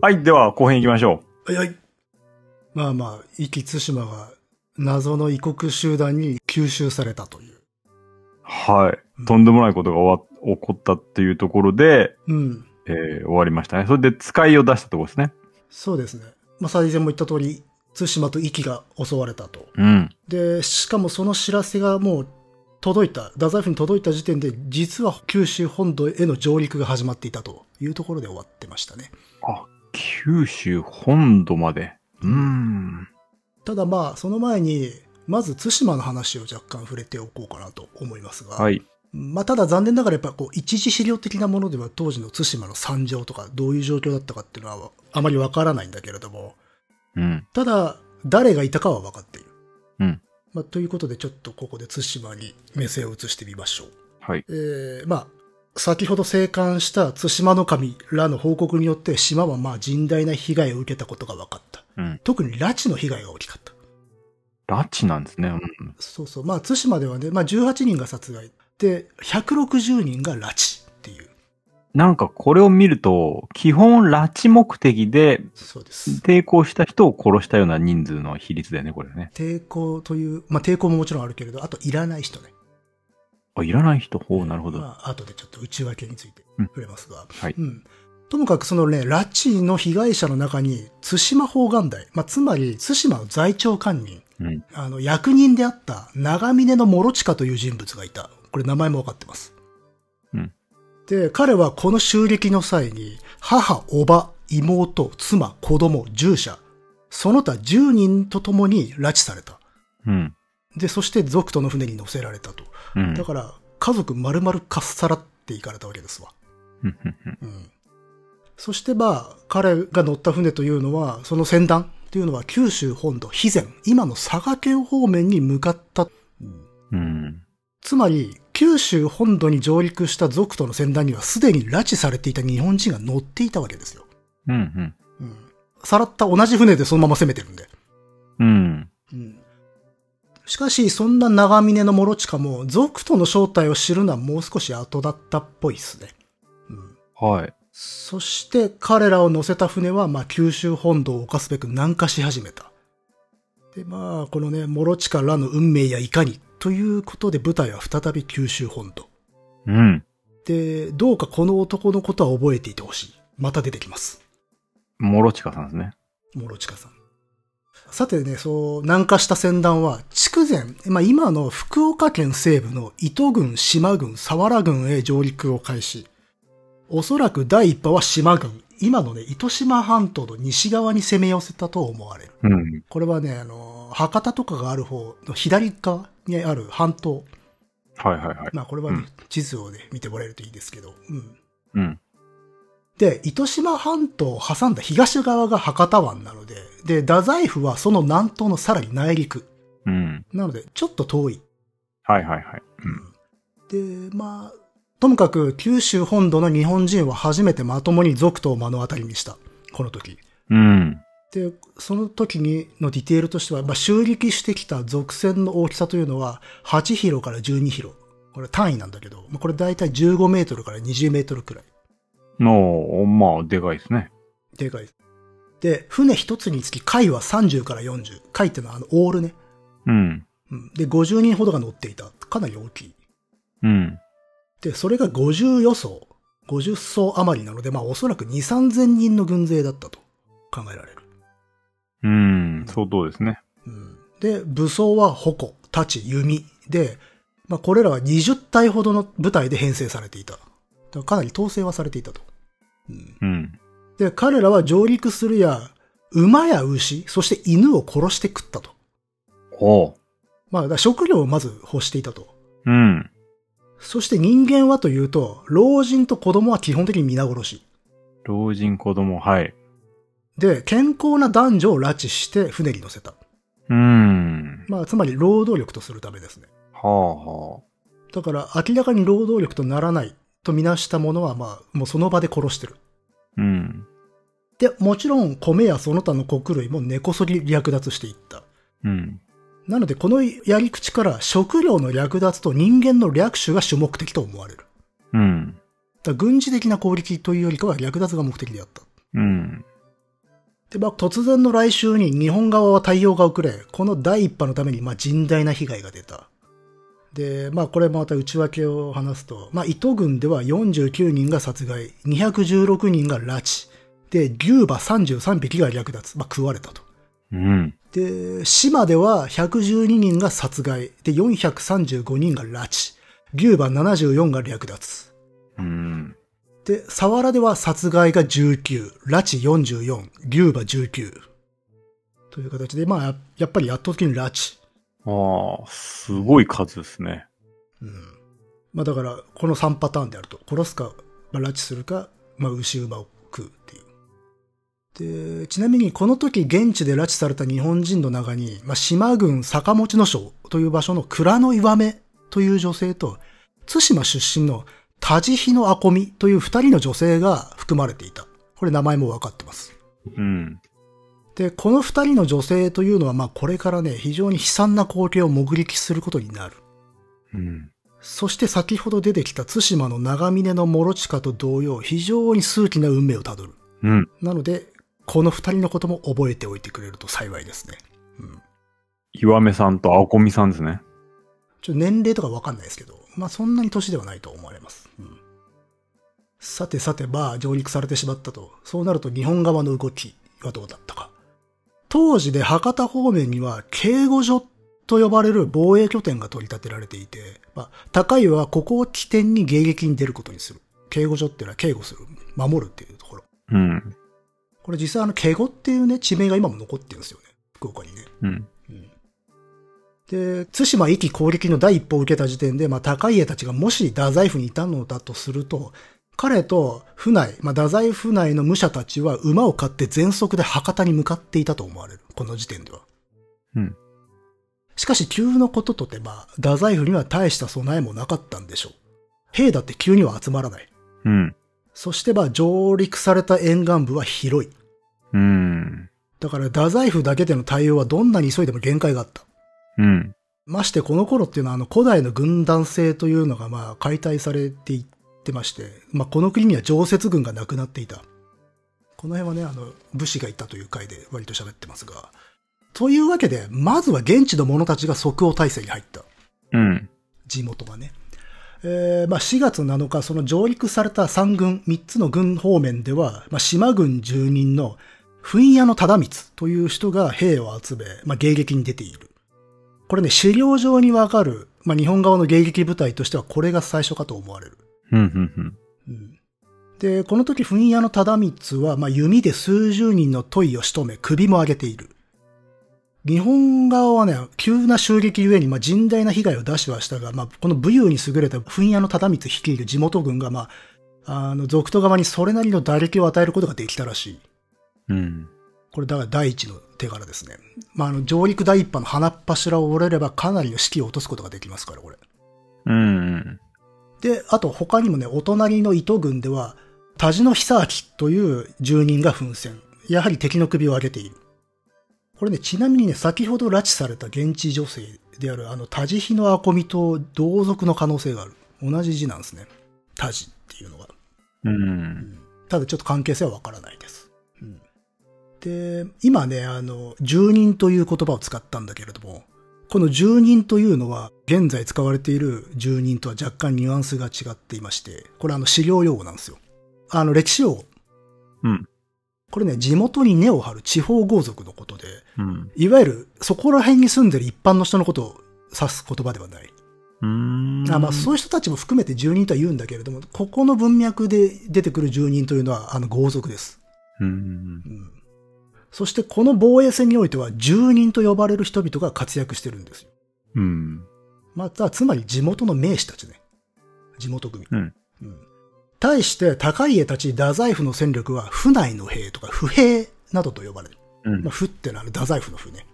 はい、では後編行きましょはいはい。まあまあ、壱岐対馬が謎の異国集団に吸収されたという。う。はうんい。とんでもないことが終わ起こったっていうところで、うん。えー終わりましたね。それで使いを出したとこですね。そうですね。まあ、最前も言った通り、対馬と壱岐が襲われたと。うん。で、しかもその知らせがもう届いた、太宰府に届いた時点で、実は九州本土への上陸が始まっていたというところで終わってましたね。九州本土まで。うーん。ただまあ、その前に、まず対馬の話を若干触れておこうかなと思いますが、はい。まあ、ただ残念ながらやっぱこう一次資料的なものでは当時の対馬の惨状とかどういう状況だったかっていうのはあまりわからないんだけれども、うん。ただ誰がいたかは分かっている。うんまあ、ということでちょっとここで対馬に目線を移してみましょう。はい。えーまあ、先ほど生還した対馬の神らの報告によって島はまあ甚大な被害を受けたことが分かった。うん特に拉致の被害が大きかった。拉致なんですね。うん。そうそう。まあ、対馬ではね、まあ18人が殺害。で、160人が拉致っていう。なんかこれを見ると、基本拉致目的でそうです。抵抗した人を殺したような人数の比率だよね、これね。抵抗という、まあ抵抗ももちろんあるけれど、あといらない人ね。あ、いらない人。おうなるほど。まあ、後でちょっと内訳についてうん触れますが。はいうんともかくそのね、拉致の被害者の中に、対馬方眼代、まあ、つまり、対馬の在庁官人、うん。あの、役人であった長峰の諸近という人物がいた。これ名前も分かってます。うんで、彼はこの襲撃の際に、母、叔母、妹、妻、子供、従者、その他10人と共に拉致された。うん。で、そして族との船に乗せられたと。うん。だから、家族丸々かっさらっていかれたわけですわ。うんうんうんうん。そしてまあ、彼が乗った船というのは、その船団というのは九州本土、肥前、今の佐賀県方面に向かった。うん。つまり、九州本土に上陸した族との船団にはすでに拉致されていた日本人が乗っていたわけですよ。うん。うん。さらった同じ船でそのまま攻めてるんで。うん。うん。しかし、そんな長峰の諸近も、族との正体を知るのはもう少し後だったっぽいっすね。うん。はい。そして彼らを乗せた船は、まあ、九州本土を犯すべく南下し始めた。で、まあ、このね、諸地からの運命やいかに、ということで部隊は再び九州本土。うん。で、どうかこの男のことは覚えていてほしい。また出てきます。諸近さんですね。諸地さん。さてね、そう、南下した船団は、筑前、まあ、今の福岡県西部の糸郡、島郡、佐原郡へ上陸を開始。おそらく第一波は島郡、今のね、糸島半島の西側に攻め寄せたと思われる。うん。これはね、あの、博多とかがある方の左側にある半島。はいはいはい。まあ、これはね、うん地図をね、見てもらえるといいですけど。うん。うん。で、糸島半島を挟んだ東側が博多湾なので、で、太宰府はその南東のさらに内陸。うん。なので、ちょっと遠い。はいはいはい。で、まあ、ともかく九州本土の日本人は初めてまともに族とを目の当たりにした。この時。うん。で、その時にのディテールとしては、まあ、襲撃してきた属船の大きさというのは、8キロから12キロ。これ単位なんだけど、まあ、これ大体15メートルから20メートルくらい。の、まあ、でかいですね。でかいです。で、船一つにつき貝は30から40。貝ってのはあのオールね。うん。うん。で、50人ほどが乗っていた。かなり大きい。うん。で、それが50予想。50艘余りなので、まあおそらく2、3000人の軍勢だったと考えられる。うん。相当ですね。うん。で、武装は矛、太刀、弓。で、まあこれらは20体ほどの部隊で編成されていた。だからかなり統制はされていたと。うん。うん。で、彼らは上陸するや、馬や牛、そして犬を殺して食ったと。おう。まあ、だから食料をまず欲していたと。うん。そして人間はというと、老人と子供は基本的に皆殺し。老人子供、はい。で、健康な男女を拉致して船に乗せた。うん。まあ、つまり労働力とするためですね。はあはだから、明らかに労働力とならないとみなしたものは、まあ、もうその場で殺してる。あ。うん。で、もちろん、米やその他の穀類も根こそぎ略奪していった。うん。なので、このやり口から食料の略奪と人間の略取が主目的と思われる。うん。だから軍事的な攻撃というよりかは略奪が目的であった。うん。で、まあ、突然の来襲に日本側は対応が遅れ、この第一波のために、まあ、甚大な被害が出た。で、まあ、これまた内訳を話すと、まあ、糸軍では49人が殺害、216人が拉致、で、牛馬33匹が略奪、まあ、食われたと。うん。で、島では112人が殺害、で、435人が拉致、牛馬74が略奪。うん。で、サワラでは殺害が19、拉致44、牛馬19。という形で、まあ、ややっぱり圧倒的に拉致。ああ、すごい数ですね。うん。まあだから、この3パターンであると。殺すか、まあ、拉致するか、まあ、牛馬を食うっていう。で、ちなみにこの時現地で拉致された日本人の中に、まあ、島郡坂持の省という場所の蔵の岩目という女性と、津島出身の田地比のあこみという二人の女性が含まれていた。これ名前も分かってます。うん。で、この二人の女性というのは、まあこれからね、非常に悲惨な光景を目撃することになる。うん。そして先ほど出てきた津島の長峰の諸近と同様、非常に数奇な運命をたどる。うん。なので、この二人のことも覚えておいてくれると幸いですね。うん。岩目さんと青こみさんですね。ちょっと年齢とかわかんないですけど、まあそんなに年ではないと思われます。うん。さてさて、まあ上陸されてしまったと。そうなると日本側の動きはどうだったか。当時で博多方面には警護所と呼ばれる防衛拠点が取り立てられていて、まあ高岩はここを起点に迎撃に出ることにする。警護所っていうのは警護する。守るっていうところ。うん。これ実際あの、警護っていうね、地名が今も残ってるんですよね。福岡にね。うん。で、津島一揆攻撃の第一報を受けた時点で、まあ、高家たちがもし太宰府にいたのだとすると、彼と府内、まあ、太宰府内の武者たちは馬を買って全速で博多に向かっていたと思われる。この時点では。うん。しかし、急のこととて、まあ、太宰府には大した備えもなかったんでしょう。兵だって急には集まらない。うん。そして、まあ、上陸された沿岸部は広い。うん。だから、太宰府だけでの対応はどんなに急いでも限界があった。うん。ましてこの頃っていうのはあの古代の軍団制というのがまあ解体されていってまして、まあこの国には常設軍がなくなっていた。この辺はね、あの武士がいたという回で割と喋ってますが。というわけで、まずは現地の者たちが即応体制に入った。うん。地元がね。えーまあ、4月7日、その上陸された三軍、3つの軍方面では、まあ、島軍住人の噴屋の忠光という人が兵を集め、まあ、迎撃に出ている。これね、資料上にわかる、まあ、日本側の迎撃部隊としてはこれが最初かと思われる。うん。うん。うんで、この時、噴屋の忠光は、まあ、弓で数十人の問いを仕留め、首も上げている。日本側はね、急な襲撃ゆえに、まあ、甚大な被害を出しはしたが、まあ、この武勇に優れた噴屋の忠光率いる地元軍が、まあ、あの、続徒側にそれなりの打撃を与えることができたらしい。うん。これ、だから第一の手柄ですね。まあ、あの、上陸第一波の花っ柱を折れれば、かなりの士気を落とすことができますから、これ。うん。で、あと他にもね、お隣の糸軍では、田地の久明という住人が奮戦。やはり敵の首を上げている。これね、ちなみにね、先ほど拉致された現地女性である、あの、田地日のあこみと同族の可能性がある。同じ字なんですね。田地っていうのが。うん。ただちょっと関係性はわからないです。うん、で、今ね、あの、住人という言葉を使ったんだけれども、この住人というのは、現在使われている住人とは若干ニュアンスが違っていまして、これあの資料用語なんですよ。あの歴史用語。うん。これね、地元に根を張る地方豪族のことで、うん。いわゆるそこら辺に住んでる一般の人のことを指す言葉ではない。うん。あまあ、そういう人たちも含めて住人とは言うんだけれども、ここの文脈で出てくる住人というのは、あの豪族です。うん。うんそしてこの防衛戦においては住人と呼ばれる人々が活躍してるんですよ。うん。また、つまり地元の名士たちね。地元組。うんうん対して、高家たち太宰府の戦力は、府内の兵とか、府兵などと呼ばれる。うんまあ、。府ってのはあの太宰府の府ね。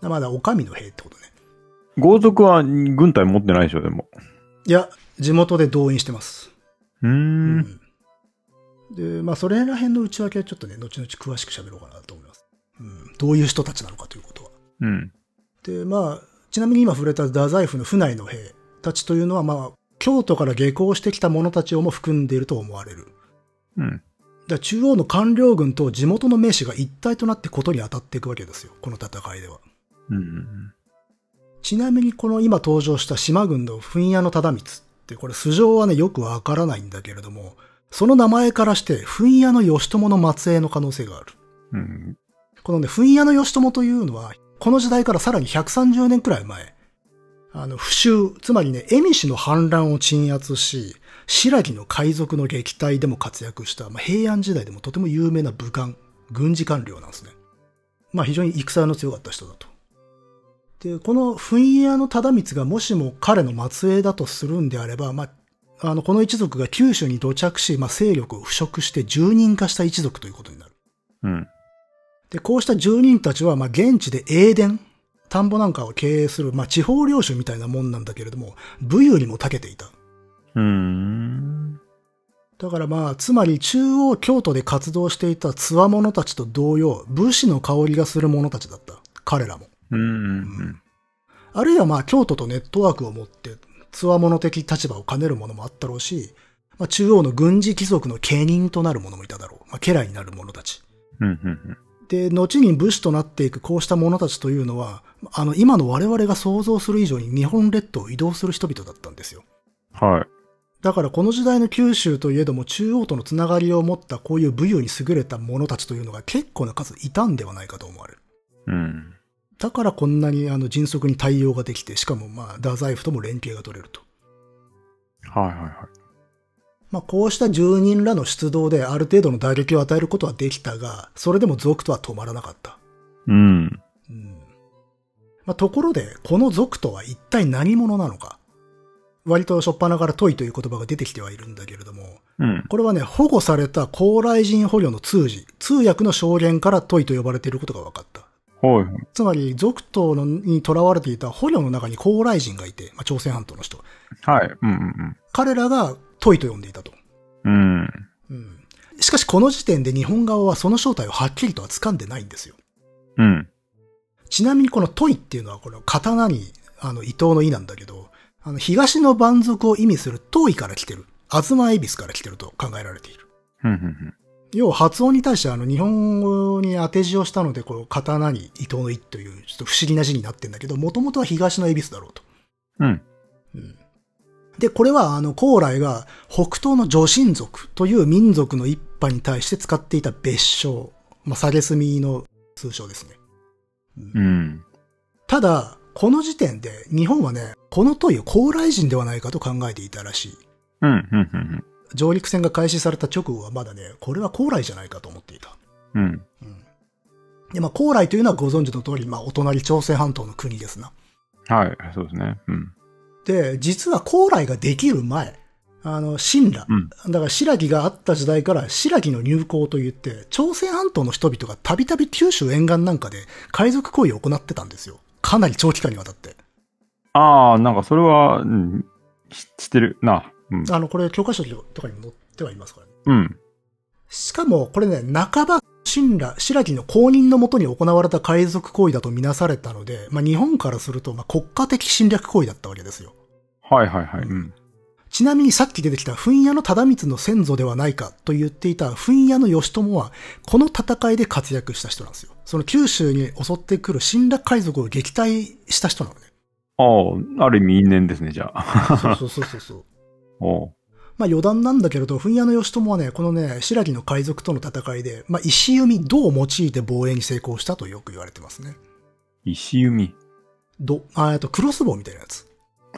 まだ、お上の兵ってことね。豪族は軍隊持ってないでしょ、でも。いや、地元で動員してます。うーん。で、まあ、それら辺の内訳はちょっとね、後々詳しく喋ろうかなと思います。うん。どういう人たちなのかということは。うん。で、まあ、ちなみに今触れた太宰府の府内の兵たちというのは、まあ、京都から下校してきた者たちをも含んでいると思われる。うん。から中央の官僚軍と地元の名士が一体となってことに当たっていくわけですよ。この戦いでは。うん。ちなみにこの今登場した島軍の噴屋の忠光って、これ素性はね、よくわからないんだけれども、その名前からして、噴屋の義朝の末裔の可能性がある。うん。このね、噴屋の義朝というのは、この時代からさらに130年くらい前、あの、不襲、つまりね、蝦夷の反乱を鎮圧し、新木の海賊の撃退でも活躍した、まあ、平安時代でもとても有名な武官、軍事官僚なんですね。まあ非常に戦の強かった人だと。で、この噴屋の忠光がもしも彼の末裔だとするんであれば、まあ、あの、この一族が九州に土着し、まあ勢力を腐食して住人化した一族ということになる。うん。で、こうした住人たちは、まあ、現地で営田、田んぼなんかを経営する、まあ、地方領主みたいなもんなんだけれども、武勇にも長けていた。うん。だからまあ、つまり中央京都で活動していた強者たちと同様、武士の香りがする者たちだった。彼らも。うん。あるいはまあ、京都とネットワークを持って、強者的立場を兼ねる者もあったろうし、まあ、中央の軍事貴族の家人となる者もいただろう。まあ、家来になる者たち。うん。で、後に武士となっていくこうした者たちというのは、あの、今の我々が想像する以上に日本列島を移動する人々だったんですよ。はい。だからこの時代の九州といえども中央とのつながりを持ったこういう武勇に優れた者たちというのが結構な数いたんではないかと思われる。うん。だからこんなにあの迅速に対応ができて、しかもまあ、太宰府とも連携が取れると。はいはいはまあ、こうした住人らの出動である程度の打撃を与えることはできたが、それでも族とは止まらなかった。い。うん。うんまあ、ところで、この族とは一体何者なのか。割と初っ端から問いという言葉が出てきてはいるんだけれども、うん。これはね、保護された高麗人捕虜の通詞、通訳の証言から問いと呼ばれていることが分かった。はいはい。つまり、族とのに囚われていた捕虜の中に高麗人がいて、まあ、朝鮮半島の人。はい。うん彼らが問いと呼んでいたと。うんうん。うん。うん、しかし、この時点で日本側はその正体をはっきりとは掴んでないんですよ。うん。ちなみにこのトイっていうのはこの刀に、あの、伊藤の意なんだけど、あの、東の蛮族を意味する遠いから来てる。東恵比寿から来てると考えられている。うんうん要は発音に対してあの、日本語に当て字をしたので、この刀に伊藤の意という、ちょっと不思議な字になってんだけど、もともとは東の恵比寿だろうと。うん。うん。で、これはあの、高麗が北東の女神族という民族の一派に対して使っていた別称。まあ、下げすみの通称ですね。うん。うん。ただ、この時点で日本はね、この問いを高麗人ではないかと考えていたらしい。うん。うん。うん。上陸船が開始された直後はまだね、これは高麗じゃないかと思っていた。うん。うん。で、まあ高麗というのはご存知の通り、まあお隣朝鮮半島の国ですな。はい。そうですね。うん。で、実は高麗ができる前、あの、新羅、うんだから新羅があった時代から新羅の入港といって、朝鮮半島の人々がたびたび九州沿岸なんかで海賊行為を行ってたんですよ。かなり長期間にわたって。ああ、なんかそれは、うん、し知ってるな。うん。あの、これ教科書とかにも載ってはいますからね。うん。しかも、これね、半ば、新羅、白木の公認のもとに行われた海賊行為だとみなされたので、まあ、日本からすると、まあ、国家的侵略行為だったわけですよ。はいはいはい。うん。ちなみにさっき出てきた、噴屋の忠光の先祖ではないかと言っていた噴屋の義朝は、この戦いで活躍した人なんですよ。その九州に襲ってくる新羅海賊を撃退した人なのね。ああ、ある意味因縁ですね、じゃあ。 そうそうそうそうそう。おう。まあ余談なんだけれど、噴屋の義朝はね、このね、白木の海賊との戦いで、まあ石読み、銅を用いて防衛に成功したとよく言われてますね。石弓。銅、あえっと、クロスボウみたいなやつ。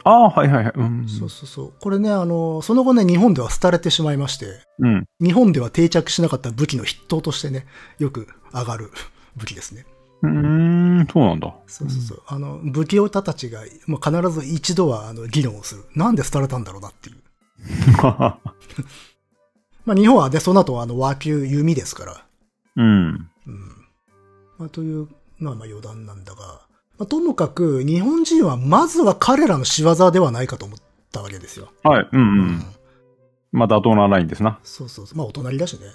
ああ、はいはいはい。うん。そうそうそう。これね、あの、その後ね、日本では廃れてしまいまして、うん。日本では定着しなかった武器の筆頭としてね、よく上がる 武器ですね。うーん、そうなんだ。 そうそうそう。あの、武器オタたちが、まあ、必ず一度は、あの、議論をする。なんで廃れたんだろうなっていう。まあ日本はね、その後は、あの、和球弓ですから、うん。うん。まあ、という、まあまあ余談なんだが、まあ、ともかく日本人はまずは彼らの仕業ではないかと思ったわけですよ。はい。うんううん。まあ、妥当なラインですな。そうそうそう。まあお隣だしね。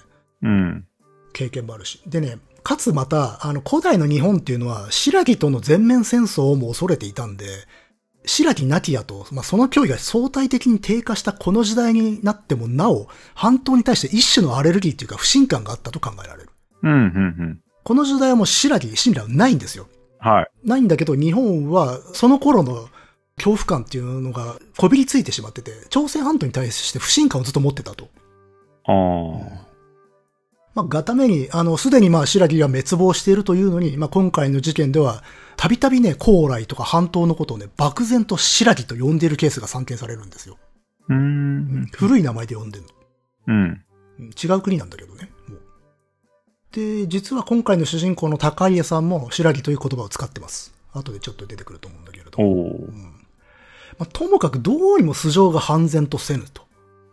うん。経験もあるし。でね、かつまた、あの、古代の日本っていうのは、白木との全面戦争をも恐れていたんで、白木なきやと、まあ、その脅威が相対的に低下したこの時代になってもなお、半島に対して一種のアレルギーというか不信感があったと考えられる。うん、うん、うん。この時代はもう白木信頼はないんですよ。はい。ないんだけど、日本はその頃の恐怖感っていうのがこびりついてしまってて、朝鮮半島に対して不信感をずっと持ってたと。ああ。まあ、がために、あの、すでにまあ、白木が滅亡しているというのに、まあ、今回の事件では、たびたびね、高麗とか半島のことをね、漠然と白木と呼んでいるケースが散見されるんですよ。うーん。古い名前で呼んでるの。うん。うん違う国なんだけどね。もうで、実は今回の主人公の高家さんも、白木という言葉を使ってます。後でちょっと出てくると思うんだけれどおも。おう。んまあ、ともかくどうにも素性が半然とせぬと。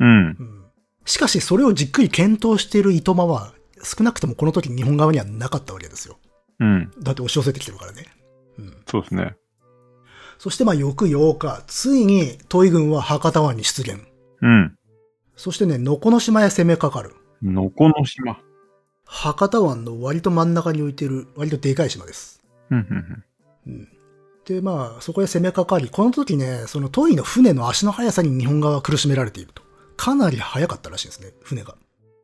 うん。うんしかし、それをじっくり検討しているいとまは、少なくともこの時日本側にはなかったわけですよ。うん。だって押し寄せてきてるからね。うん。そうですね。そして、まあ、翌8日、ついに、トイ軍は博多湾に出現。うん。そしてね、のこの島へ攻めかかる。のこの島。博多湾の割と真ん中に置いている、割とでかい島です。うん、うん、うん。で、まあ、そこへ攻めかかり、この時ね、そのトイの船の足の速さに日本側は苦しめられていると。かなり速かったらしいですね、船が。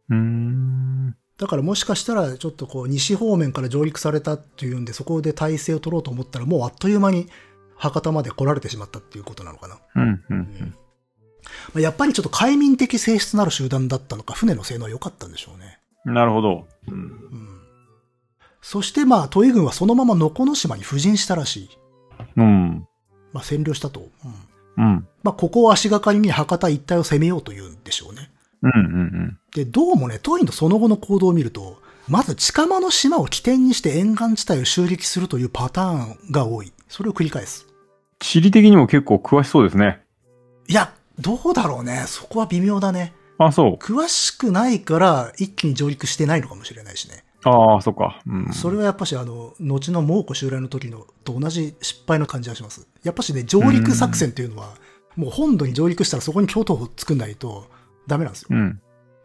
うん。うだからもしかしたら、ちょっとこう、西方面から上陸されたっていうんで、そこで体勢を取ろうと思ったら、もうあっという間に博多まで来られてしまったっていうことなのかな。ーん。うん、ううんん。まあやっぱりちょっと快眠的性質のある集団だったのか、船の性能は良かったんでしょうね。うん。なるほど。うん。うん。そしてまあ、トイ軍はそのままのこの島に布陣したらしい。うん。まあ、占領したと。うん。うん。まあ、ここを足がかりに博多一帯を攻めようというんでしょうね。うん、うん、で、どうもね、トイのその後の行動を見ると、まず近間の島を起点にして沿岸地帯を襲撃するというパターンが多い。それを繰り返す。地理的にも結構詳しそうですね。いや、どうだろうね。そこは微妙だね。あ、そう。詳しくないから、一気に上陸してないのかもしれないしね。ああ、そっか。うん。それはやっぱし、あの、後の猛虎襲来の時のと同じ失敗の感じがします。やっぱしね、上陸作戦っていうのは、もう本土に上陸したらそこに京都を作んないとダメなんですよ。うん。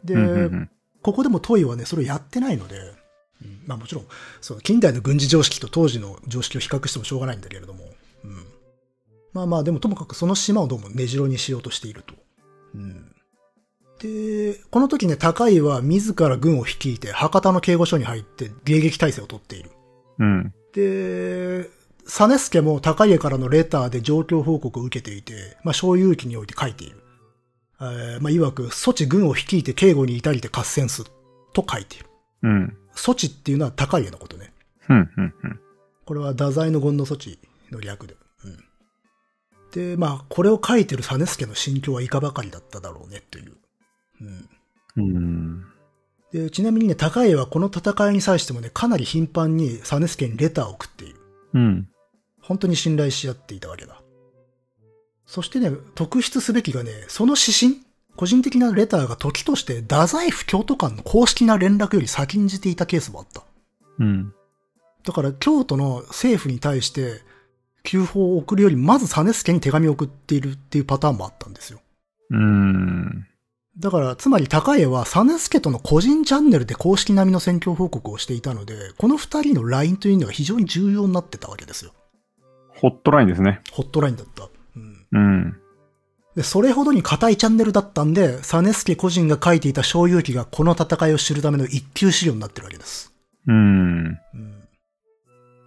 で、うんうんうんここでもトイはね、それをやってないので、うんまあもちろん、その近代の軍事常識と当時の常識を比較してもしょうがないんだけれども、うんまあまあでもともかくその島をどうも根城にしようとしていると。うんで、この時ね、高井は自ら軍を率いて博多の警護所に入って迎撃態勢をとっている。うん。で、実ネも高家からのレターで状況報告を受けていて、まあ、小有記において書いている。えーまあ、いわく、措置軍を率いて警護に至りて合戦する。と書いている。うん。措置っていうのは高家のことね。うん。うん。うんこれは太宰の権の措置の略で。うん。で、まあ、これを書いてる実ネの心境はいかばかりだっただろうね、という。うん。うん。で、ちなみにね、高家はこの戦いに際してもね、かなり頻繁に実ネにレターを送っている。うん。本当に信頼し合っていたわけだ。そしてね、特筆すべきがね、その指針、個人的なレターが時として、太宰府京都間の公式な連絡より先んじていたケースもあった。うん。だから、京都の政府に対して、給付を送るより、まず実助に手紙を送っているっていうパターンもあったんですよ。うん。だから、つまり高江は、実助との個人チャンネルで公式並みの選挙報告をしていたので、この二人の LINE というのが非常に重要になってたわけですよ。ホットラインですね。ホットラインだった。うん。うん。で、それほどに硬いチャンネルだったんで、サネスケ個人が書いていた小遊記がこの戦いを知るための一級資料になってるわけです。うん。うん。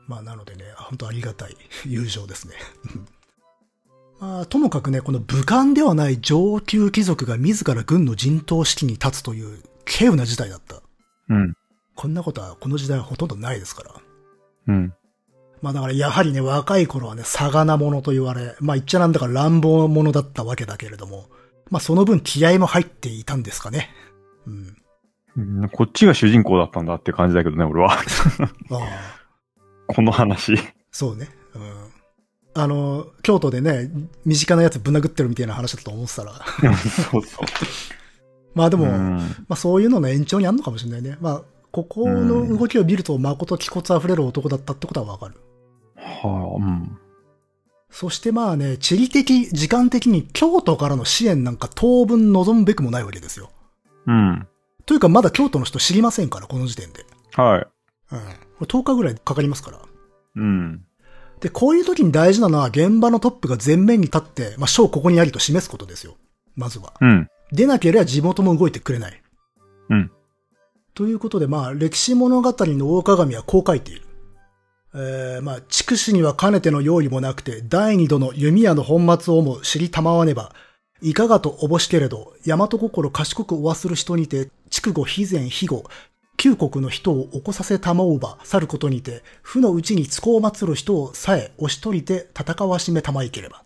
まあ、なのでね、本当ありがたい友情ですね。 まあ、ともかくね、この武漢ではない上級貴族が自ら軍の陣頭指揮に立つという、稀有な事態だった。うん。こんなことはこの時代はほとんどないですから。うん。まあだからやはりね、若い頃はね、サガナ者と言われ、まあ言っちゃなんだから乱暴者だったわけだけれども、まあその分気合も入っていたんですかね。うん。うんこっちが主人公だったんだって感じだけどね、俺は。 ああ、この話。そうね。うん。あの、京都でね、身近なやつぶん殴ってるみたいな話だと思ってたら、そうそう。まあででも、まん、あそういうのの延長にあんのかもしれないね。まあ、ここの動きを見ると、誠気骨溢れる男だったってことはわかる。はあ、うん。そしてまあね、地理的、時間的に京都からの支援なんか当分望むべくもないわけですよ。うん。というか、まだ京都の人知りませんから、この時点で。はい。うん。これ10日ぐらいかかりますから。うん。で、こういう時に大事なのは現場のトップが前面に立って、まあ、賞ここにありと示すことですよ。まずは。うん。でなければ地元も動いてくれない。うん。ということで、まあ、歴史物語の大鏡はこう書いている。えー、まあ、筑紫にはかねての用意もなくて、第二度の弓矢の本末をも知りたまわねば、いかがとおぼしけれど、大和心賢くおわする人にて、筑後肥前肥後、旧国の人を起こさせたまおうば、去ることにて、負のうちにつこをまつる人をさえ押し取りて戦わしめたまいければ。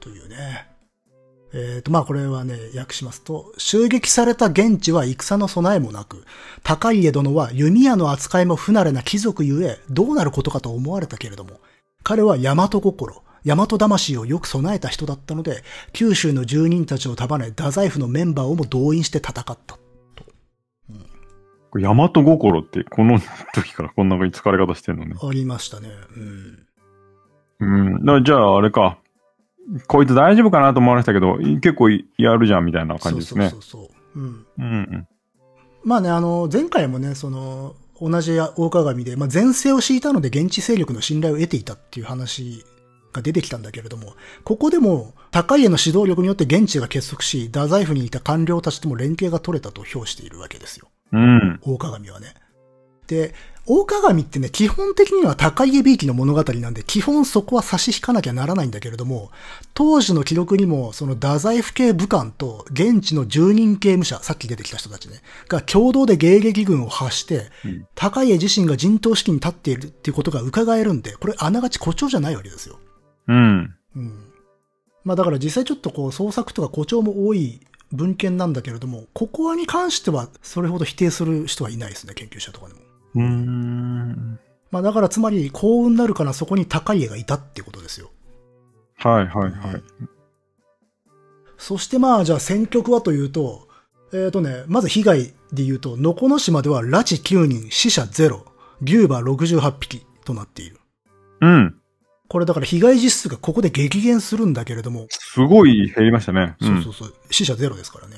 というね。えー、と、まあ、これはね、訳しますと、襲撃された現地は戦の備えもなく、高家殿は弓矢の扱いも不慣れな貴族ゆえ、どうなることかと思われたけれども、彼は大和心、大和魂をよく備えた人だったので、九州の住人たちを束ね、太宰府のメンバーをも動員して戦った。これ大和心って、この時からこんな疲れ方してんのね。ありましたね。うん。うん。だからじゃあ、あれか。こいつ大丈夫かなと思われてたけど、い結構いやるじゃんみたいな感じですね。そうそうそうそう。うん。うんまあね、あの、前回もね、その、同じ大鏡で、まあ、前世を敷いたので現地勢力の信頼を得ていたっていう話が出てきたんだけれども、ここでも、高家の指導力によって現地が結束し、太宰府にいた官僚たちとも連携が取れたと評しているわけですよ。うん。うん。大鏡はね。で、大鏡ってね、基本的には高家びいきの物語なんで、基本そこは差し引かなきゃならないんだけれども、当時の記録にも、その太宰府系武官と現地の住人刑務者、さっき出てきた人たちね、が共同で迎撃軍を発して、うん高家自身が陣頭指揮に立っているっていうことが伺えるんで、これあながち誇張じゃないわけですよ。うん。うん。まあだから実際ちょっとこう創作とか誇張も多い文献なんだけれども、ここに関してはそれほど否定する人はいないですね、研究者とかでも。うーん。まあだからつまり幸運なるかなそこに高家がいたってことですよ。はいはいはい。そしてまあじゃあ戦局はというと、えっ、とね、まず被害で言うと、能古の島では拉致9人、死者0、牛馬68匹となっている。うん。これだから被害実数がここで激減するんだけれども、すごい減りましたね。そうそうそう、死者ゼロですからね。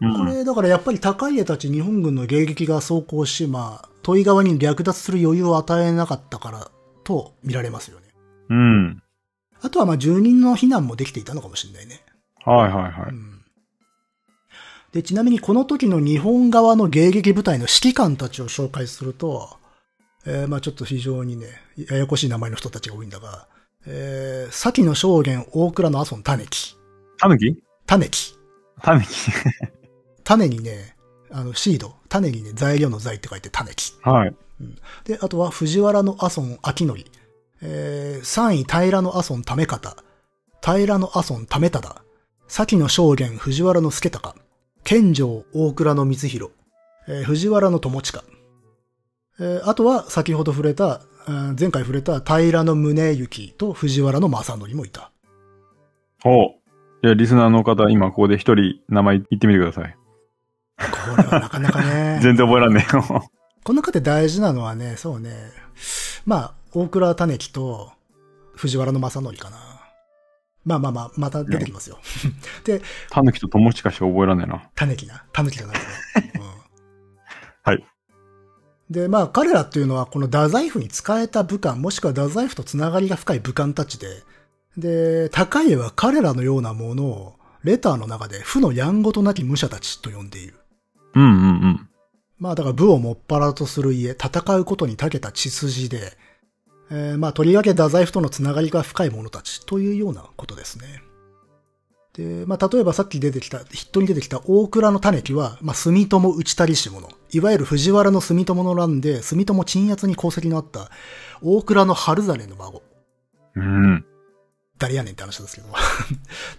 うん。これ、だからやっぱり高家たち日本軍の迎撃が走行し、まあ、問い側に略奪する余裕を与えなかったからと見られますよね。うん。あとはまあ、住人の避難もできていたのかもしれないね。はいはいはうい。ん。で、ちなみにこの時の日本側の迎撃部隊の指揮官たちを紹介すると、えーまあちょっと非常にね、ややこしい名前の人たちが多いんだが、えー、先の証言大倉の阿蘇の種木。タヌキ種木。タヌキ 種にね、あの、シード。種にね、材料の材って書いて種木。はい。で、あとは藤原の阿孫秋則、えー、3位平の阿孫為方、平の阿孫為忠、先の将元藤原の助高、健城大倉の光弘、えー藤原の友近、えーあとは先ほど触れた、うん前回触れた平の宗行と藤原の正則もいた。ほう。じゃあ、リスナーの方、今ここで一人名前言ってみてください。これはなかなかね。全然覚えらんねえよ。 この中で大事なのはね、そうね。まあ、大倉種木と藤原の正則かな。まあまあまあ、また出てきますよ。タヌキと友近しか覚えらんねえな。種木な。種木じゃない けど。うん、はい。で、まあ、彼らっていうのは、この太宰府に仕えた武官、もしくは太宰府とつながりが深い武官たちで、で、高家は彼らのようなものを、レターの中で、負のやんごとなき武者たちと呼んでいる。うんうんうん。まあだから武をもっぱらとする家、戦うことに長けた血筋で、えーまあとりわけ太宰府とのつながりが深い者たちというようなことですね。で、まあ例えばさっき出てきた、ヒットに出てきた大倉の種木は、まあ住友打ちたりし者、いわゆる藤原の住友の乱で住友鎮圧に功績のあった大倉の春真の孫。うん。誰やねんって話で すけど。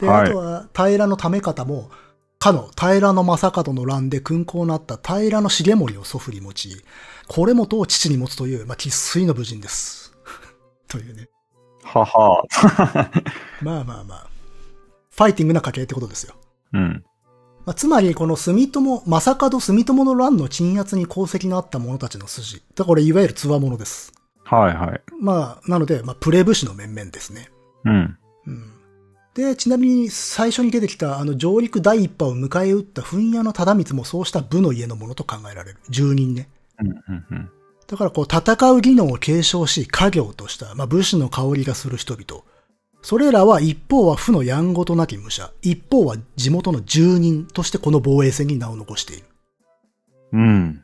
で、はいあとは、平の為方も、かの平の正門の乱で勲功のあった平の重盛を祖父に持ち、これもとを父に持つという、まあ、喫水の武人です。 というね。はは。まあまあまあ。ファイティングな家系ってことですよ。うん。まあ、つまり、この住友、正門住友の乱の鎮圧に功績のあった者たちの筋。だからこれ、いわゆるつわものです。はいはい。まあ、なので、まあ、プレブ士の面々ですね。うん。うんで、ちなみに最初に出てきた、あの、上陸第一波を迎え撃った噴屋の忠光もそうした部の家のものと考えられる。住人ね。うんうんうん。だからこう戦う技能を継承し家業とした、まあ、武士の香りがする人々。それらは一方は負のやんごとなき武者、一方は地元の住人としてこの防衛戦に名を残している。うん。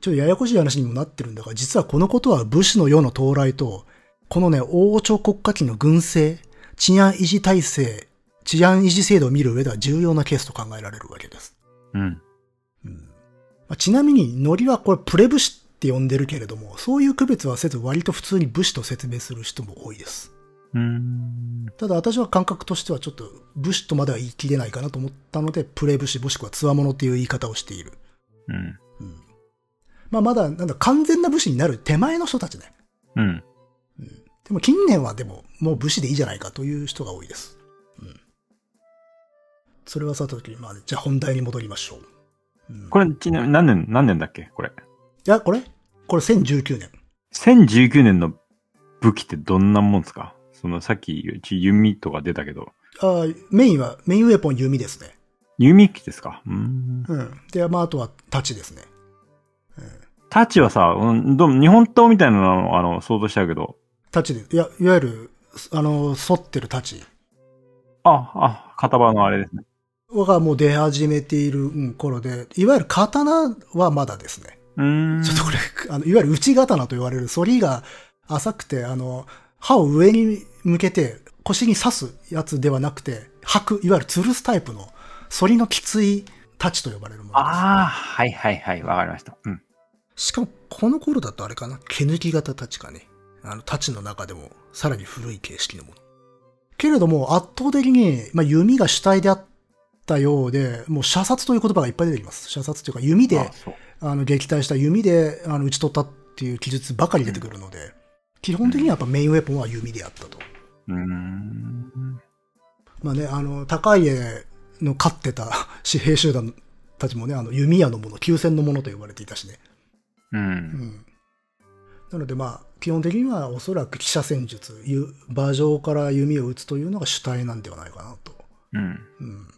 ちょっとややこしい話にもなってるんだが、実はこのことは武士の世の到来と、このね、王朝国家機の軍政、治安維持体制、治安維持制度を見る上では重要なケースと考えられるわけです。うん。まあちなみに、ノリはこれプレ武士って呼んでるけれども、そういう区別はせず割と普通に武士と説明する人も多いです。うん。ただ私は感覚としてはちょっと武士とまでは言い切れないかなと思ったので、プレ武士もしくは強者っていう言い方をしている。うん。うん。まあまだ、なんだ、完全な武士になる手前の人たちね。うん。でも近年はでも、もう武士でいいじゃないかという人が多いです。うん。それはさておき、まあ、じゃあ本題に戻りましょう。うん、これ、ちなみに何年、何年だっけこれ。いや、これこれ1019年。 1019年の武器ってどんなもんですかそのさっきうち弓とか出たけど、あーメインは、メインウェポン弓ですね。弓器ですかうーん。うん。で、まあ、あとは、太刀ですね。太刀はさ、うん、どうも日本刀みたいなのをあの想像しちゃうけど、太刀で、いや、いわゆる、あの、反ってる太刀。あ、あ、片場のあれですね。がもう出始めているうん頃で、いわゆる刀はまだですね。うーん。ちょっとこれ、あの、いわゆる内刀と言われる反りが浅くて、あの、刃を上に向けて腰に刺すやつではなくて、吐く、いわゆる吊るすタイプの反りのきつい太刀と呼ばれるものでああ、はいはいはい、わかりました。うん。す。しかも、この頃だとあれかな、毛抜き型太刀かね。あの、太刀の中でもさらに古い形式のもの。けれども、圧倒的に、まあ、弓が主体であったようで、もう射殺という言葉がいっぱい出てきます。射殺というか、弓であ、そう。あの撃退した弓であの打ち取ったっていう記述ばかり出てくるので、基本的にはやっぱメインウェポンは弓であったと。うーん。まあね、あの、高家の飼ってた私兵集団たちもね、あの弓矢のもの、急戦のものと呼ばれていたしね。う。うんん。なのでまあ、基本的にはおそらく記者戦術、ゆ馬上から弓を撃つというのが主体なんではないかなと。うん。うん。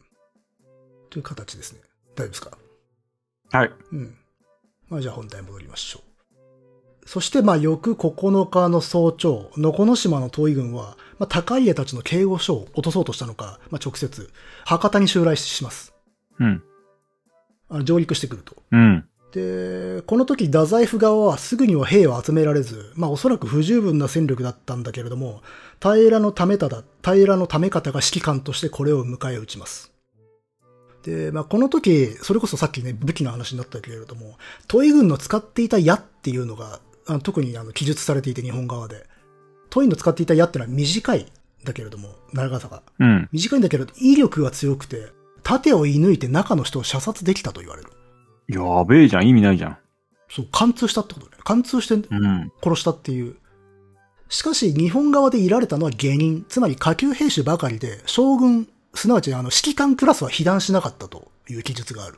という形ですね。大丈夫ですかはい。うん。まあじゃあ本題に戻りましょう。そしてまあ翌9日の早朝、能古島の遠い軍は、まあ高家たちの警護所を落とそうとしたのか、まあ直接、博多に襲来します。うん。あの上陸してくると。うん。で、この時、太宰府側はすぐには兵を集められず、まあおそらく不十分な戦力だったんだけれども、平のためただ、平のため方が指揮官としてこれを迎え撃ちます。で、まあこの時、それこそさっきね、武器の話になったけれども、都井軍の使っていた矢っていうのが、あの特にあの記述されていて日本側で、都井の使っていた矢っていうのは短いんだけれども、長さが。うん。短いんだけれど、威力が強くて、盾を射抜いて中の人を射殺できたと言われる。やべえじゃん、意味ないじゃん。そう、貫通したってことね。貫通してうん。殺したっていう。しかし、日本側でいられたのは下人、つまり下級兵士ばかりで、将軍、すなわちあの指揮官クラスは被弾しなかったという記述がある。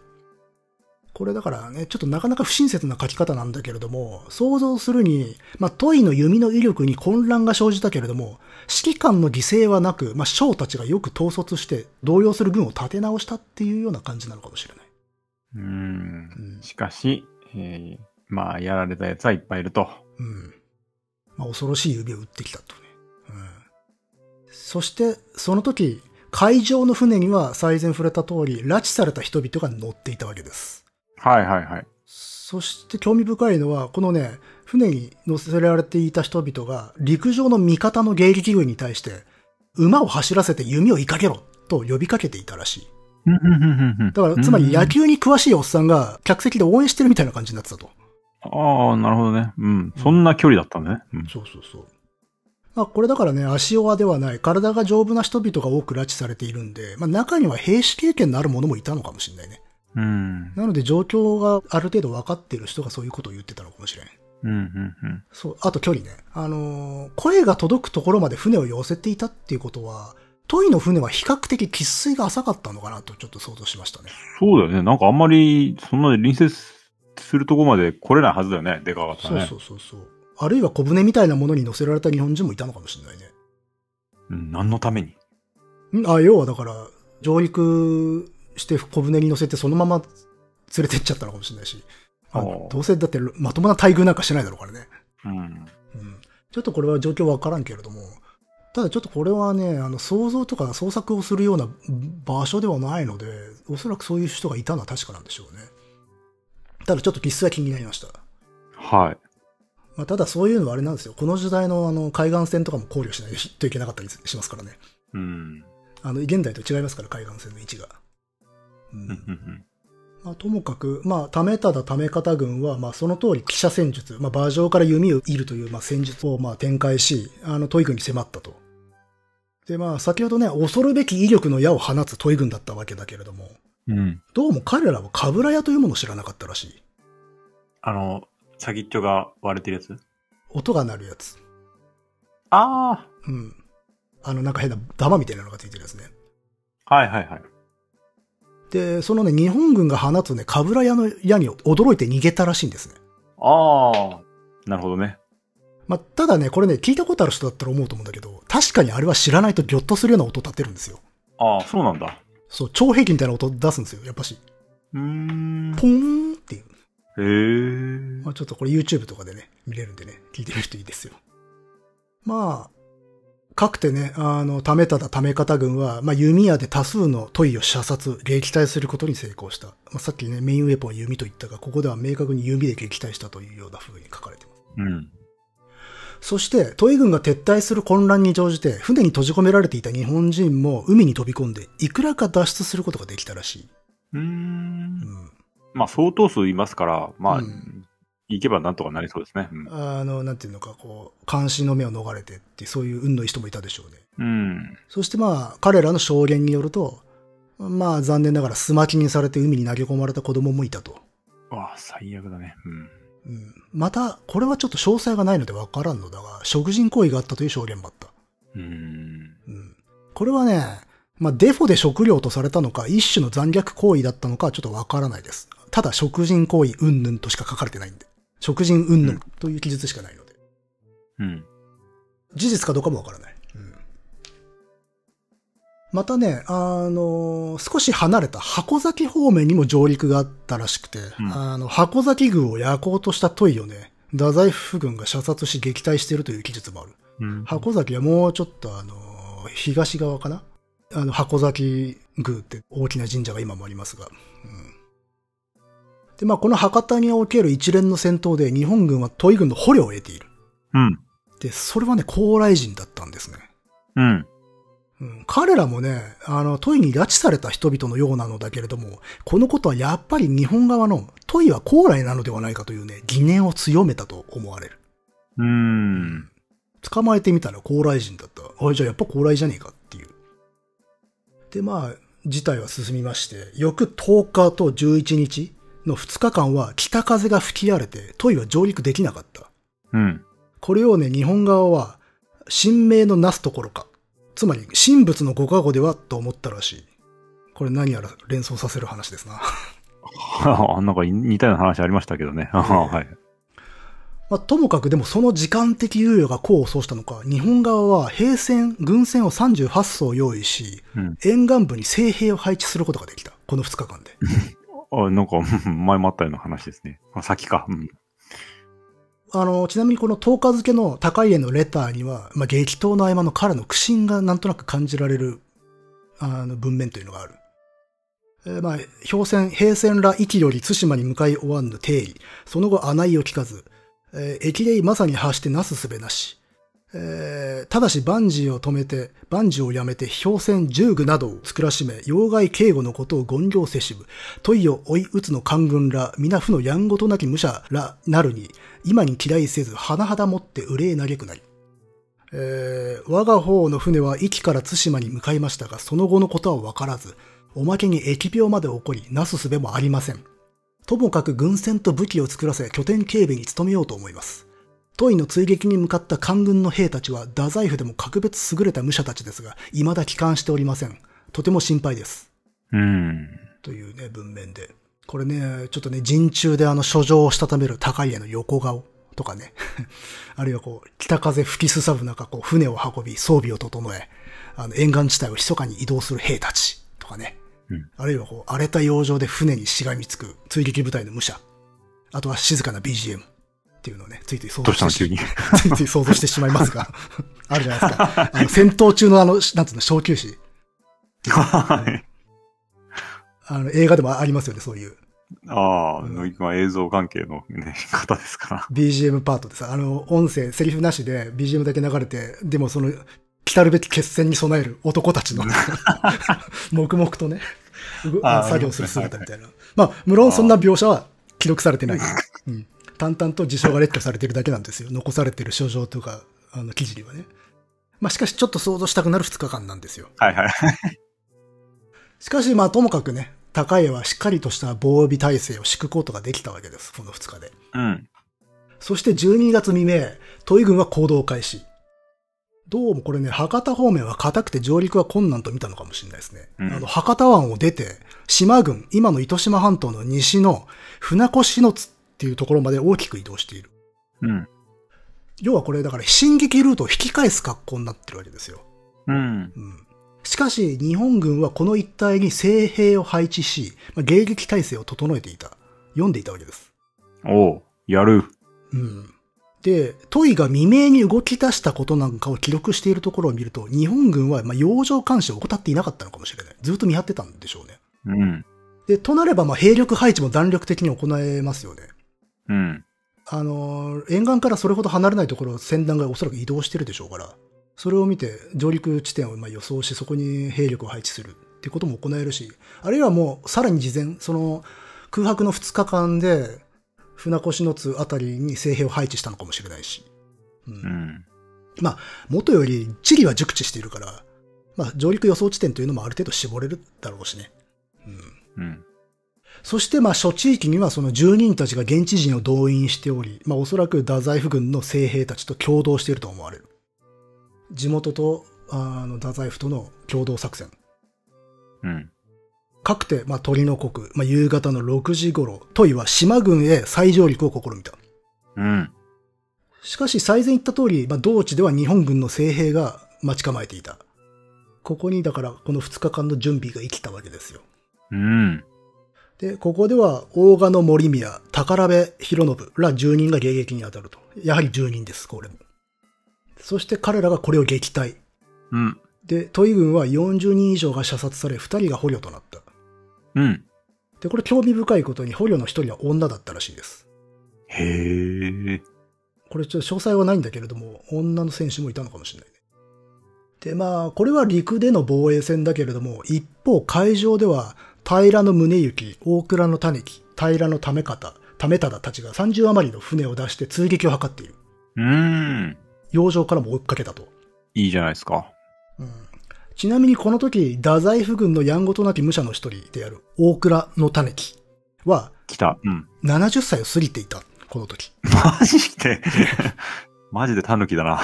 これだからね、ちょっとなかなか不親切な書き方なんだけれども、想像するに、まあ、トイの弓の威力に混乱が生じたけれども、指揮官の犠牲はなく、まあ、将たちがよく統率して、動揺する軍を立て直したっていうような感じなのかもしれない。うんう。んしかし、えー、まあ、やられたやつはいっぱいいると。うん。まあ、恐ろしい指を打ってきたとね。うん。そして、その時、海上の船には最前触れた通り、拉致された人々が乗っていたわけです。はいはいはい。そして興味深いのは、このね、船に乗せられていた人々が、陸上の味方の迎撃軍に対して、馬を走らせて弓を追いかけろと呼びかけていたらしい。だから、つまり野球に詳しいおっさんが客席で応援してるみたいな感じになってたと。ああ、なるほどね。うん。そんな距離だったんだね。うん。そうそうそう。まあ、これだからね、足弱ではない、体が丈夫な人々が多く拉致されているんで、まあ、中には兵士経験のある者もいたのかもしれないね。うん。なので、状況がある程度分かっている人がそういうことを言ってたのかもしれん。うん。うん。うん。そう、あと距離ね。あのー声が届くところまで船を寄せていたっていうことは、トイの船は比較的喫水が浅かったのかなとちょっと想像しましたね。そうだよね。なんかあんまり、そんなに隣接するとこまで来れないはずだよね。でかかったそうね。そうそうそう。あるいは小舟みたいなものに乗せられた日本人もいたのかもしれないね。うん何のためにんあ、要はだから、上陸して小舟に乗せてそのまま連れてっちゃったのかもしれないし。まあおうどうせだってまともな待遇なんかしてないだろうからね。うん。うん。ちょっとこれは状況わからんけれども、ただちょっとこれはね、あの、想像とか創作をするような場所ではないので、おそらくそういう人がいたのは確かなんでしょうね。ただちょっとリスは気になりました。はい。まあ、ただそういうのはあれなんですよ。この時代のあの海岸線とかも考慮しないといけなかったりしますからね。うん。あの、現代と違いますから、海岸線の位置が。うう。んうんんまあ、ともかく、まあ、ためただため方軍は、まあ、その通り記者戦術、まあ、馬上から弓を射るという、まあ、戦術を、まあ、展開し、あの、トイ軍に迫ったと。で、まあ、先ほどね、恐るべき威力の矢を放つトイ軍だったわけだけれども、うん。うん。どうも彼らはカブラ矢というものを知らなかったらしい。あの、先っちょが割れてるやつ音が鳴るやつ。あうん。あの、なんか変な玉みたいなのがついてるやつね。あ。はいはいはい。で、そのね、日本軍が放つね、カブラ矢の矢に驚いて逃げたらしいんですね。ああ。なるほどね。まあ、ただね、これね、聞いたことある人だったら思うと思うんだけど、確かにあれは知らないとギョッとするような音立てるんですよ。ああ、そうなんだ。そう、超兵器みたいな音出すんですよ、やっぱし。うーん。ポーンっていう。へえ。まあ、ちょっとこれ YouTube とかでね、見れるんでね、聞いてみる人いいですよ。まあ、かくてね、あの、ためただため方軍は、まあ、弓矢で多数のトイを射殺、撃退することに成功した。まあ、さっきね、メインウェポンは弓と言ったが、ここでは明確に弓で撃退したというような風に書かれてます。うん。そして、トイ軍が撤退する混乱に乗じて、船に閉じ込められていた日本人も海に飛び込んで、いくらか脱出することができたらしい。うー。うんん。まあ、相当数いますから、まあ、うん行けばなんとかなりそうですね。うんあの、なんていうのか、こう、監視の目を逃れてって、そういう運のいい人もいたでしょうね。うん。そしてまあ、彼らの証言によると、まあ、残念ながら、すまきにされて海に投げ込まれた子供もいたと。うわあ、最悪だね。うん。うん。また、これはちょっと詳細がないのでわからんのだが、食人行為があったという証言もあった。うーん。うん。これはね、まあ、デフォで食料とされたのか、一種の残虐行為だったのか、ちょっとわからないです。ただ、食人行為云々としか書かれてないんで。食人云々という記述しかないので。うん。事実かどうかもわからない。またね、あのー少し離れた箱崎方面にも上陸があったらしくて、んあの、箱崎軍を焼こうとしたトイをね、太宰府軍が射殺し撃退しているという記述もある。うん。箱崎はもうちょっとあのー東側かなあの、箱崎宮って大きな神社が今もありますが。うんで、まあ、この博多における一連の戦闘で日本軍はトイ軍の捕虜を得ている。うん。で、それはね、高麗人だったんですね。うん。うん、彼らもね、あの、トイに拉致された人々のようなのだけれども、このことはやっぱり日本側のトイは高麗なのではないかというね、疑念を強めたと思われる。うーん。捕まえてみたら高麗人だった。あ、じゃあやっぱ高麗じゃねえかっていう。で、まあ、事態は進みまして、翌10日と11日の2日間は北風が吹き荒れて、トイは上陸できなかった。うん。 これをね、日本側は、神明のなすところか。つまり、神仏のご加護ではと思ったらしい。これ何やら連想させる話ですな。あなんか似たような話ありましたけどね。あー はい。まあ、ともかくでもその時間的猶予が功を奏したのか、日本側は兵船、軍船を38艘用意し、うん沿岸部に精兵を配置することができた。この2日間で。あなんか、 うん前もあったような話ですね。あ先か。うん。あの、ちなみにこの10日付の高家のレターには、まあ、激闘の合間の彼の苦心がなんとなく感じられる、あの、文面というのがある。えーまあ、氷船、平船ら息より対馬に向かいおわんぬ定理。その後、穴井を聞かず、えー、駅でまさに発してなすすべなし。えーただし万事を止めて、万事をやめて、氷船十具などを作らしめ、要害警護のことを権行せしぶ、問いを追い打つの官軍ら、皆負のやんごとなき武者らなるに、今に嫌いせず、甚だもって憂い嘆くなり。えー我が方の船は壱岐から対馬に向かいましたが、その後のことは分からず、おまけに疫病まで起こり、なすすべもありません。ともかく軍船と武器を作らせ、拠点警備に努めようと思います。トイの追撃に向かった官軍の兵たちは、太宰府でも格別優れた武者たちですが、未だ帰還しておりません。とても心配です。うん。というね、文面で。これね、ちょっとね、陣中であの、書状をしたためる高家の横顔とかね。 あるいはこう、北風吹きすさぶ中、こう、船を運び、装備を整え、あの、沿岸地帯を密かに移動する兵たちとかね。うんあるいはこう、荒れた洋上で船にしがみつく追撃部隊の武者。あとは静かな BGM っていうのをね、ついつい想ど像うしたのして急に。 ついつい想像してしま いますが、あるじゃないですか。あの戦闘中のあの、なんつうの、小休止。はいあの、映画でもありますよね、そういう。ああ、うん野木君は映像関係の、ね、 方ですから。 BGM パートでさ、あの、音声、セリフなしで BGM だけ流れて、でもその、来たるべき決戦に備える男たちの、 黙々とね、うあー作業する姿みたいな。まあ、無論そんな描写は記録されてない。うん。淡々と事象が列挙されてるだけなんですよ。残されてる書状とか、あの、記事にはね。まあ、しかしちょっと想像したくなる2日間なんですよ。 はいはい。しかし、まあ、ともかくね、高江はしっかりとした防備体制を敷くことができたわけです。この2日で。うん。そして12月未明、都井軍は行動開始。どうもこれね、博多方面は硬くて上陸は困難と見たのかもしれないですね。うんあの博多湾を出て、島軍、今の糸島半島の西の船越の津っていうところまで大きく移動している。うん。要はこれだから進撃ルートを引き返す格好になってるわけですよ。うん。うんしかし、日本軍はこの一帯に精兵を配置し、まあ迎撃態勢を整えていた。読んでいたわけです。おう、やる。うん。で、トイが未明に動き出したことなんかを記録しているところを見ると、日本軍はまあ洋上監視を怠っていなかったのかもしれない。ずっと見張ってたんでしょうね。うん。で、となればまあ兵力配置も弾力的に行えますよね。うん。あのー沿岸からそれほど離れないところを船団がおそらく移動してるでしょうから、それを見て上陸地点をまあ予想し、そこに兵力を配置するっていうことも行えるし、あるいはもうさらに事前、その空白の2日間で、船越の津あたりに精兵を配置したのかもしれないし。うんうん。元より地理は熟知しているから、まあ、上陸予想地点というのもある程度絞れるだろうしね。うん、うん。そして、まあ、諸地域にはその住人たちが現地人を動員しており、まあ、おそらく太宰府軍の精兵たちと共同していると思われる。地元と、あの、太宰府との共同作戦。うん。かくて、まあ、鳥の国、まあ、夕方の6時頃、トイは島軍へ再上陸を試みた。うん。しかし、最前言った通り、まあ、同地では日本軍の精兵が待ち構えていた。ここに、だから、この2日間の準備が生きたわけですよ。うん。で、ここでは、大賀の森宮、宝部広信ら住人が迎撃に当たると。やはり住人です、これも。そして彼らがこれを撃退。うん。で、都井軍は40人以上が射殺され、2人が捕虜となった。うん。で、これ興味深いことに捕虜の1人は女だったらしいです。へえ。これちょっと詳細はないんだけれども、女の選手もいたのかもしれないね。で、まあ、これは陸での防衛戦だけれども、一方海上では、平の宗行、大倉の種木、平の為方、為忠たちが30余りの船を出して追撃を図っている。うん。洋上からも追いかけたと。いいじゃないですか。うんちなみにこの時、太宰府軍のやんごとなき武者の一人である大倉の種木は、来た。うん。 70歳を過ぎていた、この時。 マジで。 マジでタヌキだな。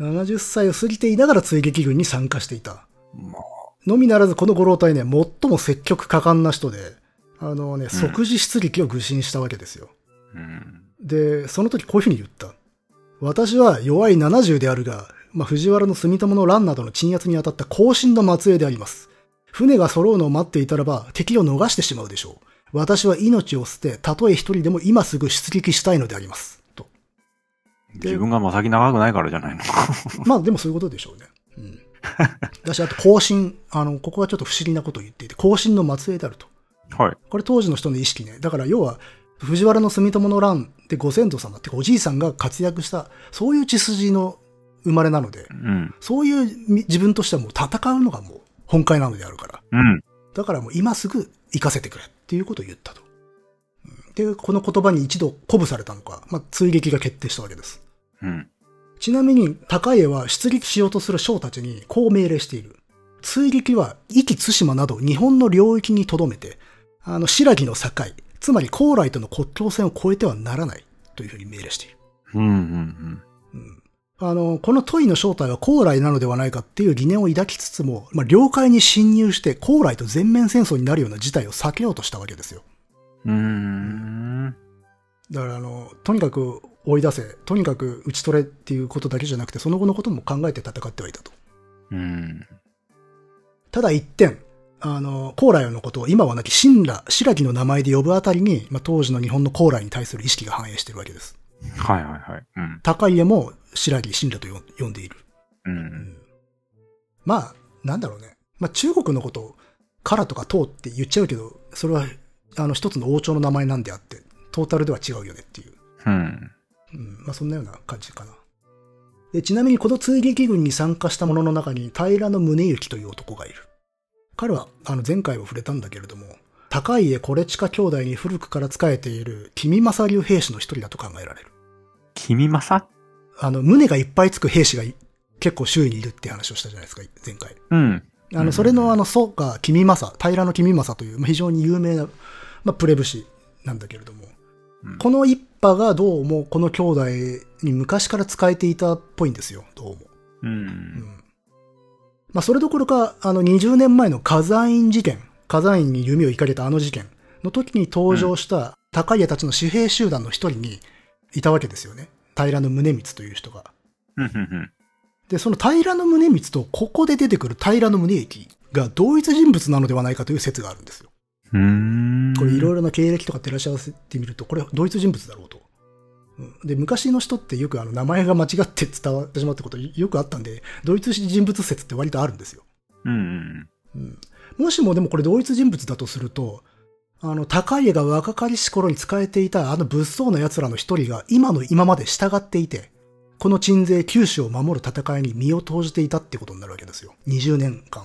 70歳を過ぎていながら追撃軍に参加していた。まのみならず、このご老体ね、最も積極果敢な人で、あのね、即時出撃を愚心したわけですよ。あうん。で、その時こういうふうに言った。私は弱い70であるが、まあ、藤原の住友の乱などの鎮圧に当たった後進の末裔であります。船が揃うのを待っていたらば、敵を逃してしまうでしょう。私は命を捨て、たとえ一人でも今すぐ出撃したいのであります。と。自分がまあ先長くないからじゃないの。まあでもそういうことでしょうね。うん。だし、あと、後進。あの、ここはちょっと不思議なことを言っていて、後進の末裔であると。はい。これ当時の人の意識ね。だから要は、藤原の住友の乱でご先祖様ってかおじいさんが活躍した、そういう血筋の生まれなのでう、ん。そういうみ自分としてはもう戦うのがもう本会なのであるから。うん。だからもう今すぐ行かせてくれっていうことを言ったと。うんで、この言葉に一度鼓舞されたのか、まあ、追撃が決定したわけです。うん。ちなみに、高家は出撃しようとする将たちにこう命令している。追撃は、壱岐対馬など日本の領域に留めて、あの、白木の境、つまり高麗との国境線を越えてはならない、というふうに命令している。うん。うん。うん。あの、この問いの正体は高麗なのではないかっていう疑念を抱きつつも、まあ、領海に侵入して高麗と全面戦争になるような事態を避けようとしたわけですよ。うん。うん。だからあの、とにかく追い出せ、とにかく打ち取れっていうことだけじゃなくて、その後のことも考えて戦ってはいたと。うん。ただ一点、あの、高麗のことを今はなき新羅、新羅の名前で呼ぶあたりに、まあ、当時の日本の高麗に対する意識が反映してるわけです。はいはいはい。うん。高家も新羅、新羅と呼ん呼んでいる。うん。まあ、なんだろうね。まあ、中国のことを、からとか唐って言っちゃうけど、それは、あの、一つの王朝の名前なんであって、トータルでは違うよねっていう。うん。うん、まあそんなような感じかな。でちなみにこの追撃軍に参加した者の中に平の宗行という男がいる。彼はあの前回も触れたんだけれども、高家コレチカ兄弟に古くから仕えている君正流兵士の一人だと考えられる。君まさあの、胸がいっぱいつく兵士がい結構周囲にいるって話をしたじゃないですか、前回。うん。あうの、んそれのあの、祖が君正、平の君正という、まあ非常に有名な、まあ、プレブ士なんだけれども、うんこの一派がどうもこの兄弟に昔から使えていたっぽいんですよ、どうも。う。うんん。まあ、それどころか、あの、20年前の火山院事件、火山院に弓をいかれたあの事件の時に登場した高家たちの私兵集団の一人にいたわけですよね。平の宗光という人が。うん。うん。で、その平の宗光と、ここで出てくる平の宗行が同一人物なのではないかという説があるんですよ。うん。これいろいいろな経歴とか照らし合わせてみると、これ同一人物だろうと。うんで、昔の人ってよくあの名前が間違って伝わってしまったことよくあったんで、同一人物説って割とあるんですよ。ろ。うん。うんもしもでもこれ同一人物だとすると、あの、高家が若かりし頃に仕えていたあの物騒な奴らの一人が今の今まで従っていて、この鎮西九州を守る戦いに身を投じていたってことになるわけですよ。20年間。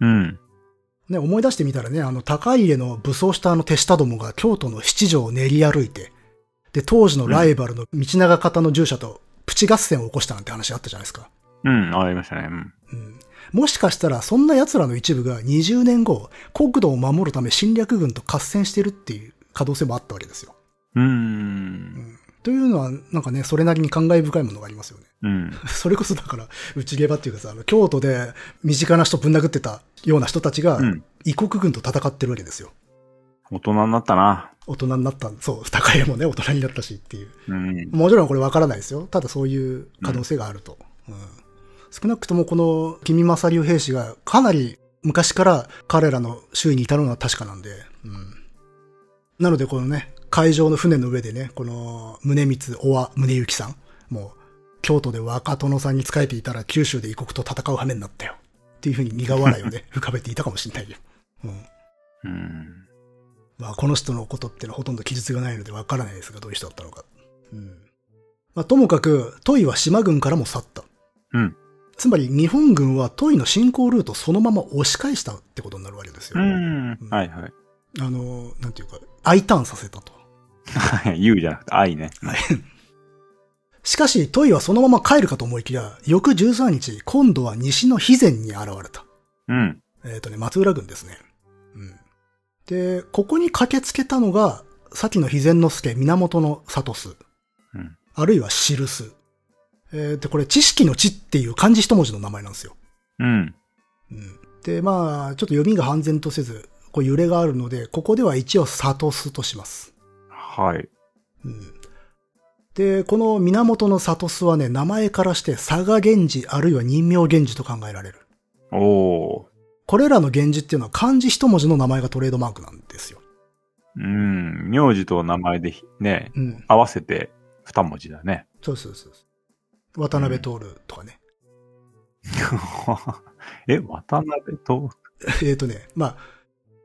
うん。ね、思い出してみたらね、あの、高家の武装したあの手下どもが京都の七条を練り歩いて、で、当時のライバルの道長方の従者とプチ合戦を起こしたなんて話あったじゃないですか。うん。ありましたね。うん。うんもしかしたら、そんな奴らの一部が20年後、国土を守るため侵略軍と合戦してるっていう可能性もあったわけですよ。うん。というのは、なんかね、それなりに感慨深いものがありますよね。 うん。それこそだから、内ゲバっていうかさ、あの、京都で身近な人ぶん殴ってたような人たちがう、ん。異国軍と戦ってるわけですよ。大人になったな。大人になった、そう、高江もね、大人になったしっていう。うん。もちろんこれわからないですよ。ただそういう可能性があると。うん少なくともこの君正流兵士がかなり昔から彼らの周囲にいたのは確かなんで。うんなのでこのね、海上の船の上でね、この宗光、おわ、宗行さん、もう京都で若殿さんに仕えていたら九州で異国と戦う羽目になったよ。っていうふうに苦笑いをね、浮かべていたかもしれないよ。うんうん。まあ、この人のことってのはほとんど記述がないのでわからないですが、どういう人だったのか。うん。まあ、ともかく、トイは島軍からも去った。うん。つまり、日本軍はトイの進行ルートをそのまま押し返したってことになるわけですうよ。ん。はいはい。あの、なんていうか、I ターンさせたと。はい。言うじゃなくて、愛ね。しかし、トイはそのまま帰るかと思いきや、翌13日、今度は西の肥前に現れた。うん。えっ、とね、松浦軍ですね。うん。で、ここに駆けつけたのが、先の肥前之助源の里須。うんあるいはシルス。えーで、これ、知識の知っていう漢字一文字の名前なんですよ。うん。うん。で、まあ、ちょっと読みが半然とせず、こう揺れがあるので、ここでは一応里須とします。はい。うん。で、この源の里須はね、名前からして佐賀源氏あるいは任命源氏と考えられる。おー。これらの源氏っていうのは漢字一文字の名前がトレードマークなんですよ。うん。名字と名前でひね、うん。合わせて二文字だね。そうそうそうそう。渡辺徹とかね。え、渡辺と、えっとね、まあ、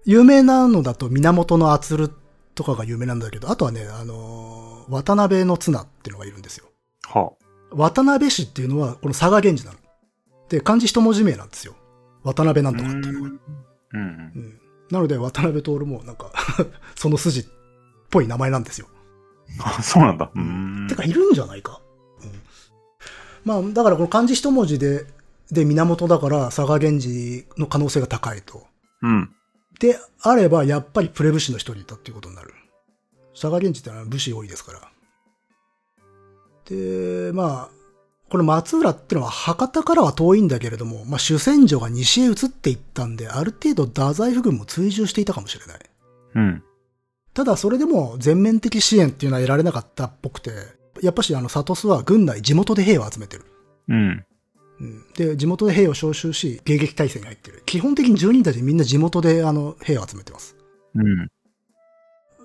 有名なのだと源の厚るとかが有名なんだけど、あとはね、あのー渡辺の綱っていうのがいるんですよ。は渡辺氏っていうのは、この佐賀源氏なの。で、漢字一文字名なんですよ。渡辺なあんとかっていうのが。うん。うんなので、渡辺徹もなんか、 その筋っぽい名前なんですよ。あ、そうなんだ。うん。てか、いるんじゃないか。うんまあ、だからこの漢字一文字で、で、源だから佐賀源氏の可能性が高いと。うん。であれば、やっぱりプレ武士の一人だっていうことになる。佐賀源氏ってのは武士多いですから。で、まあ、この松浦ってのは博多からは遠いんだけれども、まあ主戦場が西へ移っていったんで、ある程度太宰府軍も追従していたかもしれない。うん。ただそれでも全面的支援っていうのは得られなかったっぽくて、やっぱしあの、サトスは軍内地元で兵を集めてる。うん。うんで、地元で兵を招集し、迎撃態勢に入ってる。基本的に住人たちみんな地元であの兵を集めてます。うん。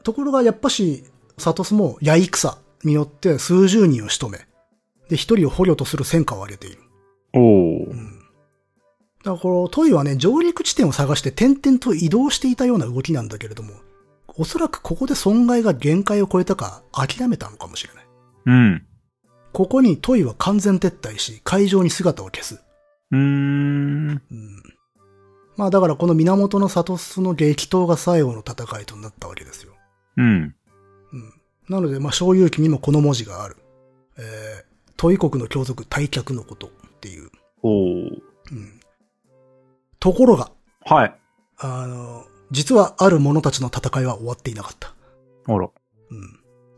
ところがやっぱし、サトスも、やい戦によって数十人を仕留め、で、一人を捕虜とする戦果を上げている。おうー。ん。だからこのトイはね、上陸地点を探して点々と移動していたような動きなんだけれども、おそらくここで損害が限界を超えたか、諦めたのかもしれない。うん。ここにトイは完全撤退し、海上に姿を消す。うーん。うん。まあだからこの源のサトスの激闘が最後の戦いとなったわけですよ。うん。うん。なので、まあ、小遊記にもこの文字がある。えー、トイ国の教族退却のことっていう。おー。うん。ところが、はい。あの、実はある者たちの戦いは終わっていなかった。あら。うん。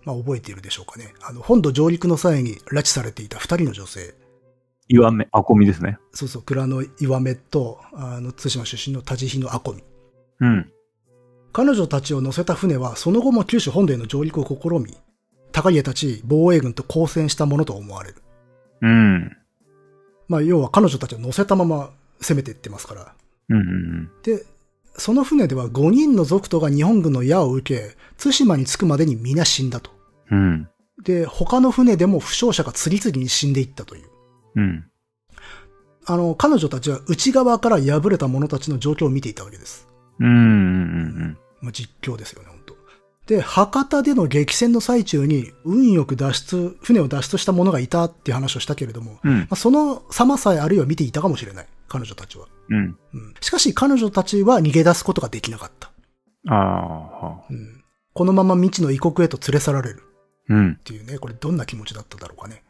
まあ、覚えているでしょうかね。あの、本土上陸の際に拉致されていた二人の女性。岩目、アコミですね。そうそう、蔵の岩目と、あの、津島出身の田地比のアコミ。うん。彼女たちを乗せた船は、その後も九州本土への上陸を試み、高家たち防衛軍と交戦したものと思われる。うん。まあ、要は彼女たちを乗せたまま攻めていってますから。うんうんで、その船では5人の族徒が日本軍の矢を受け、対馬に着くまでに皆死んだと。うん。うん。で、他の船でも負傷者が次々に死んでいったという。うん。あの、彼女たちは内側から敗れた者たちの状況を見ていたわけです。うんうんまあ、実況ですよね、本当で、博多での激戦の最中に、運よく脱出、船を脱出した者がいたっていう話をしたけれども、うん。うんまあ、その様さえあるいは見ていたかもしれない。彼女たちは。うん。うんしかし彼女たちは逃げ出すことができなかった。ああ、はあうんこのまま未知の異国へと連れ去られるうんっ。ていうね、これどんな気持ちだっただろうかね。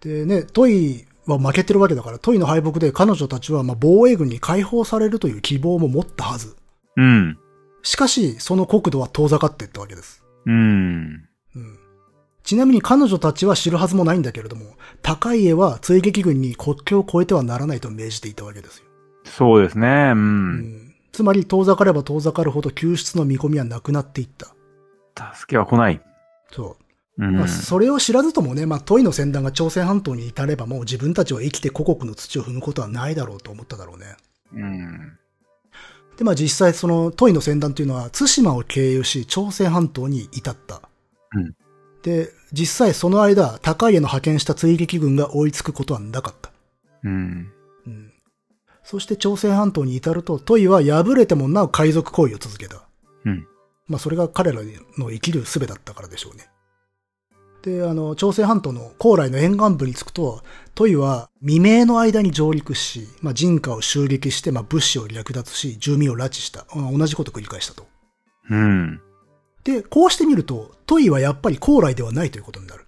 でね、トイは負けてるわけだから、トイの敗北で彼女たちはまあ防衛軍に解放されるという希望も持ったはず。うん。しかし、その国土は遠ざかっていったわけです。うん。うんちなみに彼女たちは知るはずもないんだけれども、高家は追撃軍に国境を越えてはならないと命じていたわけですよ。そうですね。う。うんんつまり遠ざかれば遠ざかるほど救出の見込みはなくなっていった。助けは来ない。そう。うん。まあ、それを知らずともね、まあ、トイの船団が朝鮮半島に至ればもう自分たちは生きて故国の土を踏むことはないだろうと思っただろうね。うん。で、まあ、実際そのトイの船団というのは対馬を経由し朝鮮半島に至った。うんで、実際その間、高家の派遣した追撃軍が追いつくことはなかった。うん。うん。そして朝鮮半島に至ると、トイは敗れてもなお海賊行為を続けた。うん。まあ、それが彼らの生きる術だったからでしょうね。で、あの、朝鮮半島の高麗の沿岸部に着くと、トイは未明の間に上陸し、まあ、人家を襲撃して、まあ、物資を略奪し、住民を拉致した。まあ同じことを繰り返したと。うん。で、こうしてみると、トイはやっぱり高麗ではないということになる。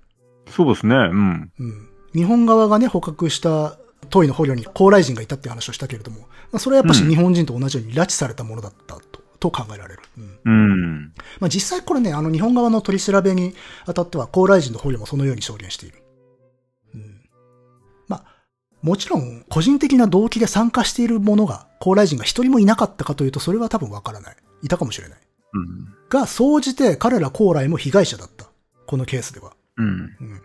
そうですね。うん。うん。日本側がね、捕獲したトイの捕虜に高麗人がいたって話をしたけれども、まあ、それはやっぱしうん日本人と同じように拉致されたものだったと、と考えられる。うん。うん。まあ、実際これね、あの日本側の取り調べにあたっては高麗人の捕虜もそのように証言している。うん、まあ、もちろん個人的な動機で参加している者が高麗人が一人もいなかったかというとそれは多分わからない。いたかもしれない。うん。が、総じて彼ら高麗も被害者だった。このケースでは。うん。うん、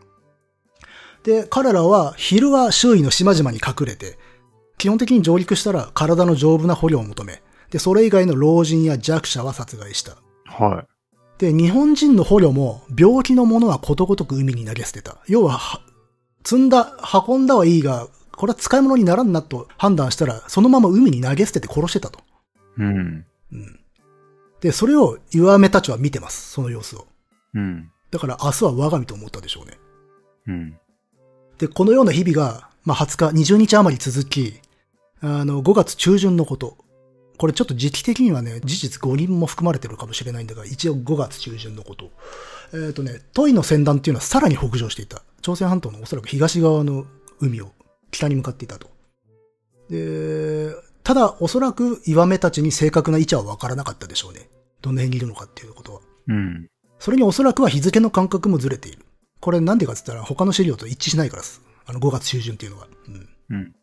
で、彼らは昼は周囲の島々に隠れて、基本的に上陸したら体の丈夫な捕虜を求め、で、それ以外の老人や弱者は殺害した。はで、日本人の捕虜も病気のものはことごとく海に投げ捨てた。要はは、積んだ、運んだはいいが、これは使い物にならんなと判断したら、そのまま海に投げ捨てて殺してたと。い。うん。うん。で、それを岩目たちは見てます。その様子を。うん。だから明日は我が身と思ったでしょうね。うん。で、このような日々が、まあ、20日、20日余り続き、あの、5月中旬のこと。これちょっと時期的にはね、事実5人も含まれてるかもしれないんだが、一応5月中旬のこと。えっ、とね、トイの船団っていうのはさらに北上していた。朝鮮半島のおそらく東側の海を北に向かっていたと。で、ただおそらく岩目たちに正確な位置は分からなかったでしょうね。どの辺にいるのかっていうことは。うん。それにおそらくは日付の感覚もずれている。これなんでかって言ったら他の資料と一致しないからです。あの5月中旬っていうのは。うん。うん。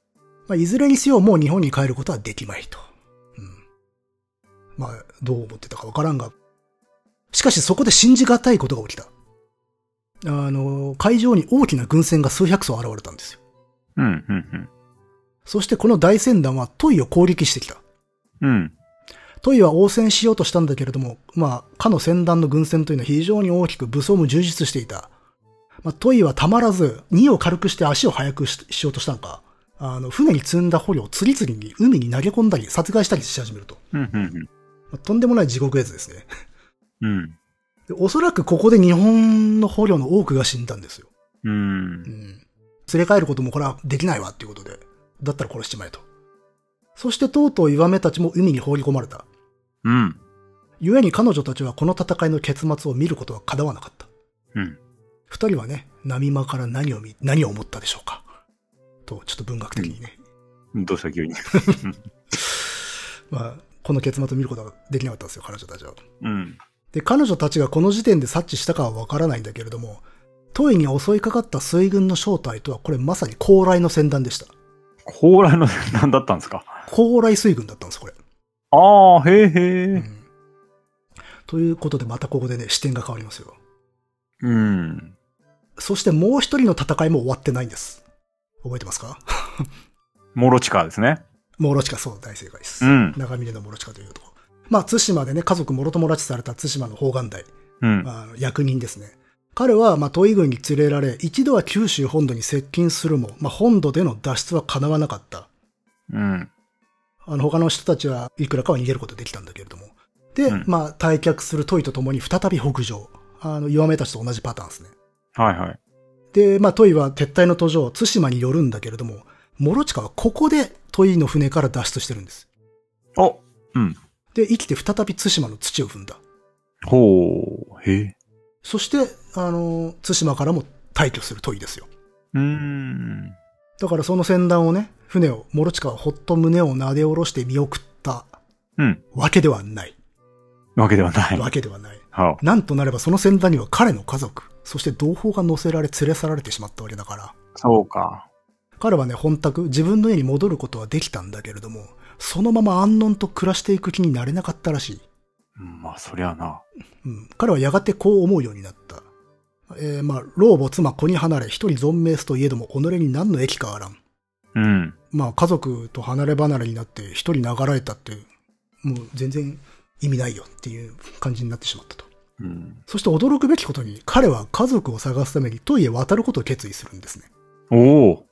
まあ、いずれにせよもう日本に帰ることはできまいと。うん。まあ、どう思ってたかわからんが。しかしそこで信じがたいことが起きた。あの、海上に大きな軍船が数百艘現れたんですよ。うん、うん、そしてこの大船団はトイを攻撃してきた。うん。うん。トイは応戦しようとしたんだけれども、まあ、かの船団の軍船というのは非常に大きく武装も充実していた。まあ、トイはたまらず、荷を軽くして足を速くししようとしたのか、あの、船に積んだ捕虜を次々に海に投げ込んだり、殺害したりし始めると。うん、うん、まあとんでもない地獄絵図ですね。うん。でおそらくここで日本の捕虜の多くが死んだんですよ。うん。うん。連れ帰ることもこれはできないわっていうことで、だったら殺しちまえと。そしてとうとう岩目たちも海に放り込まれた。うん。故に彼女たちはこの戦いの結末を見ることはかなわなかった。うん。二人はね、波間から何を見、何を思ったでしょうか。と、ちょっと文学的にね。どうした急に。まあ、この結末を見ることができなかったんですよ、彼女たちは。うん。で、彼女たちがこの時点で察知したかはわからないんだけれども、トイに襲いかかった水軍の正体とは、これまさに高麗の戦団でした。高麗の戦団だったんですか高麗水軍だったんです、これ。ああ、へえへうえ。んということで、またここでね、視点が変わりますよ。うん。そしてもう一人の戦いも終わってないんです。覚えてますかモロチカですね。モロチカ、そう、大正解です。うん長峰のモロチカというとこ。まあ、対馬でね、家族もろとも拉致された対馬の方眼代、うん。まああの、役人ですね。彼は、まあ、東夷軍に連れられ、一度は九州本土に接近するも、まあ、本土での脱出は叶わなかった。うん。あの、他の人たちはいくらかは逃げることできたんだけれども。で、うんまあ、退却するトイと共に再び北上。あの、弱めたちと同じパターンですね。はいはい。で、まあ、トイは撤退の途上、対馬に寄るんだけれども、諸近はここでトイの船から脱出してるんです。おうん。で、生きて再び対馬の土を踏んだ。ほう。へえ。そして、あの、対馬からも退去するトイですよ。うーん。だからその船団をね、船を、諸近はほっと胸を撫で下ろして見送ったうん。わけではない。わけではない。わけではない。はなんとなればその船団には彼の家族、そして同胞が乗せられ連れ去られてしまったわけだから、そうか。彼はね、本宅、自分の家に戻ることはできたんだけれども、そのまま安穏と暮らしていく気になれなかったらしい。うんまあ、そりゃな。うん、彼はやがてこう思うようになった。えーまあ、老母、妻、子に離れ、一人存命すといえども、己に何の益かあらん。うん。まあ、家族と離れ離れになって、一人流られたって、もう全然意味ないよっていう感じになってしまったと。うん。そして驚くべきことに、彼は家族を探すために、といえ渡ることを決意するんですね。おお。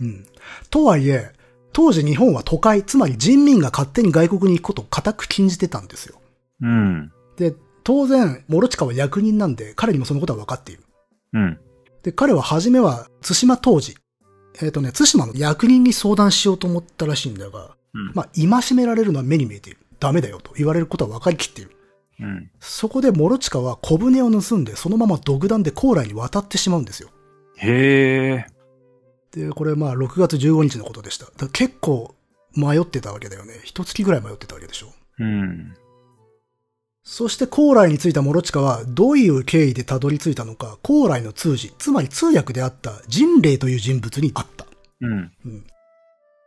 うん。とはいえ、当時日本は都会、つまり人民が勝手に外国に行くことを固く禁じてたんですよ。うん。で、当然、諸近は役人なんで、彼にもそのことは分かっている。うん。で、彼は初めは、対馬当時、えっ、とね、対馬の役人に相談しようと思ったらしいんだが、うんまあ、戒められるのは目に見えている。ダメだよと言われることは分かりきっている。うん。そこで諸近は小舟を盗んで、そのまま独断で高麗に渡ってしまうんですよ。へえ。で、これまあ、6月15日のことでした。だから結構迷ってたわけだよね。一月ぐらい迷ってたわけでしょ。うん。そして高麗に着いた諸近は、どういう経緯でたどり着いたのか、高麗の通詞、つまり通訳であった人霊という人物に会った。うん。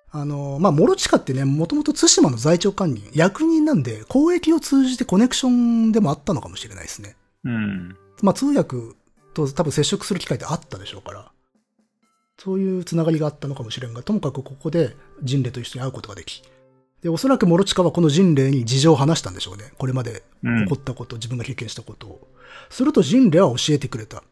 あの、まあ、諸近ってね、もともと対馬の在庁官人、役人なんで、交易を通じてコネクションでもあったのかもしれないですね。うん。まあ、通訳と多分接触する機会ってあったでしょうから、そういうつながりがあったのかもしれんが、ともかくここで人霊と一緒に会うことができ、で、おそらく諸近はこの人霊に事情を話したんでしょうね。これまでうん起こったこと、自分が経験したことを。すると人霊は教えてくれた。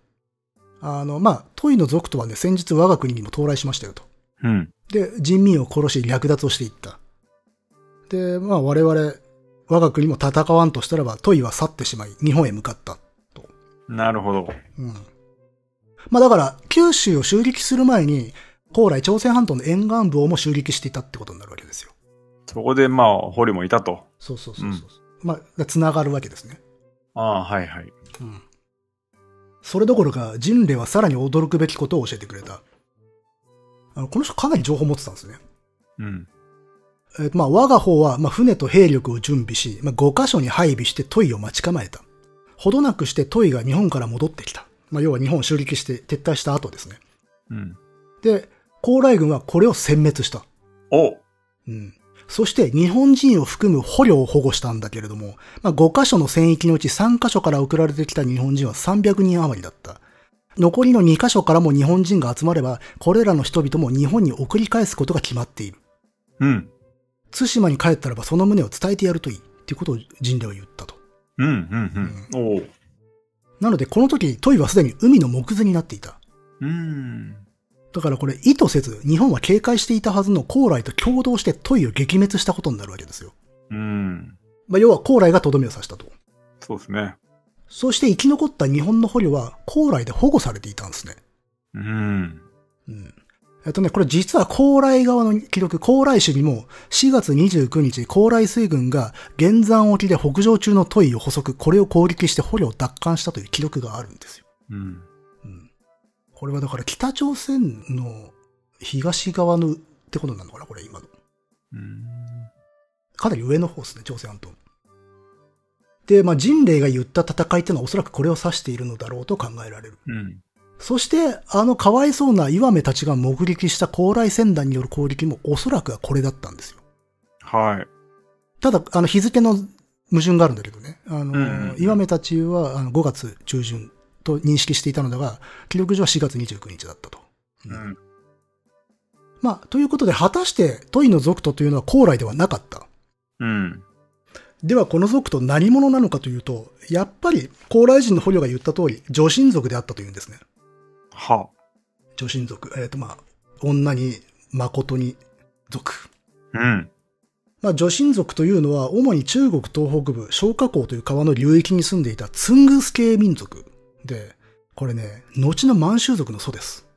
あの、まあ、トイの族とはね、先日我が国にも到来しましたよと。うん。で、人民を殺し略奪をしていった。で、まあ我々、我が国も戦わんとしたらば、トイは去ってしまい、日本へ向かった。なるほど。うん。まあだから、九州を襲撃する前に、高麗朝鮮半島の沿岸部をも襲撃していたってことになるわけですよ。そこで、まあ、捕虜もいたと。そうそうそうそう。まあ、繋がるわけですね。ああ、はいはい。うん。それどころか、人類はさらに驚くべきことを教えてくれた。あのこの人かなり情報持ってたんですね。うん。えーとまあ、我が方は、まあ、船と兵力を準備し、まあ、5カ所に配備してトイを待ち構えた。ほどなくしてトイが日本から戻ってきた。まあ、要は日本を襲撃して撤退した後ですね。うん。で、高麗軍はこれを殲滅した。おうん。そして日本人を含む捕虜を保護したんだけれども、まあ、5カ所の戦域のうち3カ所から送られてきた日本人は300人余りだった。残りの2カ所からも日本人が集まれば、これらの人々も日本に送り返すことが決まっている。うん。対馬に帰ったらばその旨を伝えてやるといい。っていうことを人類は言ったと。うん、うん、うん。おう。なので、この時、トイはすでに海の木図になっていた。うん。だからこれ、意図せず、日本は警戒していたはずの高麗と共同してトイを撃滅したことになるわけですよ。うん。まあ、要は高麗がとどめを刺したと。そうですね。そして生き残った日本の捕虜は高麗で保護されていたんですね。うん。うん。えっとね、これ実は高麗側の記録、高麗市にも4月29日、高麗水軍が玄山沖で北上中のトイを捕捉、これを攻撃して捕虜を奪還したという記録があるんですよ。うん。うん。これはだから北朝鮮の東側のってことなのかなこれ今の。うん。かなり上の方ですね、朝鮮半島。で、まあ、人類が言った戦いっていうのはおそらくこれを指しているのだろうと考えられる。うん。そして、あのかわいそうな岩目たちが目撃した高麗船団による攻撃もおそらくはこれだったんですよ。はい。ただ、あの日付の矛盾があるんだけどね。あの、んうんうん岩目たちはあの5月中旬と認識していたのだが、記録上は4月29日だったと。うん。まあ、ということで、果たして、トイの族徒というのは高麗ではなかった。うん。では、この族徒何者なのかというと、やっぱり高麗人の捕虜が言った通り、女神族であったというんですね。は。女神族。えっ、と、まあ、女に、誠に、族。うん。まあ、女神族というのは、主に中国東北部、松花江という川の流域に住んでいたツングス系民族で、これね、後の満州族の祖です。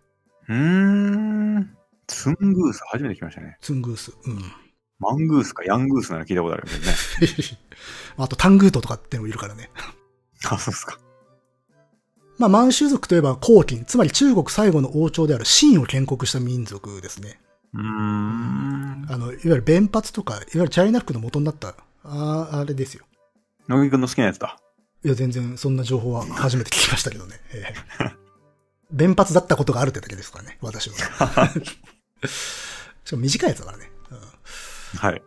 うーん。ツングース初めて来ましたね。ツングース。うん。 マングースかヤングースなら聞いたことあるけどね。あと、タングートとかってのもいるからね。あ、そうっすか。まあ、満州族といえば、黄金、つまり中国最後の王朝である秦を建国した民族ですね。うーん。あの、いわゆる弁髪とか、いわゆるチャイナ服の元になった、ああれですよ。野木くんの好きなやつだ。いや、全然そんな情報は初めて聞きましたけどね。ええ弁髪だったことがあるってだけですからね、私は。 しかも短いやつだからね。うんはい。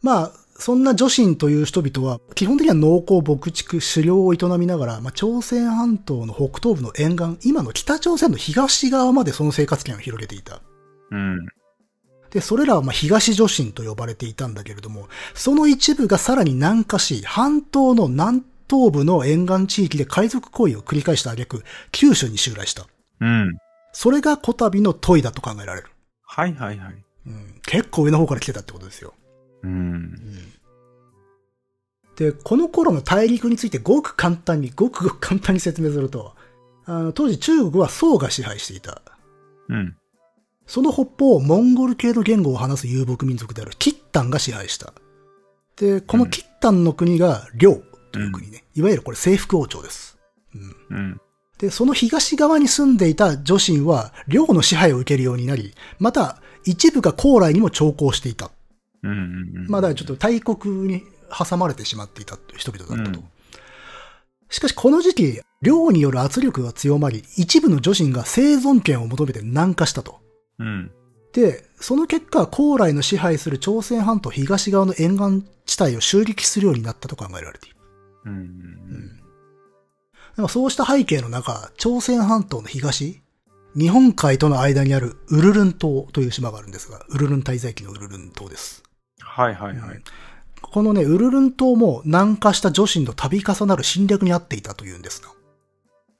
まあ、そんな女神という人々は、基本的には農耕、牧畜、狩猟を営みながら、まあ、朝鮮半島の北東部の沿岸、今の北朝鮮の東側までその生活圏を広げていた。うん。で、それらはまあ東女神と呼ばれていたんだけれども、その一部がさらに南下し、半島の南東部の沿岸地域で海賊行為を繰り返した挙句、九州に襲来した。うん。それがこたびのトイだと考えられる。はいはいはい。うん、結構上の方から来てたってことですよ。うん。で、この頃の大陸についてごく簡単に、ごくごく簡単に説明すると、あの当時中国は宋が支配していた。うん。その北方をモンゴル系の言語を話す遊牧民族であるキッタンが支配した。で、このキッタンの国が領という国ね。いわゆるこれ征服王朝です。うん、うん。で、その東側に住んでいた女神は領の支配を受けるようになり、また一部が高麗にも徴工していた。うんうん。うんまあだからちょっと大国に挟まれてしまっていたという人々だったと。うんしかしこの時期、領による圧力が強まり、一部の女神が生存権を求めて南下したと。うん。で、その結果、高麗の支配する朝鮮半島東側の沿岸地帯を襲撃するようになったと考えられている。うん。ううんん。でもそうした背景の中、朝鮮半島の東、日本海との間にあるウルルン島という島があるんですが、ウルルン滞在期のウルルン島です。はいはいはうんい。このね、ウルルン島も南下した女神の度重なる侵略にあっていたというんですが。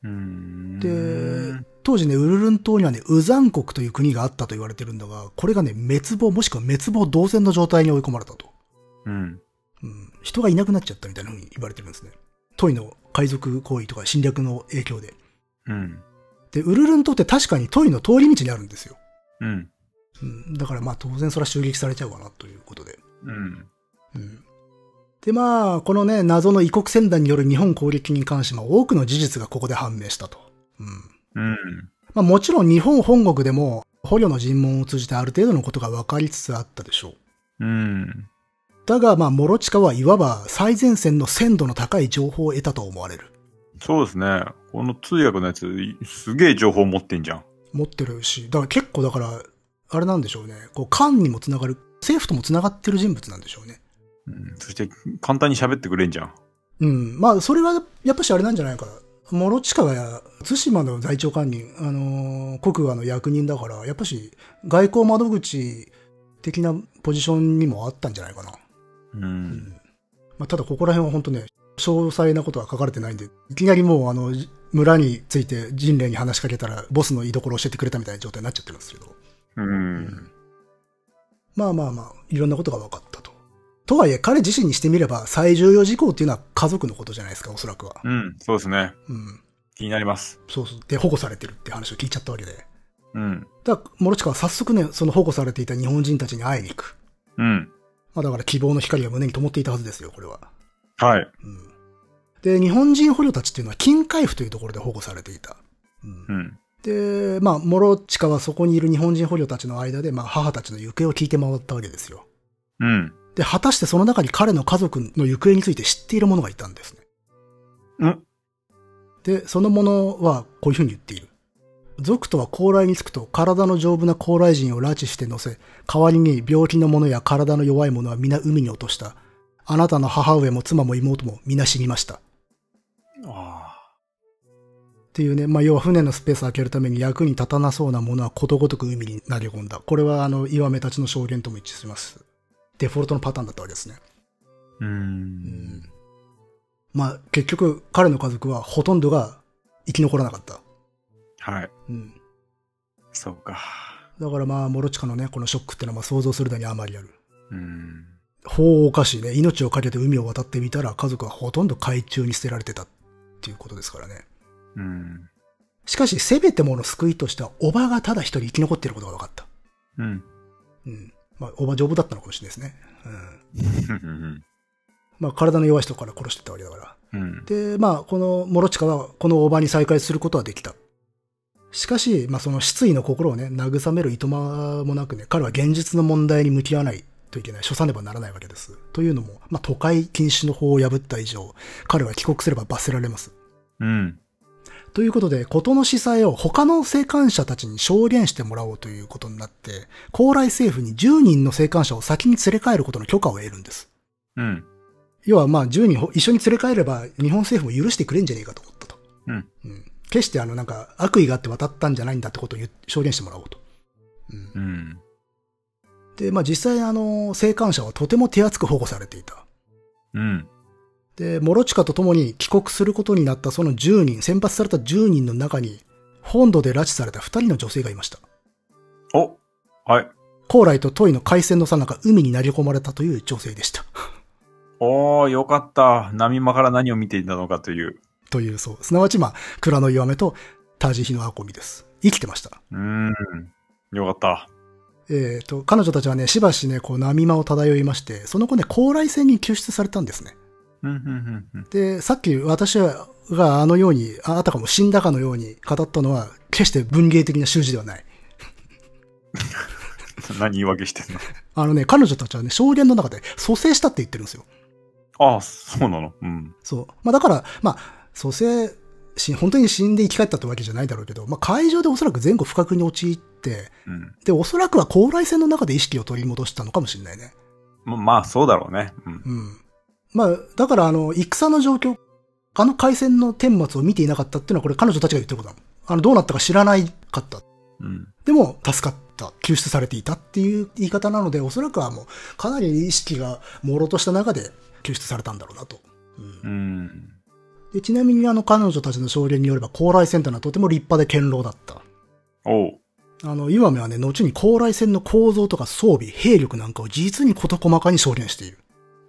うん。で、当時ね、ウルルン島にはね、ウザン国という国があったと言われてるんだが、これがね、滅亡もしくは滅亡同然の状態に追い込まれたと。うん。うん。人がいなくなっちゃったみたいな風に言われてるんですね。トイの海賊行為とか侵略の影響で。うん。で、ウルルン島って確かにトイの通り道にあるんですよ。うん。うん。だからまあ当然それは襲撃されちゃうかなということで。うん。うんで、まあ、このね、謎の異国船団による日本攻撃に関して、まあ、多くの事実がここで判明したと。うん。うん。まあ、もちろん日本本国でも、捕虜の尋問を通じてある程度のことが分かりつつあったでしょう。うん。だが、まあ、諸近はいわば最前線の鮮度の高い情報を得たと思われる。そうですね。この通訳のやつ、いすげえ情報持ってんじゃん。持ってるし、だから結構だから、あれなんでしょうね。こう、官にもつながる、政府ともつながってる人物なんでしょうね。うん。そして、簡単に喋ってくれんじゃん。うん。まあ、それは、やっぱしあれなんじゃないか。諸近が対馬の在庁官人、あのー国衙の役人だから、やっぱし外交窓口的なポジションにもあったんじゃないかな。うん。まあ、ただここら辺は本当ね、詳細なことは書かれてないんで、いきなりもうあの、じ村について人類に話しかけたら、ボスの居所を教えてくれたみたいな状態になっちゃってるんですけど。うん。まあまあまあ、いろんなことが分かったと。とはいえ、彼自身にしてみれば、最重要事項っていうのは家族のことじゃないですか、おそらくは。うん。そうですね。うん。気になります。そうそう。で、保護されてるって話を聞いちゃったわけで。うん。だから、諸近は早速ね、その保護されていた日本人たちに会いに行く。うん。まあだから希望の光が胸に灯っていたはずですよ、これは。はい。うん。で、日本人捕虜たちっていうのは金海府というところで保護されていた。うんうん。で、まあ、諸近はそこにいる日本人捕虜たちの間で、まあ、母たちの行方を聞いて回ったわけですよ。うん。で、果たしてその中に彼の家族の行方について知っている者がいたんですね。うんで、その者はこういうふうに言っている。族とは高麗につくと体の丈夫な高麗人を拉致して乗せ、代わりに病気の者や体の弱い者は皆海に落とした。あなたの母上も妻も妹も皆死にました。あっていうね、まあ、要は船のスペースを空けるために役に立たなそうなものはことごとく海に投げ込んだ。これは、あの、岩目たちの証言とも一致します。デフォルトのパターンだったわけですね。あ。うん。まあ、結局、彼の家族はほとんどが生き残らなかった。はい。うん。そうか。だからまあ、諸近のね、このショックってのはまあ想像するだにあまりある。うん。法を犯しね、命を懸けて海を渡ってみたら家族はほとんど海中に捨てられてたっていうことですからね。うん。しかし、せめてもの救いとしては、おばがただ一人生き残っていることが分かった。うん。うん。まあ、おば丈夫だったのかもしれないですね。うん。うん。まあ、体の弱い人から殺してたわけだから。うん。で、まあ、この諸近は、この大場に再会することはできた。しかし、まあ、その失意の心をね、慰めるいとまもなくね、彼は現実の問題に向き合わないといけない、処さねばならないわけです。というのも、まあ、都会禁止の法を破った以上、彼は帰国すれば罰せられます。うん。ということで、事の司祭を他の生還者たちに証言してもらおうということになって、高麗政府に10人の生還者を先に連れ帰ることの許可を得るんです。うん。要はまあ10人ほ一緒に連れ帰れば日本政府も許してくれんじゃねえかと思ったと。うん決してあのなんか悪意があって渡ったんじゃないんだってことを言う証言してもらおうと。うんうん。で、まあ実際あの、生還者はとても手厚く保護されていた。うん。で、諸近と共に帰国することになったその10人、選抜された10人の中に、本土で拉致された2人の女性がいました。おはい。高麗とトイの海戦の最中、海に投げ込まれたという女性でした。おー、よかった。波間から何を見ていたのかという。という、そう。すなわち、まあ、蔵の弱めと、田地比のアコミです。生きてました。うーん。よかった。えー、と、彼女たちはね、しばしね、こう、波間を漂いまして、その後ね、高麗船に救出されたんですね。うん、うん、うん、で、さっき私があのように、ああたかも死んだかのように語ったのは、決して文芸的な習字ではない。うん。 何言い訳してんのあのね、彼女たちはね、証言の中で、蘇生したって言ってるんですよ。ああ、そうなのうん。そう。まあ、だから、まあ、蘇生し、本当に死んで生き返ったってわけじゃないだろうけど、まあ、会場でおそらく前後不覚に陥って、うん。で、おそらくは高麗船の中で意識を取り戻したのかもしれないね。ままあ、そうだろうね。うん。うん。まあ、だから、あの、戦の状況、あの海戦の顛末を見ていなかったっていうのは、これ彼女たちが言ってることだもん。あの、どうなったか知らないかった。うん。でも、助かった。救出されていたっていう言い方なので、おそらくはもう、かなり意識が朦朧とした中で救出されたんだろうなと。うんうん。でちなみに、あの、彼女たちの証言によれば、高麗戦というのはとても立派で堅牢だった。おう。あの、岩目はね、後に高麗戦の構造とか装備、兵力なんかを実に事細かに証言している。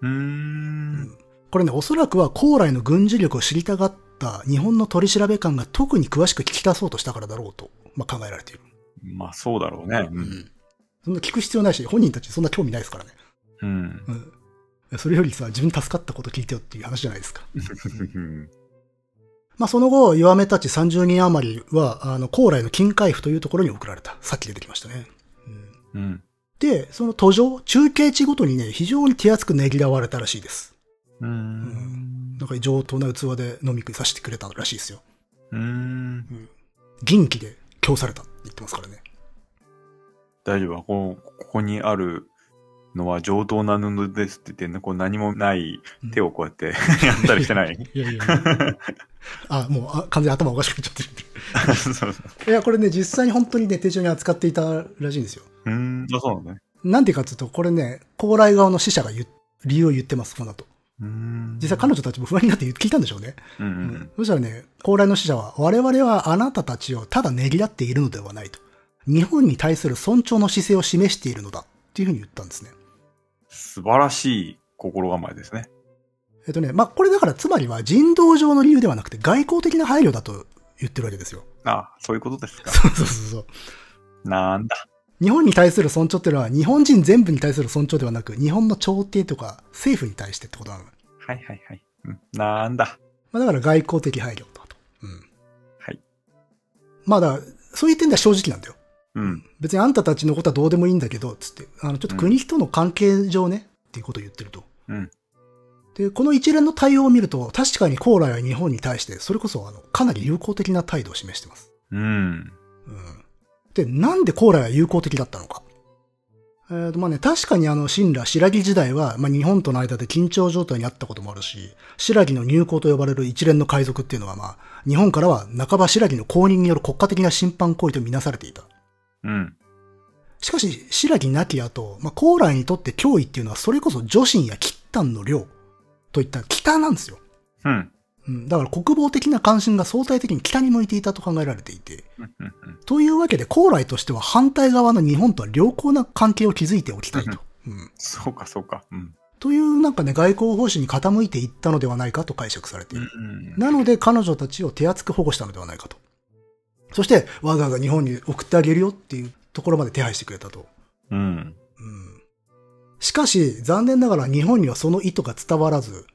うーん。これね、おそらくは高麗の軍事力を知りたがった日本の取り調べ官が特に詳しく聞き出そうとしたからだろうと、まあ、考えられている。まあ、そうだろうね。うん。そんな聞く必要ないし、本人たちそんな興味ないですからね。うん。うん。それよりさ、自分助かったこと聞いてよっていう話じゃないですか。うんまあ、その後、弱めたち30人余りは、あの、高麗の金海府というところに送られた。さっき出てきましたね。うんうん。で、その途上、中継地ごとにね、非常に手厚くねぎらわれたらしいです。ううんん。なんか上等な器で飲み食いさせてくれたらしいですよ。うん。銀器で供されたって言ってますからね。大丈夫こうここにあるのは上等な布ですって言ってね、こう何もないうん手をこうやって やったりしてない。いやいや。 あ、もうあ完全に頭おかしくなっちゃっ てそうそう。る。いや、これね、実際に本当にね、手帳に扱っていたらしいんですよ。うーん、あそうなんだね。なんでかっていうと、これね、高麗側の死者が言う理由を言ってます、この後。うーん。実際彼女たちも不安になって聞いたんでしょうね。うんうんううんん。そしたらね、高麗の使者は、我々はあなたたちをただねぎらっているのではないと。日本に対する尊重の姿勢を示しているのだ。っていうふうに言ったんですね。素晴らしい心構えですね。えっとね、まあ、これだからつまりは人道上の理由ではなくて外交的な配慮だと言ってるわけですよ。あそういうことですか。そうそうそうそう。なんだ。日本に対する尊重っていうのは日本人全部に対する尊重ではなく日本の朝廷とか政府に対してってことなの。まはいはいはい。うん、なんだ。あ、だから外交的配慮だと。うん。はい。まあだから、そういう点では正直なんだよ。うん。別にあんたたちのことはどうでもいいんだけど、つって、あの、ちょっと国との関係上ね、っていうことを言ってると。うんで、この一連の対応を見ると、確かに高麗は日本に対して、それこそ、あの、かなり友好的な態度を示してます。うん。うん。で、なんで高麗は友好的だったのか。えーと、まあね、確かにあの、新羅、新羅時代は、まあ日本との間で緊張状態にあったこともあるし、新羅の入港と呼ばれる一連の海賊っていうのは、まあ、日本からは半ば新羅の公認による国家的な侵犯行為とみなされていた。うん。しかし、白木なき後、まあ、高麗にとって脅威っていうのは、それこそ女神や喫炭の量といった北なんですよ。うん。うん、だから国防的な関心が相対的に北に向いていたと考えられていて。うんうんうんというわけで、高麗としては反対側の日本とは良好な関係を築いておきたいと。うん、そうかそうか。うん。という、なんかね、外交方針に傾いていったのではないかと解釈されている。うんなので彼女たちを手厚く保護したのではないかと。そして、わざわざ日本に送ってあげるよっていうところまで手配してくれたと。うん。うんしかし、残念ながら日本にはその意図が伝わらず、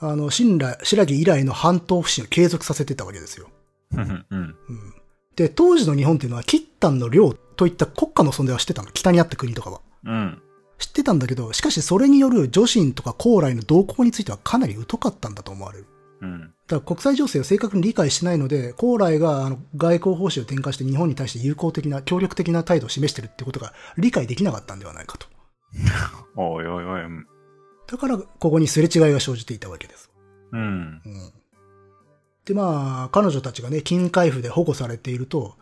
あの、新来、白木以来の半島不信を継続させてたわけですよ。うんうん。うん。で、当時の日本っていうのは、喫炭の領といった国家の存在は知ってたの。北にあった国とかは。うん。知ってたんだけど、しかしそれによる女神とか高麗の動向についてはかなり疎かったんだと思われる。うん。だから国際情勢を正確に理解してないので、高麗があの外交方針を転換して日本に対して友好的な、協力的な態度を示してるってことが理解できなかったんではないかと。おいおいおい。うんだから、ここにすれ違いが生じていたわけです。うん。うん。で、まあ、彼女たちがね、金海府で保護されていると、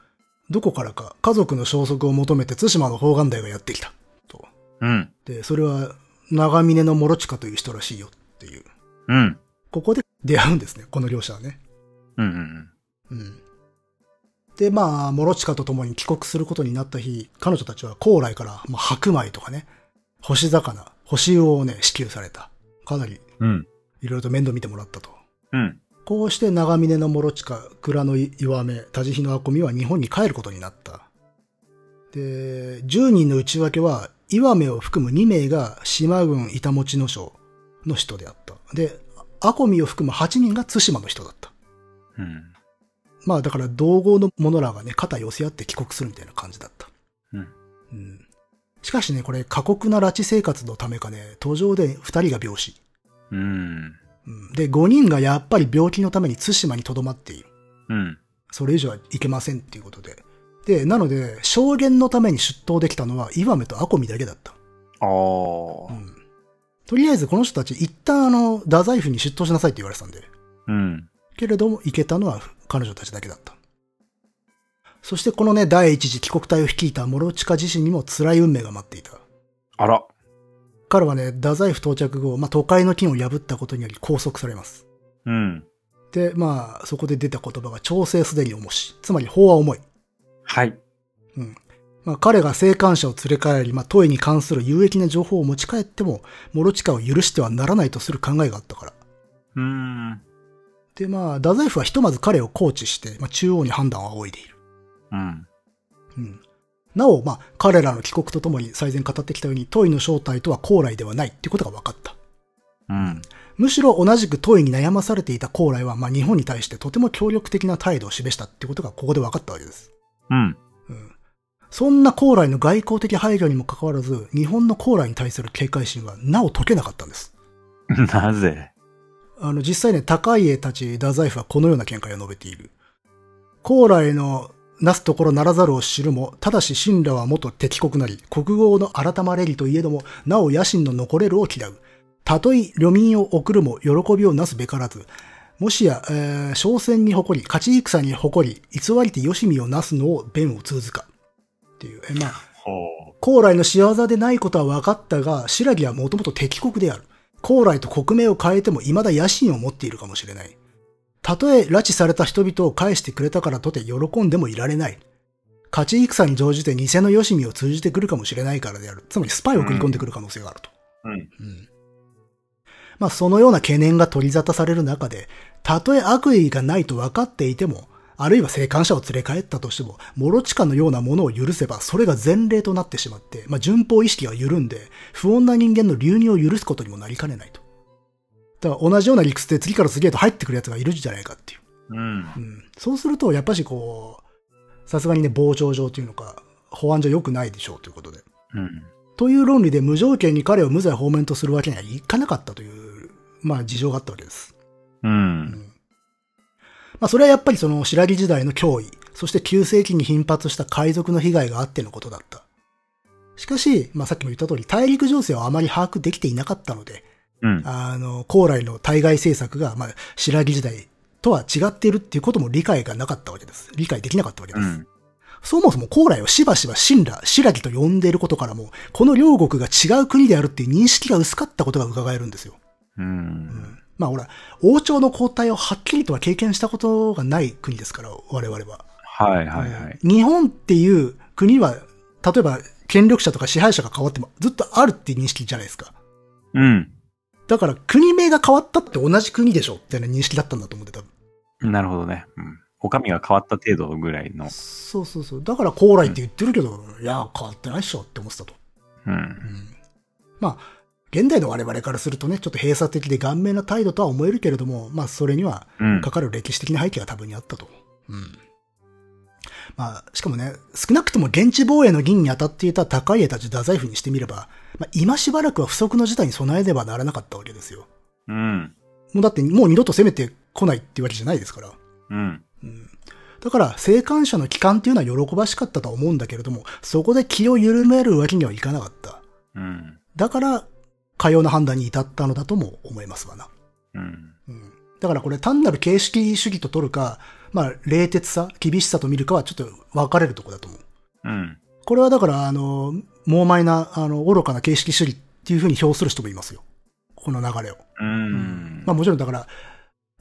どこからか家族の消息を求めて対馬の方眼台がやってきた。と。うん。で、それは、長峰の諸近という人らしいよっていう。うん。ここで出会うんですね、この両者はね。うんうん。うん。で、まあ、諸近と共に帰国することになった日、彼女たちは高麗から、まあ、白米とかね、干し魚、干し魚をね、支給された。かなり、うん。いろいろと面倒見てもらったと。うん。こうして長峰の諸近、蔵の岩目、田地日のあこみは日本に帰ることになった。で、10人の内訳は、岩目を含む2名が島郡板持野省の人であった。で、あこみを含む8人が対馬の人だった。うん。まあだから同郷の者らがね、肩寄せ合って帰国するみたいな感じだった。うんうんしかしね、これ過酷な拉致生活のためかね、途上で2人が病死。うん。うんで、5人がやっぱり病気のために対馬に留まっている。うん。それ以上はいけませんっていうことで。で、なので、証言のために出頭できたのは、岩目とアコミだけだった。ああ。うん。とりあえずこの人たち、一旦あの、太宰府に出頭しなさいって言われてたんで。うん。けれども、行けたのは彼女たちだけだった。そしてこのね、第一次帰国隊を率いた諸近自身にも辛い運命が待っていた。あら。彼はね、太宰府到着後、まあ、都会の金を破ったことにより拘束されます。うん。で、まあ、そこで出た言葉が調整すでに重し。つまり法は重い。はい。うん。まあ、彼が生還者を連れ帰り、まあ、問いに関する有益な情報を持ち帰っても、諸近を許してはならないとする考えがあったから。うーん。で、まあ、太宰府はひとまず彼をコーチして、まあ、中央に判断を仰いでいる。うん。うん。なお、まあ、彼らの帰国とともに最前語ってきたように、問いの正体とは高麗ではないっていうことが分かった。うん。むしろ同じく問いに悩まされていた高麗は、まあ、日本に対してとても協力的な態度を示したってことがここで分かったわけです。うん。 うんそんな高麗の外交的配慮にもかかわらず、日本の高麗に対する警戒心はなお解けなかったんです。なぜあの、実際ね、高家たち太宰府はこのような見解を述べている。高麗のなすところならざるを知るも、ただし神羅は元敵国なり、国王の改まれりといえども、なお野心の残れるを嫌う。たとえ旅民を送るも、喜びをなすべからず。もしや、えー、商戦に誇り、勝ち戦に誇り、偽りてよしみをなすのを弁を通ずか。っていう、えーまあ、ほ高麗の仕業でないことは分かったが、白木はもともと敵国である。高麗と国名を変えても未だ野心を持っているかもしれない。たとえ拉致された人々を返してくれたからとて喜んでもいられない。勝ち戦に乗じて偽のよしみを通じてくるかもしれないからである。つまりスパイを送り込んでくる可能性があると。う。うん。うんまあ、そのような懸念が取り沙汰される中で、たとえ悪意がないと分かっていても、あるいは生還者を連れ帰ったとしても、諸地下のようなものを許せば、それが前例となってしまって、まあ、順法意識が緩んで、不穏な人間の流入を許すことにもなりかねないと。だから同じような理屈で次から次へと入ってくる奴がいるんじゃないかっていう。うん。うん。そうすると、やっぱしこう、さすがにね、傍聴上というのか、保安上良くないでしょうということで。うん。という論理で無条件に彼を無罪放免とするわけにはいかなかったという、まあ事情があったわけです。う。うんんまあそれはやっぱりその白木時代の脅威、そして旧世紀に頻発した海賊の被害があってのことだった。しかし、まあさっきも言った通り、大陸情勢はあまり把握できていなかったので、うん。あの、高麗の対外政策が、まあ白木時代とは違っているっていうことも理解がなかったわけです。理解できなかったわけうです。ん。そもそも高麗をしばしば神羅、白木と呼んでいることからも、この両国が違う国であるっていう認識が薄かったことが伺えるんですよ。うん。まあほら、王朝の交代をはっきりとは経験したことがない国ですから、我々は。はいはいはい。日本っていう国は、例えば権力者とか支配者が変わってもずっとあるっていう認識じゃないですか。うん。だから国名が変わったって同じ国でしょみたいな認識だったんだと思ってた。なるほどね。うん。お上が変わった程度ぐらいの。そうそうそう。だから高麗って言ってるけど、いや、変わってないっしょって思ってたと。うん。まあ、現代の我々からするとね、ちょっと閉鎖的で顔面な態度とは思えるけれども、まあ、それにはうんか。かる歴史的な背景が多分にあったと。うん。まあ、しかもね、少なくとも現地防衛の議員に当たっていた高家たち太宰府にしてみれば、まあ、今しばらくは不測の事態に備えねばならなかったわけですよ。うん。もうだって、もう二度と攻めてこないってわけじゃないですから。うん。うんだから、生還者の帰還っていうのは喜ばしかったとは思うんだけれども、そこで気を緩めるわけにはいかなかった。うん。だから、かような判断に至ったのだとも思いますわな。うん。うん。だからこれ単なる形式主義と取るか、まあ、冷徹さ、厳しさと見るかはちょっと分かれるとこだと思う。うん。これはだから、あの、猛米な、あの、愚かな形式主義っていうふうに評する人もいますよ。この流れを。うん。まあもちろんだから、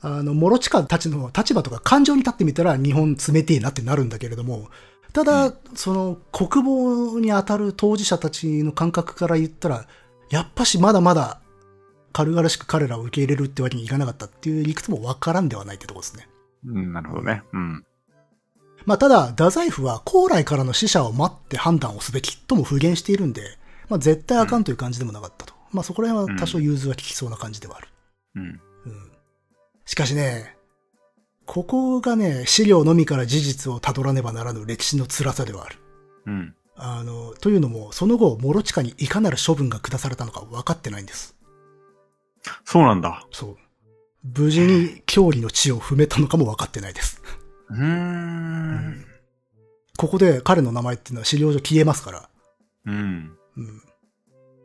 あの、諸地下たちの立場とか感情に立ってみたら日本冷てえなってなるんだけれども、ただ、うその国防に当たる当事者たちの感覚から言ったら、やっぱしまだまだ軽々しく彼らを受け入れるってわけにいかなかったっていう理屈もわからんではないってとこですね。うんなるほどね。うん。まあただ、太宰府は高麗からの死者を待って判断をすべきとも復元しているんで、まあ絶対あかんという感じでもなかったと。まあそこら辺は多少融通は効きそうな感じではある。うん。うんしかしね、ここがね、資料のみから事実をたどらねばならぬ歴史の辛さではある。うん。あの、というのも、その後、諸地にいかなる処分が下されたのか分かってないんです。そうなんだ。そう。無事に郷里の地を踏めたのかも分かってないです。うーん。ここで彼の名前っていうのは資料上消えますから。うん。うん。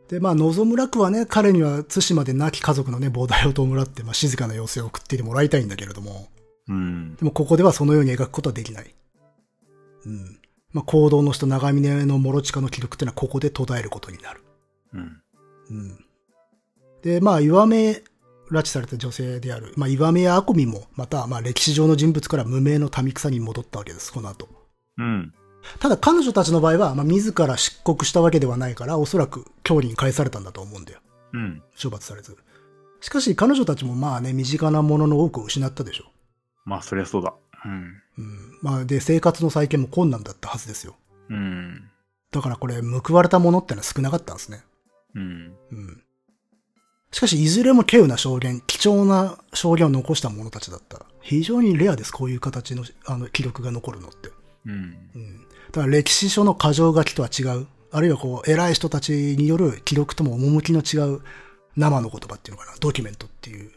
で、まあ、望村区はね、彼には対馬で亡き家族のね、膨大を弔って、まあ、静かな様子を送っていてもらいたいんだけれども、うん。でもここではそのように描くことはできない。うん。まあ、行動の人長峰の諸近の記録っていうのはここで途絶えることになる。うん。うん。で、まあ、岩目、拉致された女性である、まあ、岩目やアコミも、また、まあ、歴史上の人物から無名の民草に戻ったわけです、この後。うん。ただ、彼女たちの場合は、まあ、自ら出国したわけではないから、おそらく、郷里に返されたんだと思うんだよ。うん。処罰されず。しかし、彼女たちもまあね、身近なものの多くを失ったでしょまあ、そりゃそうだ。うん。う。うん。まあ、で、生活の再建も困難だったはずですよ。うん。だからこれ、報われたものってのは少なかったんですね。うん。うん。しかし、いずれも稀有な証言、貴重な証言を残した者たちだった。非常にレアです、こういう形の、あの、記録が残るのって。うん。うん。だから歴史書の過剰書きとは違う。あるいはこう、偉い人たちによる記録とも趣の違う生の言葉っていうのかな、ドキュメントっていう。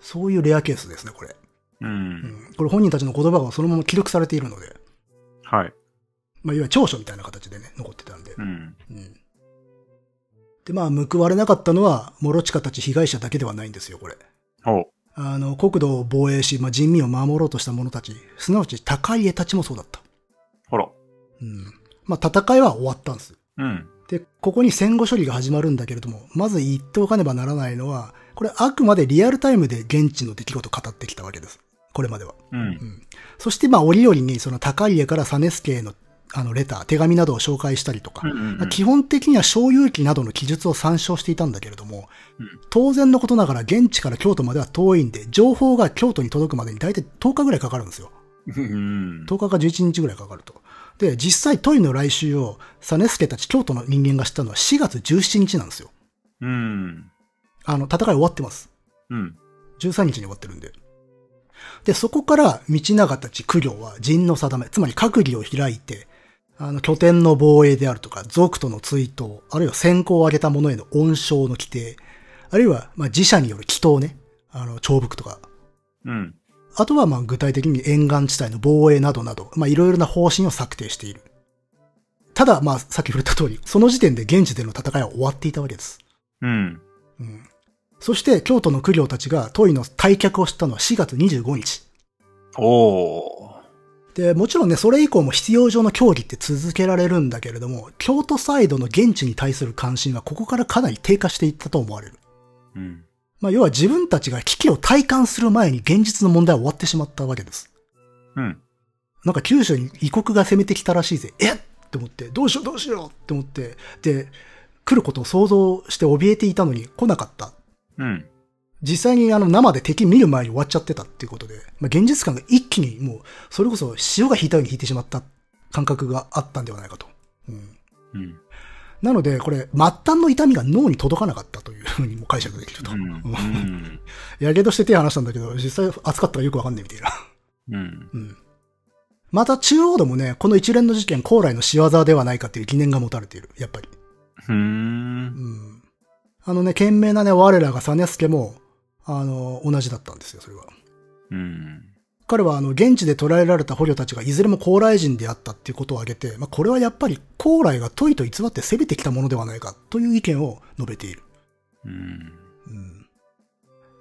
そういうレアケースですね、これ。う。うんん。これ本人たちの言葉がそのまま記録されているので。はい。まあ、いわゆる長所みたいな形でね、残ってたんで。うん。うん。で、まあ、報われなかったのは、諸近たち被害者だけではないんですよ、これ。ほう。あの、国土を防衛し、まあ、人民を守ろうとした者たち、すなわち高家たちもそうだった。ほら。うん。まあ、戦いは終わったんです。うん。で、ここに戦後処理が始まるんだけれども、まず言っておかねばならないのは、これあくまでリアルタイムで現地の出来事を語ってきたわけです。これまでは。うん。そして、まあ、折々に、その高家から実助への、あの、レター、手紙などを紹介したりとか、うんうんうん基本的には小遊記などの記述を参照していたんだけれども、うん当然のことながら現地から京都までは遠いんで、情報が京都に届くまでに大体10日ぐらいかかるんですよ。うん。 10日か11日ぐらいかかると。で、実際、トイの来週を、実助たち京都の人間が知ったのは4月17日なんですよ。うん。あの、戦い終わってます。うん。 13日に終わってるんで。で、そこから、道長たち苦行は陣の定め、つまり閣議を開いて、あの、拠点の防衛であるとか、族との追悼、あるいは先行を挙げた者への恩賞の規定、あるいは、まあ、自社による祈祷ね、あの、長服とか、うん。あとは、まあ、具体的に沿岸地帯の防衛などなど、まあ、いろいろな方針を策定している。ただ、まあ、さっき触れた通り、その時点で現地での戦いは終わっていたわけです。うん。うんそして、京都の苦行たちが、トイの退却を知ったのは4月25日。おー。で、もちろんね、それ以降も必要上の協議って続けられるんだけれども、京都サイドの現地に対する関心はここからかなり低下していったと思われる。うん。まあ、要は自分たちが危機を体感する前に現実の問題は終わってしまったわけです。うん。なんか九州に異国が攻めてきたらしいぜ。えっって思って、どうしようどうしようって思って、で、来ることを想像して怯えていたのに来なかった。うん。実際にあの生で敵見る前に終わっちゃってたっていうことで、まあ、現実感が一気にもう、それこそ潮が引いたように引いてしまった感覚があったんではないかと。うん、うん。なので、これ、末端の痛みが脳に届かなかったというふうにも解釈できると。うん。やけどして手離したんだけど、実際扱ったからよくわかんないみたいな。うん。うん。また中央でもね、この一連の事件、高麗の仕業ではないかという疑念が持たれている、やっぱり。うん。うん。あのね、懸命なね、我らが実助も、あの、同じだったんですよ、それは。うん。彼はあの現地で捕らえられた捕虜たちがいずれも高麗人であったっていうことを挙げて、まあ、これはやっぱり高麗がトイと偽って攻めてきたものではないかという意見を述べている。うん。うん、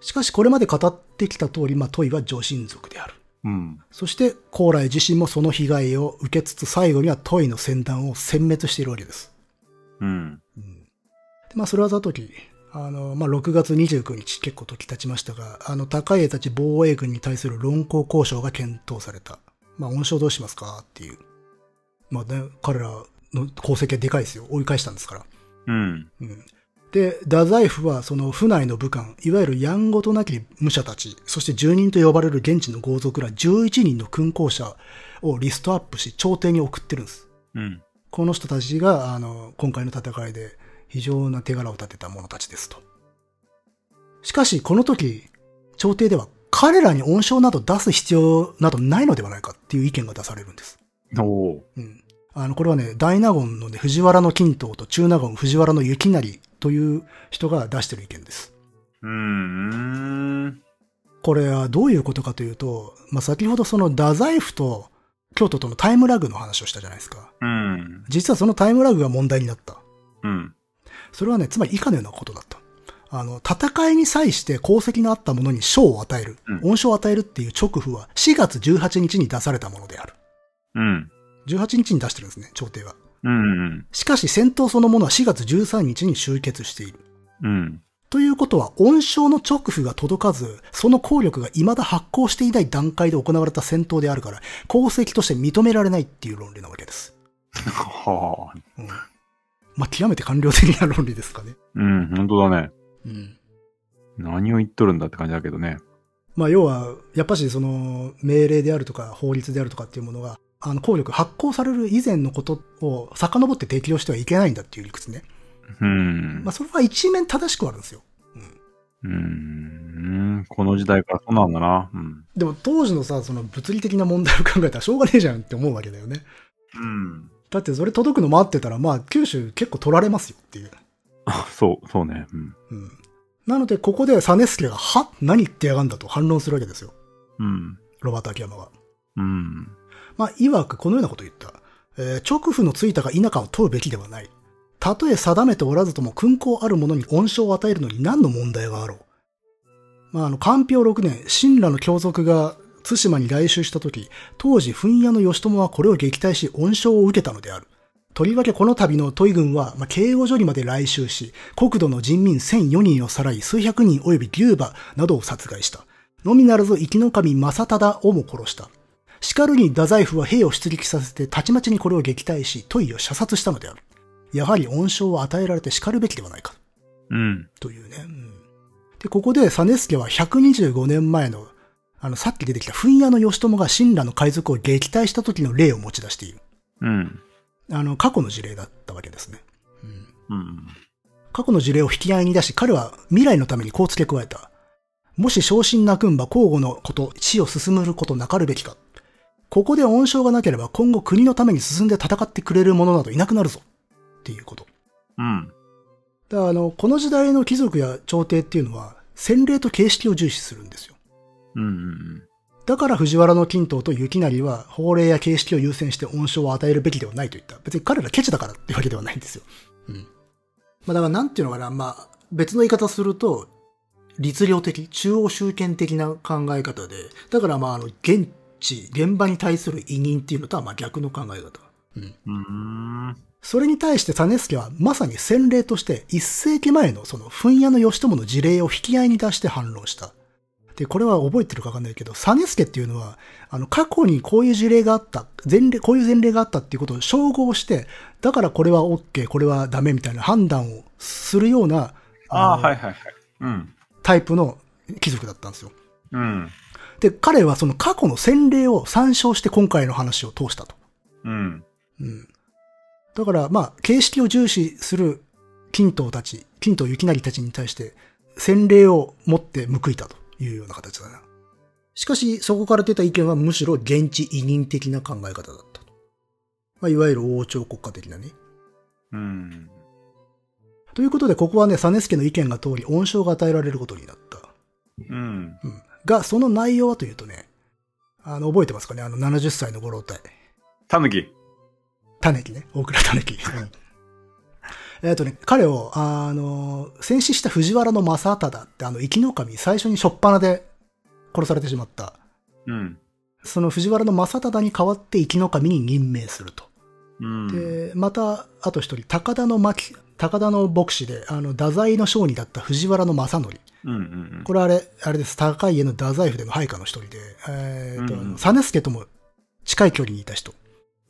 しかしこれまで語ってきた通り、まあ、トイは女神族である。うん。そして高麗自身もその被害を受けつつ最後にはトイの先端を殲滅しているわけです。うん。うんでまあ、それはさとき、あの、まあ、6月29日、結構時経ちましたが、あの、高家たち防衛軍に対する論考交渉が検討された。まあ、恩賞どうしますかっていう。まあね、彼らの功績はでかいですよ。追い返したんですから。うん。うん。で、太宰府は、その、府内の武官、いわゆるやんごとなき武者たち、そして住人と呼ばれる現地の豪族ら11人の勲功者をリストアップし、朝廷に送ってるんです。うん。この人たちが、あの、今回の戦いで非常な手柄を立てた者たちですと。しかし、この時、朝廷では彼らに恩賞など出す必要などないのではないかっていう意見が出されるんです。おー。うん。あの、これはね、大納言のね、藤原の金刀と中納言藤原の雪成という人が出してる意見です。うん。これはどういうことかというと、まあ、先ほどその太宰府と京都とのタイムラグの話をしたじゃないですか。うん。実はそのタイムラグが問題になった。うん。それはね、つまり以下のようなことだった。あの、戦いに際して功績のあった者に賞を与える、うん恩賞を与えるっていう直付は4月18日に出されたものである。うん。 18日に出してるんですね、朝廷は。うん。しかし戦闘そのものは4月13日に終結している。うん。ということは、恩賞の直付が届かず、その効力が未だ発行していない段階で行われた戦闘であるから、功績として認められないっていう論理なわけです。はあ。うん。まあ、極めて官僚的な論理ですかね。うん、本当だね。うん。何を言っとるんだって感じだけどね。まあ、要は、やっぱしその命令であるとか法律であるとかっていうものが、あの効力発行される以前のことを遡って適用してはいけないんだっていう理屈ね。うん。まあ、それは一面正しくはあるんですよ。うーん、この時代からそうなんだな。うん。でも当時のさ、その物理的な問題を考えたらしょうがねえじゃんって思うわけだよね。うん。だってそれ届くの待ってたら、まあ九州結構取られますよっていう。そう、そうね。うん。うん。なのでここで実助が、は何言ってやがんだと反論するわけですよ。うん。ロバート秋山が。うん。まあ、曰くこのようなことを言った。えー直父のついたが否かを問うべきではない。たとえ定めておらずとも勲功ある者に恩賞を与えるのに何の問題があろう。まあ、あの、官票6年、神羅の教族が対馬に来襲した時、当時、噴屋の義朝はこれを撃退し、恩賞を受けたのである。とりわけこの度のトイ軍は、まあ、慶応所にまで来襲し、国土の人民1004人をさらい、数百人及び牛馬などを殺害した。のみならず、生きの神正忠をも殺した。しかるに太宰府は兵を出撃させて、たちまちにこれを撃退し、トイを射殺したのである。やはり恩賞を与えられて叱るべきではないか。うん。というね。うんで、ここで、実ネは125年前の、あの、さっき出てきた、噴屋の義朝が神羅の海賊を撃退した時の例を持ち出している。うん。あの、過去の事例だったわけですね。うんうん。過去の事例を引き合いに出し、彼は未来のためにこう付け加えた。もし昇進なくんば交互のこと、死を進むることなかるべきか。ここで恩賞がなければ今後国のために進んで戦ってくれる者などいなくなるぞ。っていうこと。うん。だからあの、この時代の貴族や朝廷っていうのは、洗礼と形式を重視するんですよ。うん。だから藤原の金刀と雪成は法令や形式を優先して恩賞を与えるべきではないといった。別に彼らケチだからっていうわけではないんですよ。うん。まあだからなんていうのかな、まあ別の言い方すると、律令的、中央集権的な考え方で、だからまああの、現地、現場に対する委任っていうのとはまあ逆の考え方。うん。うん。それに対して実助はまさに先例として一世紀前のその噴屋の義朝の事例を引き合いに出して反論した。で、これは覚えてるかわかんないけど、実助っていうのは、あの、過去にこういう事例があった、前例、こういう前例があったっていうことを照合して、だからこれは OK、これはダメみたいな判断をするような、ああ、のはいはいはい。うん。タイプの貴族だったんですよ。うん。で、彼はその過去の先例を参照して今回の話を通したと。うん。うん。だから、まあ、形式を重視する金刀たち、金刀雪成たちに対して、洗礼を持って報いたというような形だな。しかし、そこから出た意見はむしろ現地委任的な考え方だったと。まあ、いわゆる王朝国家的なね。うん。ということで、ここはね、実助の意見が通り、恩賞が与えられることになった。うん。うん。が、その内容はというとね、あの、覚えてますかねあの、70歳のご老体。たぬき。タネキね。大倉タネキ。えっとね、彼を、あの、戦死した藤原の正忠って、あの、生きの神、最初に初っ端で殺されてしまった。うん。その藤原の正忠に代わって生きの神に任命すると。うん。で、また、あと一人、高田の巻、高田の牧師で、あの、太宰の商人だった藤原の正則。うん。うん。これあれ、あれです。高い家の太宰府での配下の一人で、えっと、あうんうんの実助とも近い距離にいた人。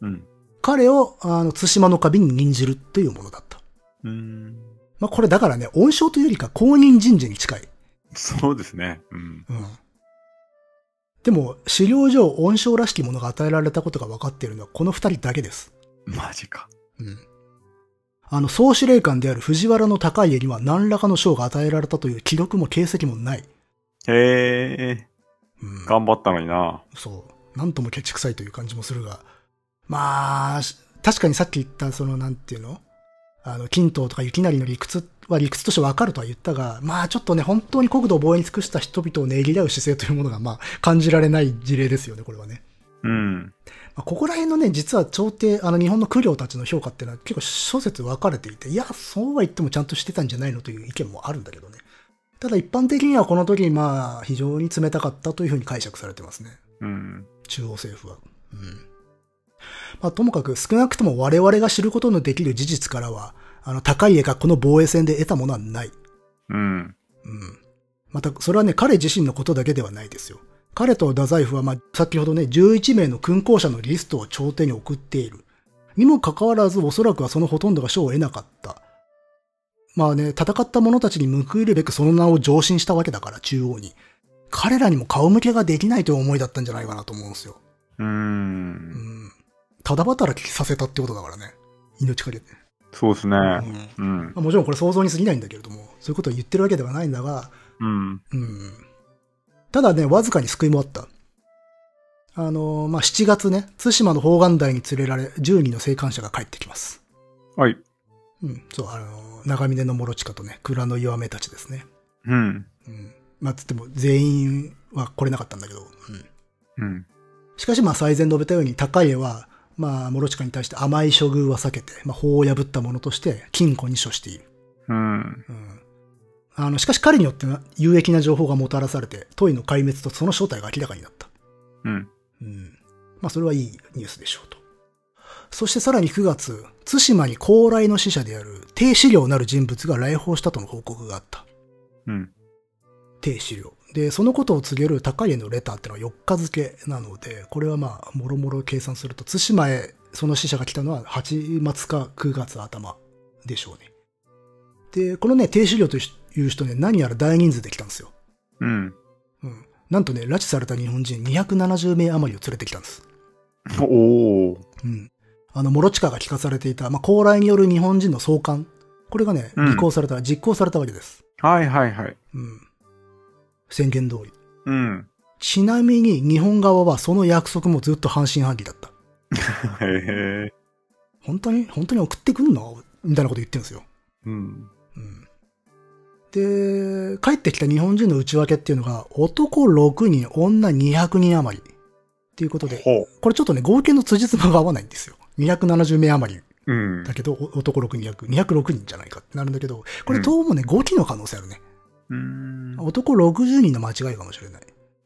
うん。彼を、あの、対馬の神に任じるというものだった。うん。まあ、これだからね、恩賞というよりか公認神社に近い。そうですね。うん。うん。でも、資料上恩賞らしきものが与えられたことが分かっているのはこの二人だけです。マジか。うん。あの、総司令官である藤原の高家には何らかの賞が与えられたという記録も形跡もない。へえ。うん。頑張ったのにな。そう。なんともケチくさいという感じもするが。まあ、し確かにさっき言った、その、なんていうのあの、金刀とか雪成の理屈は理屈としてわかるとは言ったが、まあちょっとね、本当に国土を防衛に尽くした人々をねぎらう姿勢というものが、まあ感じられない事例ですよね、これはね。うん。まあここら辺のね、実は朝廷、あの日本の苦領たちの評価っていうのは結構諸説分かれていて、いや、そうは言ってもちゃんとしてたんじゃないのという意見もあるんだけどね。ただ一般的にはこの時にまあ非常に冷たかったというふうに解釈されてますね。うん。中央政府は。うん。まあ、ともかく少なくとも我々が知ることのできる事実からは、あの、高家がこの防衛戦で得たものはない。うん。うん。また、それはね、彼自身のことだけではないですよ。彼と太宰府は、まあ、先ほどね、11名の勲功者のリストを朝廷に送っている。にもかかわらず、おそらくはそのほとんどが賞を得なかった。まあね、戦った者たちに報いるべくその名を上申したわけだから、中央に。彼らにも顔向けができないという思いだったんじゃないかなと思うんですよ。う。うんん。ただ働きさせたってことだからね。命かけて。そうですね。うんまうん。あ、もちろんこれ想像に過ぎないんだけれども、そういうことを言ってるわけではないんだが、うん。うん。ただね、わずかに救いもあった。あのーまあ、7月ね、対馬の方眼台に連れられ、10人の生還者が帰ってきます。はい。うん。そう、あのー長峰の諸近とね、蔵の弱めたちですね。うん。うん。まあ、つっても全員は来れなかったんだけど、うん。うん。しかし、まあ、最前述べたように、高家は、まあ、諸近に対して甘い処遇は避けて、まあ、法を破ったものとして、禁錮に処している。うん。うん。あの、しかし彼によってな有益な情報がもたらされて、トイの壊滅とその正体が明らかになった。うん。うん。まあ、それはいいニュースでしょうと。そしてさらに9月、対馬に高麗の使者である、低資料なる人物が来訪したとの報告があった。うん。低資料。で、そのことを告げる高家のレターってのは4日付なので、これはまあ、もろもろ計算すると、対馬へその死者が来たのは8月か9月頭でしょうね。で、このね、低資料という人ね、何やら大人数で来たんですよ。うん。うん。なんとね、拉致された日本人270名余りを連れてきたんです。おお。うん。あの、諸近が聞かされていた、まあ、高麗による日本人の送還。これがね、うん履行された、実行されたわけです。はいはいはい。うん。宣言通り。うん。ちなみに、日本側はその約束もずっと半信半疑だった。へえ。本当に、本当に送ってくんのみたいなこと言ってるんですよ。うん。うん。で、帰ってきた日本人の内訳っていうのが、男6人、女200人余り。っていうことで、ほこれちょっとね、合計の辻褄が合わないんですよ。270名余りう。うんだ。けど、お男6、200、206人じゃないかってなるんだけど、こうれんどうもね、5期の可能性あるね。うん。男60人の間違いかもしれない。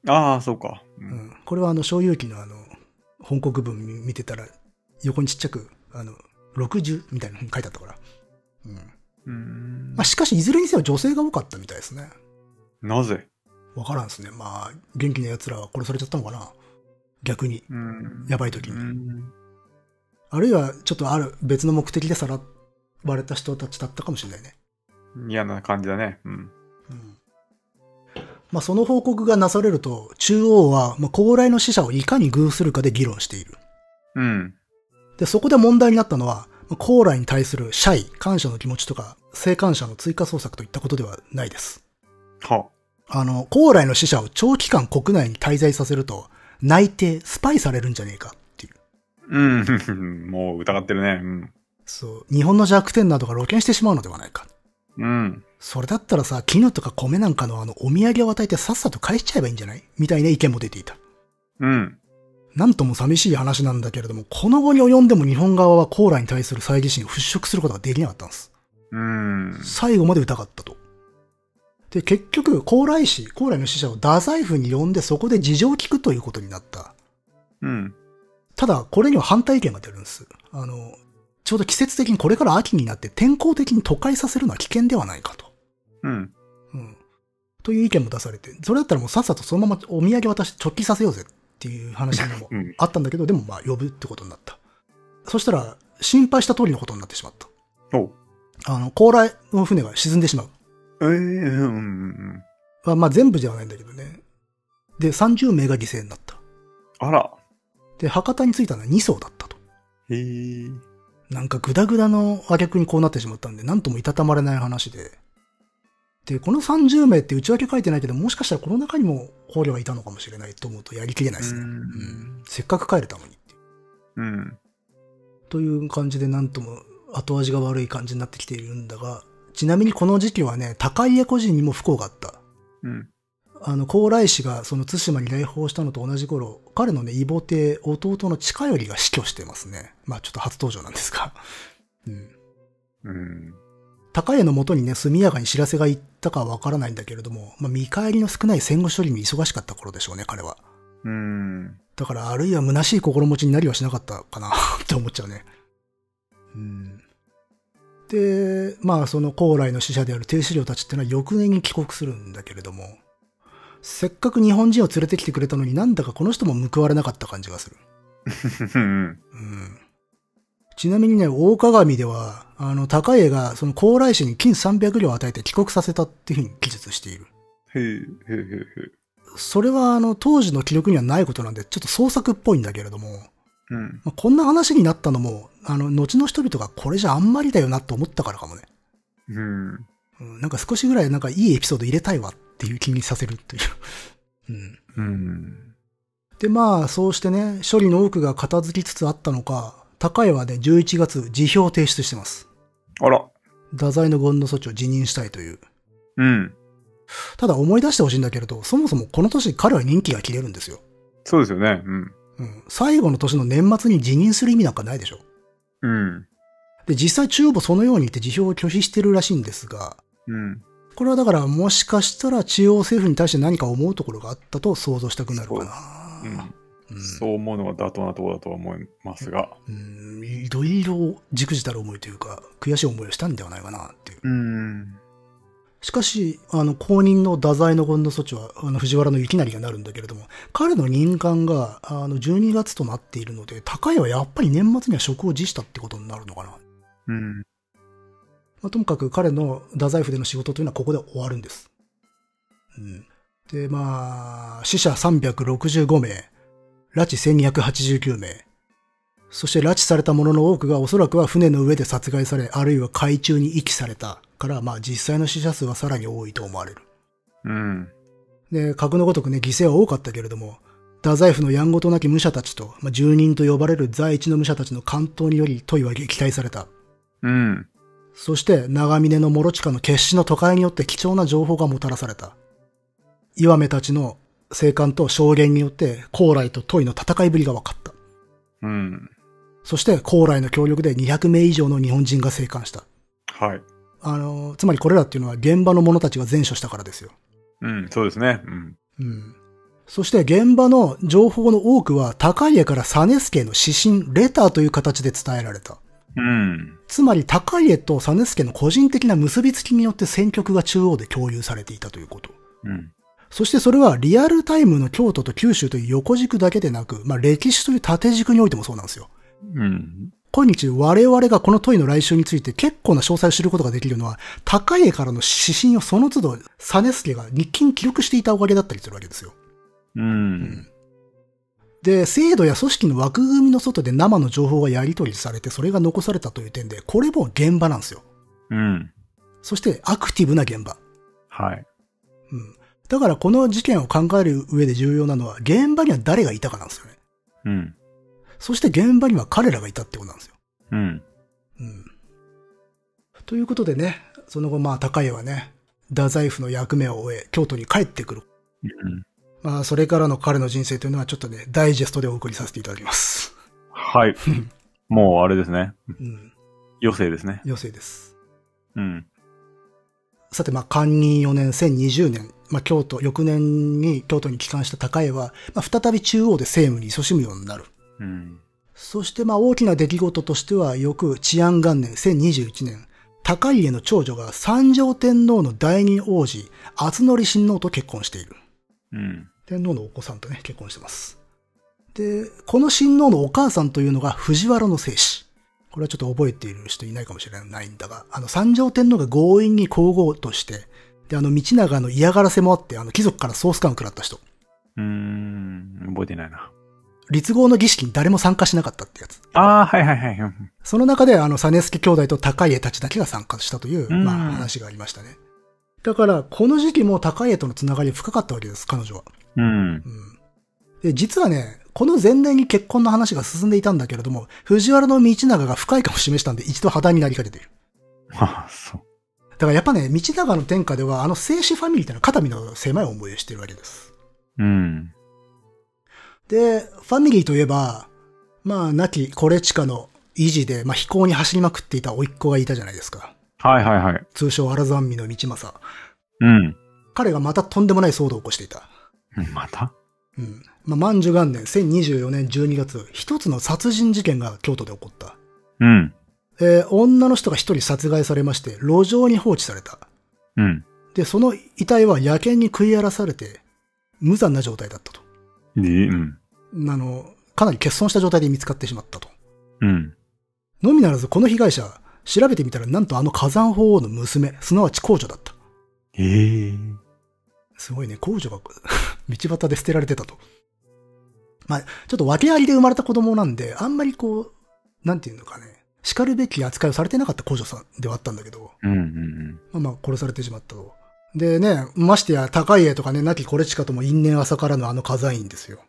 ああ、そうか。ううんん。これはあの、小遊記のあの、本国文見見てたら、横にちっちゃく、あの、60みたいなのに書いてあったから。うん。うんまあ、しかし、いずれにせよ女性が多かったみたいですね。なぜわからんですね。まあ、元気な奴らは殺されちゃったのかな。逆に、うんやばい時うに。ん。あるいは、ちょっとある別の目的でさらわれた人たちだったかもしれないね。嫌な感じだね。うん。うんまあ、その報告がなされると、中央は、まあ、高麗の死者をいかに偶するかで議論している。うん。で、そこで問題になったのは、まあ高麗に対する謝意、感謝の気持ちとか、生還者の追加捜索といったことではないです。は。あの、高麗の死者を長期間国内に滞在させると、内定、スパイされるんじゃねえかっていう。うん。 もう疑ってるね。そう、日本の弱点などが露見してしまうのではないか。うん。うん。それだったらさ、絹とか米なんかのあの、お土産を与えてさっさと返しちゃえばいいんじゃないみたいな意見も出ていた。うん。なんとも寂しい話なんだけれども、この後に及んでも日本側はコーラに対する猜疑心を払拭することができなかったんです。うん。最後まで疑ったと。で、結局、高麗氏、高麗の死者を太宰府に呼んでそこで事情を聞くということになった。うん。ただ、これには反対意見が出るんです。あの、ちょうど季節的にこれから秋になって天候的に都会させるのは危険ではないかと。うん。うん。という意見も出されて、それだったらもうさっさとそのままお土産渡して直帰させようぜっていう話にもうんあったんだけど、でもまあ呼ぶってことになった。そしたら、心配した通りのことになってしまった。おう。あの、高麗の船が沈んでしまう。ええうんうん。まあ、まあ全部ではないんだけどね。で、30名が犠牲になった。あら。で、博多に着いたのは2艘だったと。へえ。なんかグダグダの挙句にこうなってしまったんで、なんともいたたまれない話で。で、この30名って内訳書いてないけど、もしかしたらこの中にも捕虜がいたのかもしれないと思うとやりきれないですね。ううんん。せっかく帰れたのにっていう。うん。という感じで、なんとも後味が悪い感じになってきているんだが、ちなみにこの時期はね、高家個人にも不幸があった。うん。あの、高麗氏がその対馬に来訪したのと同じ頃、彼のね、異母帝、弟の近寄りが死去してますね。まあちょっと初登場なんですが。うん。うん。高家のもとにね、速やかに知らせが行ったかはわからないんだけれども、まあ見返りの少ない戦後処理に忙しかった頃でしょうね、彼は。うん。だから、あるいは虚しい心持ちになりはしなかったかな、 って思っちゃうね。うん。で、まあ、その高麗の使者である低資料たちってのは翌年に帰国するんだけれども、せっかく日本人を連れてきてくれたのになんだかこの人も報われなかった感じがする。うん。うん。ちなみにね、大鏡では、あの、高家がその高麗氏に金300両を与えて帰国させたっていうふうに記述している。へえ、へえ、へえ、へえ。それはあの、当時の記録にはないことなんで、ちょっと創作っぽいんだけれども、うん。まあ、こんな話になったのも、あの、後の人々がこれじゃあんまりだよなと思ったからかもね。うん。うん、なんか少しぐらいなんかいいエピソード入れたいわっていう気にさせるという。 うん。うん。で、まあ、そうしてね、処理の多くが片付きつつあったのか、高江はね、11月、辞表を提出してます。あら。太宰の権の措置を辞任したいという。うん。ただ思い出してほしいんだけれど、そもそもこの年彼は任期が切れるんですよ。そうですよね。うん。うん。最後の年の年末に辞任する意味なんかないでしょ。うん。で、実際中部そのように言って辞表を拒否してるらしいんですが、うん。これはだからもしかしたら中央政府に対して何か思うところがあったと想像したくなるかうな。んうんそう思うのが妥当なところだとは思いますが。うん、いろいろじくじたる思いというか、悔しい思いをしたんではないかなっていう。うん。しかし、あの、後任の太宰の権の措置は、あの、藤原の雪成がなるんだけれども、彼の任官が、あの、12月となっているので、高いはやっぱり年末には職を辞したってことになるのかな。うん。まあ、ともかく彼の太宰府での仕事というのはここで終わるんです。うん。で、まあ、死者365名、拉致1289名、そして拉致された者の多くがおそらくは船の上で殺害され、あるいは海中に遺棄されたから、まあ実際の死者数はさらに多いと思われる。うん。で、格のごとくね、犠牲は多かったけれども、太宰府のやんごとなき武者たちと、まあ、住人と呼ばれる在一の武者たちの関東により、問いは撃退された。うん。そして長峰の諸近の決死の都会によって貴重な情報がもたらされた。岩目たちの生還と証言によって高麗とトイの戦いぶりが分かった。うん。そして高麗の協力で200名以上の日本人が生還した。はい。あの、つまりこれらっていうのは現場の者たちが善処したからですよ。うん。そうですね。うん。うん。そして現場の情報の多くは高家から実助への指針、レターという形で伝えられた。うん。つまり高家と実助の個人的な結びつきによって戦局が中央で共有されていたということ。うん。そしてそれはリアルタイムの京都と九州という横軸だけでなく、まあ歴史という縦軸においてもそうなんですよ。うん。今日我々がこの問いの来週について結構な詳細を知ることができるのは、高家からの指針をその都度、実助が日記に記録していたおかげだったりするわけですよ。うん。で、制度や組織の枠組みの外で生の情報がやり取りされて、それが残されたという点で、これも現場なんですよ。うん。そしてアクティブな現場。はい。うん。だからこの事件を考える上で重要なのは、現場には誰がいたかなんですよね。うん。そして現場には彼らがいたってことなんですよ。うん。うん。ということでね、その後まあ高家はね、太宰府の役目を終え、京都に帰ってくる。うん。まあそれからの彼の人生というのはちょっとね、ダイジェストでお送りさせていただきます。はい。もうあれですね。うん。余生ですね。余生です。うん。さてまあ官任4年1020年、まあ京都、翌年に京都に帰還した高家は、まあ再び中央で政務に勤しむようになる。うん。そしてまあ大きな出来事としては、翌治安元年1021年、高家の長女が三条天皇の第二王子、厚則親王と結婚している。うん。天皇のお子さんとね、結婚してます。で、この親王のお母さんというのが藤原の正子。これはちょっと覚えている人いないかもしれないんだが、あの三条天皇が強引に皇后として、で、あの道長の嫌がらせもあって、あの貴族からソース感を食らった人。うん。覚えてないな。立合の儀式に誰も参加しなかったってやつ。ああ、はいはいはい。うんその中で、あの、実助兄弟と高家たちだけが参加したという、うんまあ、話がありましたね。だから、この時期も高家とのつながりが深かったわけです、彼女は。うん。うん。で、実はね、この前年に結婚の話が進んでいたんだけれども、藤原道長が深いかも示したんで、一度破談になりかけている。ああ、そう。だからやっぱね、道長の天下では、あの、静止ファミリーってのは肩身の狭い思いをしているわけです。うん。で、ファミリーといえば、まあ、亡きコレチカの維持で、まあ、飛行に走りまくっていた甥っ子がいたじゃないですか。はいはいはい。通称荒山美の道政。うん。彼がまたとんでもない騒動を起こしていた。またうん。まあ、万寿元年1024年12月、一つの殺人事件が京都で起こった。うん。えー女の人が一人殺害されまして、路上に放置された。うん。で、その遺体は野犬に食い荒らされて、無残な状態だったと。で、うん。あの、かなり欠損した状態で見つかってしまったと。うん。のみならず、この被害者、調べてみたら、なんとあの火山法王の娘、すなわち公女だった。ええ。すごいね、公女が 道端で捨てられてたと。まあ、ちょっと訳ありで生まれた子供なんで、あんまりこう、なんていうのかね、叱るべき扱いをされてなかった公女さんではあったんだけど、うんうんまあまあ殺されてしまったと。でね、ましてや高家とかね、亡きこれ近とも因縁浅からのあの火山院ですよ。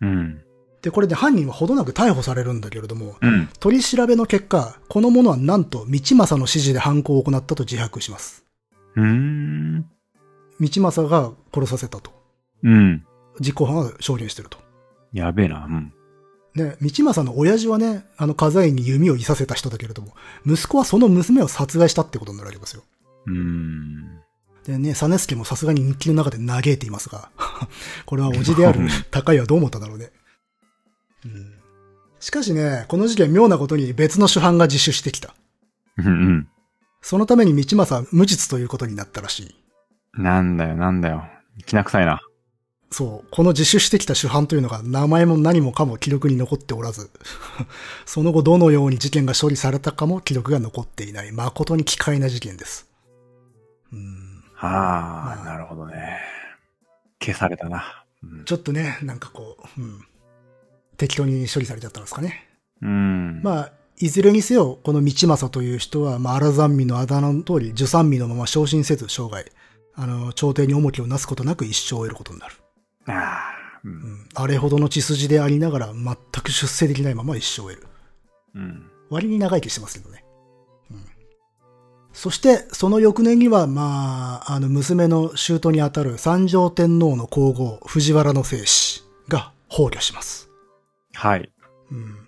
うん。うん。で、これで犯人はほどなく逮捕されるんだけれども、うん。取り調べの結果、この者はなんと道政の指示で犯行を行ったと自白します。うーん。道政が殺させたと。うん。実行犯は証言してると。やべえな。うん。ね、道政の親父はね、あの、家財に弓を射させた人だけれども、息子はその娘を殺害したってことになるわけですよ。うん。でね、実助もさすがに日記の中で嘆いていますが、 これはおじである高井はどう思っただろうね。うん、しかしね、この事件妙なことに別の主犯が自首してきた。うんそのために道政は無実ということになったらしい。うん。なんだよ、なんだよ。きな臭いな。そう、この自首してきた主犯というのが名前も何もかも記録に残っておらず、 その後どのように事件が処理されたかも記録が残っていない、誠に奇怪な事件です。うんあまああ、なるほどね。消されたな。うんちょっとね、なんかこう、うん、適当に処理されちゃったんですかね。うん。まあ、いずれにせよ、この道政という人は、まあ、荒山味のあだ名の通り、受山味のまま昇進せず生涯、あの、朝廷に重きをなすことなく一生を得ることになる。ああ。う。うんん、あれほどの血筋でありながら、全く出世できないまま一生を得る。うん。割に長生きしてますけどね。うん、そして、その翌年には、まあ、あの、娘の舅にあたる三条天皇の皇后、藤原の正氏が崩御します。はい。うん。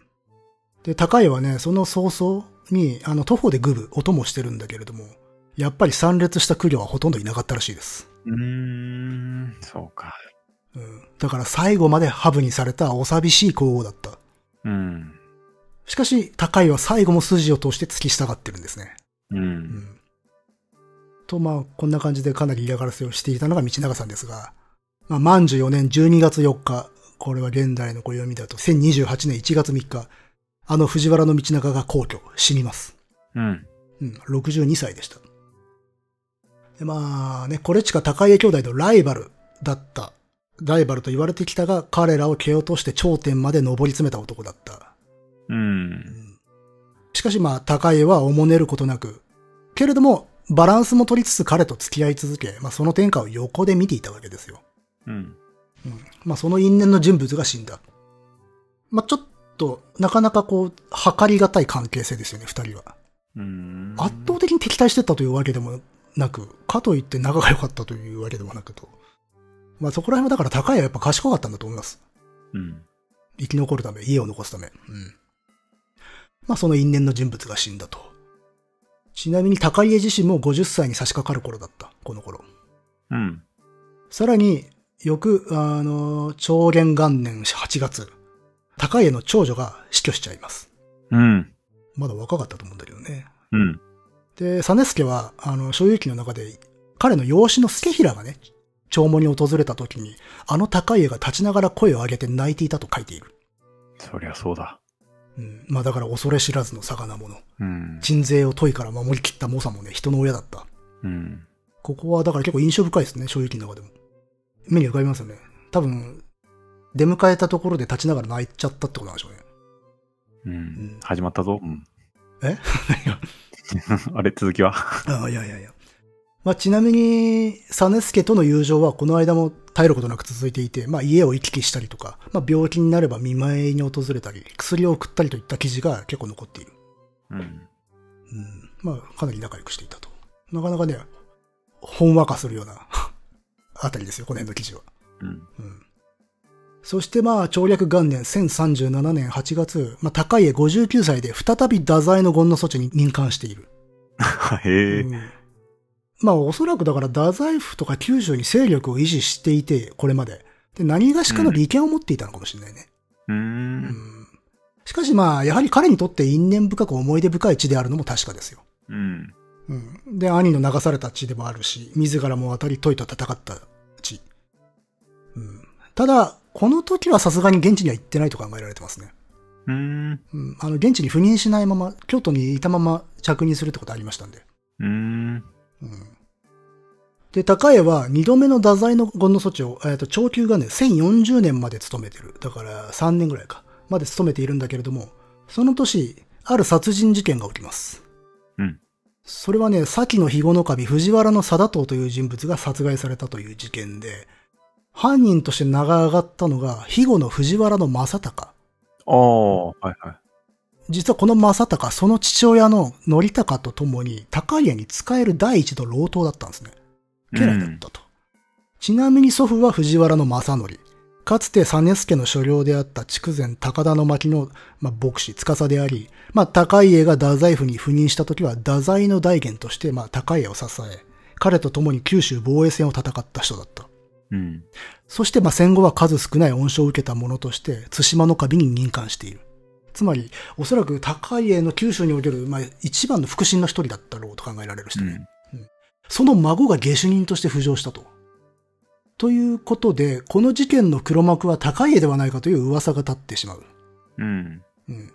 で、高井はね、その早々に、あの、徒歩でグブ、音もしてるんだけれども、やっぱり参列した苦慮はほとんどいなかったらしいです。うーん。そうか。うん。だから最後までハブにされたお寂しい皇后だった。うん。しかし、高井は最後も筋を通して突き従ってるんですね。う。うんん。と、まあ、こんな感じでかなり嫌がらせをしていたのが道長さんですが、まあ、万寿4年12月4日、これは現代の暦だと1028年1月3日、あの藤原の道長が皇居、死にます。うん。うん、62歳でした。でまあね、コレチカ高家兄弟のライバルだった。ライバルと言われてきたが、彼らを蹴落として頂点まで上り詰めた男だった。う。うんんしかしまあ、高家はおもねることなく、けれども、バランスも取りつつ彼と付き合い続け、まあその天下を横で見ていたわけですよ。うん。うんまあその因縁の人物が死んだ。まあちょっと、なかなかこう、測りがたい関係性ですよね、二人は。うん。圧倒的に敵対してったというわけでもなく、かといって仲が良かったというわけでもなくと。まあそこら辺はだから高いはやっぱ賢かったんだと思います。うん。生き残るため、家を残すため。うん。まあその因縁の人物が死んだと。ちなみに高家自身も50歳に差し掛かる頃だった、この頃。うん。さらに、翌、あの、長元元年8月、高家の長女が死去しちゃいます。うん。まだ若かったと思うんだけどね。うん。で、実助は、あの、所有記の中で、彼の養子の助平がね、弔問に訪れた時に、あの高家が立ちながら声を上げて泣いていたと書いている。そりゃそうだ。うん。まあだから恐れ知らずの魚者。うん。人税を問いから守り切った猛者もね、人の親だった。うん。ここはだから結構印象深いですね、所有記の中でも。目に浮かびますよね。多分、出迎えたところで立ちながら泣いちゃったってことなんでしょうね。うんん。始まったぞ。うん。えあれ、続きは。 ああ、いやいやいや。まあ、ちなみに、実助との友情はこの間も耐えることなく続いていて、まあ、家を行き来したりとか、まあ、病気になれば見舞いに訪れたり、薬を送ったりといった記事が結構残っている。うん。うん。まあ、かなり仲良くしていたと。なかなかね、ほんわかするようなあたりですよ、この辺の記事は。うん。うん。そしてまあ、長略元年1037年8月、まあ、高家59歳で再び太宰の権の措置に任官している。へえう。んまあおそらくだから太宰府とか九州に勢力を維持していて、これまで。で、何がしかの利権を持っていたのかもしれないね。う。うんん。しかしまあ、やはり彼にとって因縁深く思い出深い地であるのも確かですよ。うん。うん。で、兄の流された地でもあるし、自らも渡り問いと戦った地。うん。ただ、この時はさすがに現地には行ってないと考えられてますね。うん。うん。あの、現地に赴任しないまま、京都にいたまま着任するってことありましたんで。うん。うんで、高江は二度目の太宰の権の措置を、えーと、長久がね、1040年まで勤めてる。だから3年ぐらいか。まで勤めているんだけれども、その年、ある殺人事件が起きます。うん。それはね、先の肥後の神、藤原の貞藤という人物が殺害されたという事件で、犯人として名が上がったのが、肥後の藤原の正隆。ああ、はいはい。実はこの正隆、その父親の則隆と共に、高家に仕える第一の老頭だったんですね。家来だったと。ちなみに祖父は藤原の正則。かつて実助の所領であった筑前高田の巻の、まあ、牧師、司であり、まあ、高家が太宰府に赴任した時は太宰の大元として、まあ、高家を支え、彼と共に九州防衛戦を戦った人だった。うん。そして、まあ、戦後は数少ない恩賞を受けた者として、対馬の神に任官している。つまり、おそらく高家の九州における、まあ、一番の腹心の一人だったろうと考えられる人ね。その孫が下手人として浮上したと。ということで、この事件の黒幕は高家ではないかという噂が立ってしまう。うん。うん、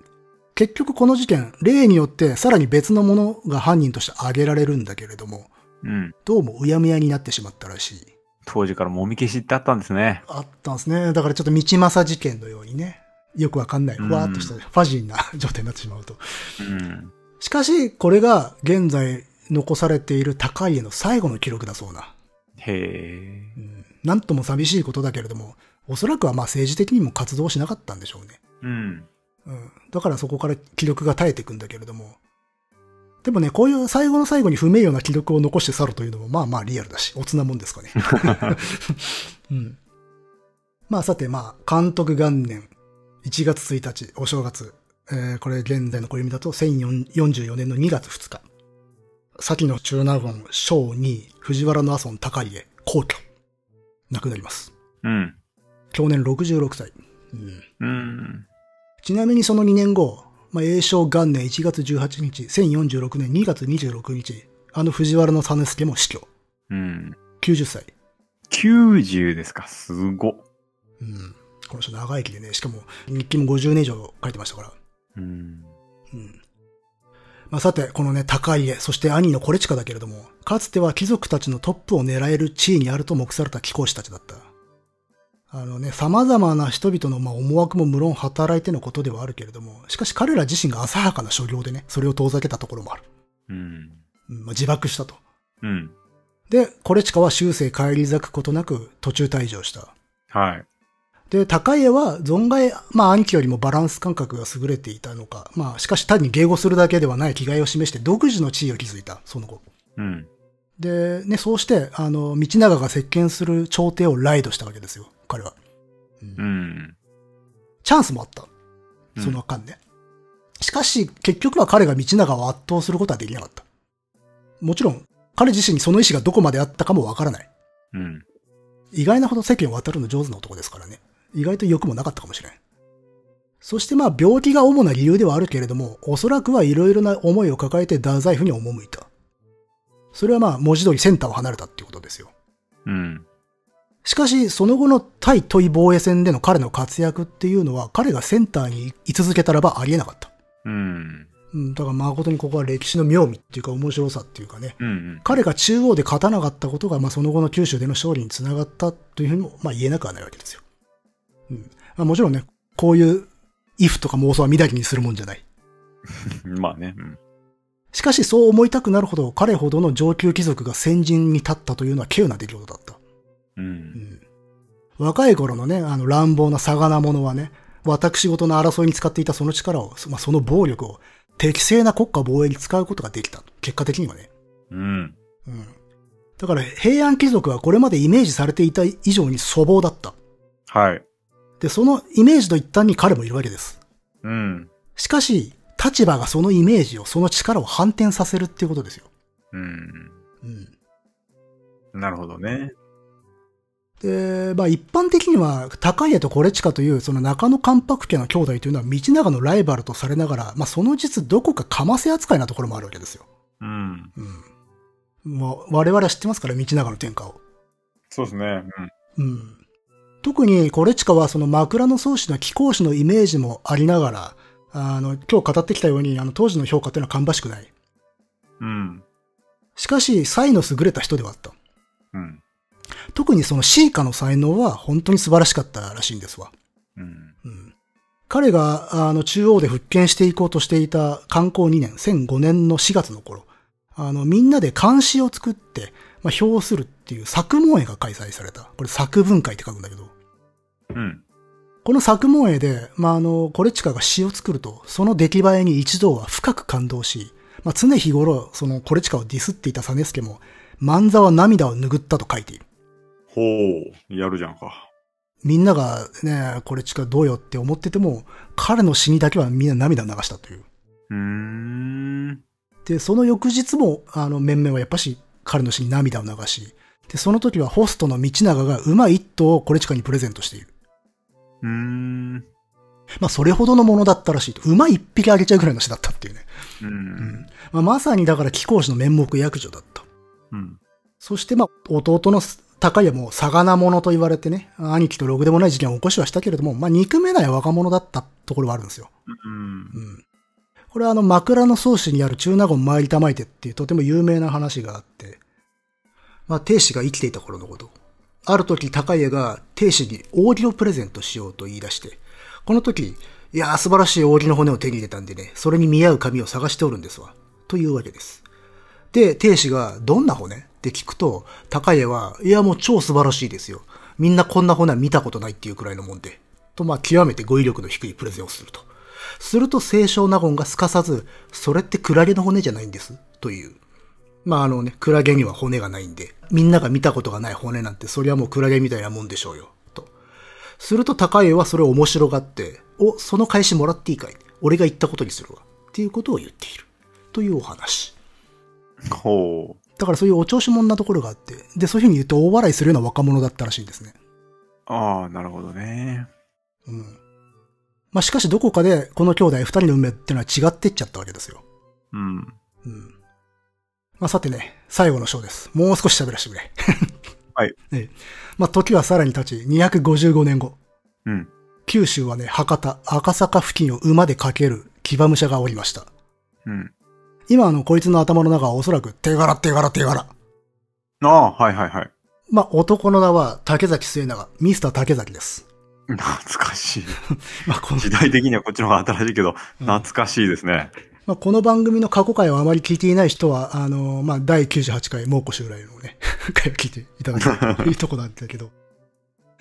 結局この事件、例によってさらに別のものが犯人として挙げられるんだけれども、うん。どうもうやむやになってしまったらしい。当時からもみ消しってあったんですね。あったんですね。だからちょっと道正事件のようにね、よくわかんない、うんふわーっとした、ファジーな状態になってしまうと。うん。しかし、これが現在残されている高家の最後の記録だそうな。へえう。んなんとも寂しいことだけれども、おそらくはまあ政治的にも活動しなかったんでしょうね。うん。うん、だからそこから記録が絶えていくんだけれども。でもね、こういう最後の最後に不名誉な記録を残して去るというのもまあまあリアルだし、おつなもんですかね。うん。まあさて、まあ、監督元年、1月1日、お正月。えーこれ現在の暦だと1044年の2月2日。先の中納言、小二藤原の阿孫高家、皇居。亡くなります。うん。去年66歳。うんうん。ちなみにその2年後、まあ、永正元年1月18日、1046年2月26日、あの藤原の実助も死去。うん。 90歳。 90ですか。すごっ。うん。この人長生きでね、しかも日記も50年以上書いてましたから。うん。うん。まあ、さて、このね、高家、そして兄のコレチカだけれども、かつては貴族たちのトップを狙える地位にあると目された貴公子たちだった。あのね、様々な人々のまあ思惑も無論働いてのことではあるけれども、しかし彼ら自身が浅はかな所業でね、それを遠ざけたところもある。うん。うんまあ、自爆したと。うん。で、コレチカは終生返り咲くことなく途中退場した。はい。で、高家は存外、まあ兄貴よりもバランス感覚が優れていたのか、まあしかし単に迎合するだけではない気概を示して独自の地位を築いた、その後。うん。で、ね、そうして、あの、道長が席巻する朝廷をライドしたわけですよ、彼は。うん。チャンスもあった。うんその間ね。しかし、結局は彼が道長を圧倒することはできなかった。もちろん、彼自身にその意思がどこまであったかもわからない。うん。意外なほど世間を渡るの上手な男ですからね。意外と欲もなかったかもしれん。そしてまあ病気が主な理由ではあるけれども、おそらくはいろいろな思いを抱えて太宰府に赴いた。それはまあ文字通りセンターを離れたっていうことですよ。うん。しかし、その後の対問い防衛戦での彼の活躍っていうのは、彼がセンターに居続けたらばありえなかった。うん。うん、だから誠にここは歴史の妙味っていうか面白さっていうかね、うん。彼が中央で勝たなかったことが、まあ、その後の九州での勝利につながったというふうにも、まあ、言えなくはないわけですよ。うんまあ、もちろんね、こういう、イフとか妄想はみだりにするもんじゃない。まあね。うん。しかし、そう思いたくなるほど、彼ほどの上級貴族が先陣に立ったというのは、稀有な出来事だった。う。うんん若い頃のね、あの乱暴な嵯峨なものはね、私事の争いに使っていたその力を、そまあ、その暴力を、適正な国家防衛に使うことができた。結果的にはね。うん。うん。だから平安貴族はこれまでイメージされていた以上に粗暴だった。はい。で、そのイメージの一端に彼もいるわけです。うん。しかし、立場がそのイメージを、その力を反転させるっていうことですよ。うん。うん。なるほどね。で、まあ一般的には、高家とコレチカという、その中野関白家の兄弟というのは、道長のライバルとされながら、まあその実どこかかませ扱いなところもあるわけですよ。うん。うん。まあ我々は知ってますから、道長の天下を。そうですね。うん。特に、コレチカはその枕草子の貴公子のイメージもありながら、あの、今日語ってきたように、あの、当時の評価というのは芳しくない。うん。しかし、才の優れた人ではあった。うん。特にそのシーカの才能は本当に素晴らしかったらしいんですわ。うん。うん。彼が、あの、中央で復権していこうとしていた観光2年、2005年の4月の頃、あの、みんなで監視を作って、まあ、評するっていう作文会が開催された。これ作文会って書くんだけど。うん。この作文絵で、まあ、あの、コレチカが詩を作ると、その出来栄えに一同は深く感動し、まあ、常日頃、そのコレチカをディスっていたサネスケも、漫座は涙を拭ったと書いている。ほう。やるじゃんか。みんながね、これ近どうよって思ってても、彼の死にだけはみんな涙を流したという。うーん。で、その翌日も、あの、面々はやっぱし彼の死に涙を流し、で、その時はホストの道長が馬一頭をコレチカにプレゼントしている。うーん。うまあ、それほどのものだったらしいと。馬一匹あげちゃうぐらいの死だったっていうね。ん。まあ、まさにだから貴公子の面目役女だった。うん。そして、まあ、弟の高家も、魚なものと言われてね、兄貴とろくでもない事件を起こしはしたけれども、まあ、憎めない若者だったところはあるんですよ。うんうん。これはあの、枕草子にある中納言参りたまいてっていうとても有名な話があって、まあ、亭主が生きていた頃のこと。ある時、高家が亭主に扇をプレゼントしようと言い出して、この時、いやー素晴らしい扇の骨を手に入れたんでね、それに見合う紙を探しておるんですわ。というわけです。で、亭主が、どんな骨って聞くと、高家は、いやもう超素晴らしいですよ。みんなこんな骨は見たことないっていうくらいのもんで。と、まあ、極めて語彙力の低いプレゼンをすると。すると、清少納言がすかさず、それってクラゲの骨じゃないんです。という。まあ、あのね、クラゲには骨がないんで、みんなが見たことがない骨なんて、そりゃもうクラゲみたいなもんでしょうよ。と。すると高家はそれを面白がって、お、その返しもらっていいかい俺が言ったことにするわ。っていうことを言っている。というお話。ほう。だからそういうお調子者なところがあって、で、そういうふうに言うと大笑いするような若者だったらしいんですね。ああ、なるほどね。うん。まあ、しかしどこかでこの兄弟二人の運命っていうのは違ってっちゃったわけですよ。うん。うん。まあ、さてね、最後の章です。もう少し喋らせてくれ。はい。 ええ。まあ、時はさらに経ち、255年後。うん。九州はね、博多、赤坂付近を馬で駆ける騎馬武者がおりました。うん。今あの、こいつの頭の中はおそらく手柄手柄手柄。ああ、はいはいはい。まあ、男の名は竹崎末永、ミスター竹崎です。懐かしい。まあ、この時代的にはこっちの方が新しいけど、うん懐かしいですね。まあ、この番組の過去回をあまり聞いていない人は、あの、まあ、第98回、猛虎襲来のね、 回を聞いていただきたいというとこなんだけど。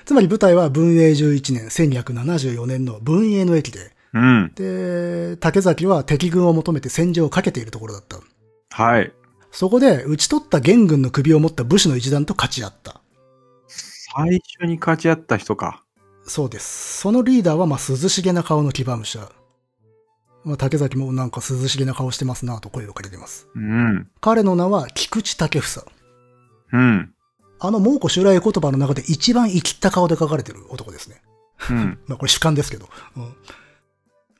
つまり舞台は文永11年、1274年の文永の駅で、うん。で、竹崎は敵軍を求めて戦場をかけているところだった。はい。そこで、討ち取った元軍の首を持った武士の一団と勝ち合った。最初に勝ち合った人か。そうです。そのリーダーは、まあ、涼しげな顔の騎馬武者。まあ、竹崎もなんか涼しげな顔してますなぁと声をかけています。うん。彼の名は、菊池武房。うん。あの、猛虎襲来言葉の中で一番生きった顔で書かれてる男ですね。うん。まあ、これ主観ですけど。うん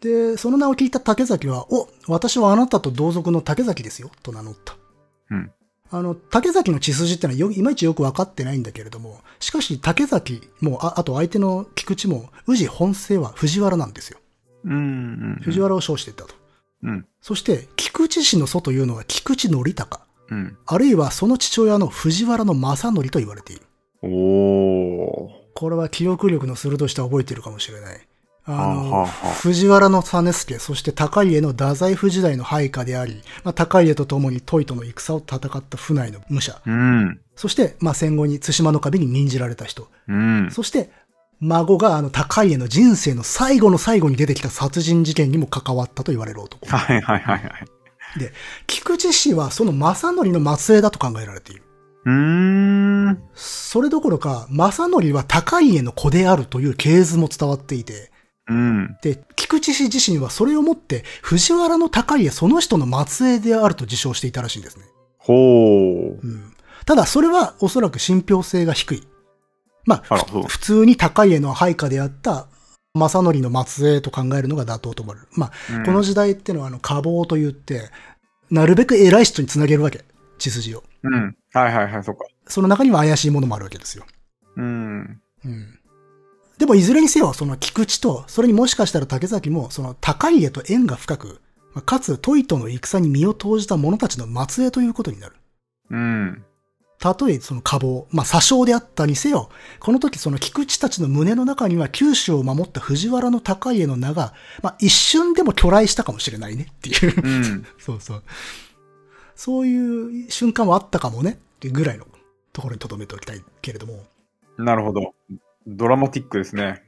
で、その名を聞いた竹崎は、お、私はあなたと同族の竹崎ですよ、と名乗った。うんあの、竹崎の血筋ってのはよ、いまいちよくわかってないんだけれども、しかし竹崎も、ああと相手の菊池も、宇治本姓は藤原なんですよ。うん。うん藤原を称していたと。うん。そして、菊池氏の祖というのは菊池則隆。うん。あるいはその父親の藤原の正則と言われている。おー。これは記憶力の鋭い人は覚えてるかもしれない。あの、はあはあ藤原の実助、そして高家の太宰府時代の配下であり、まあ、高家と共にトイとの戦を戦った府内の武者、うん。そして、まあ、戦後に対馬の壁に任じられた人、うん。そして、孫があの高家の人生の最後の最後に出てきた殺人事件にも関わったと言われる男。はいはいはいはい。で、菊池氏はその正則の末裔だと考えられている。うーん。それどころか、正則は高家の子であるという系図も伝わっていて、うん。で、菊池氏自身はそれをもって、藤原の高家その人の末裔であると自称していたらしいんですね。ほう。うん。ただ、それはおそらく信憑性が低い。まあ、あら、そう。普通に高家の配下であった、正則の末裔と考えるのが妥当と思われる。まあ、この時代ってのは、あの、家謀と言って、なるべく偉い人につなげるわけ。血筋を。うん。うん。はいはいはい、そっか。その中には怪しいものもあるわけですよ。うん。うん。でも、いずれにせよ、その菊池と、それにもしかしたら竹崎も、その高家と縁が深く、まあかつ、トイとの戦に身を投じた者たちの末裔ということになる。うん。たとえその家謀、まあ、詐称であったにせよ、この時その菊池たちの胸の中には九州を守った藤原の高家の名が、まあ、一瞬でも巨来したかもしれないねっていう。 うん。そうそう。そういう瞬間はあったかもねっていうぐらいのところに留めておきたいけれども。なるほど。ドラマティックですね。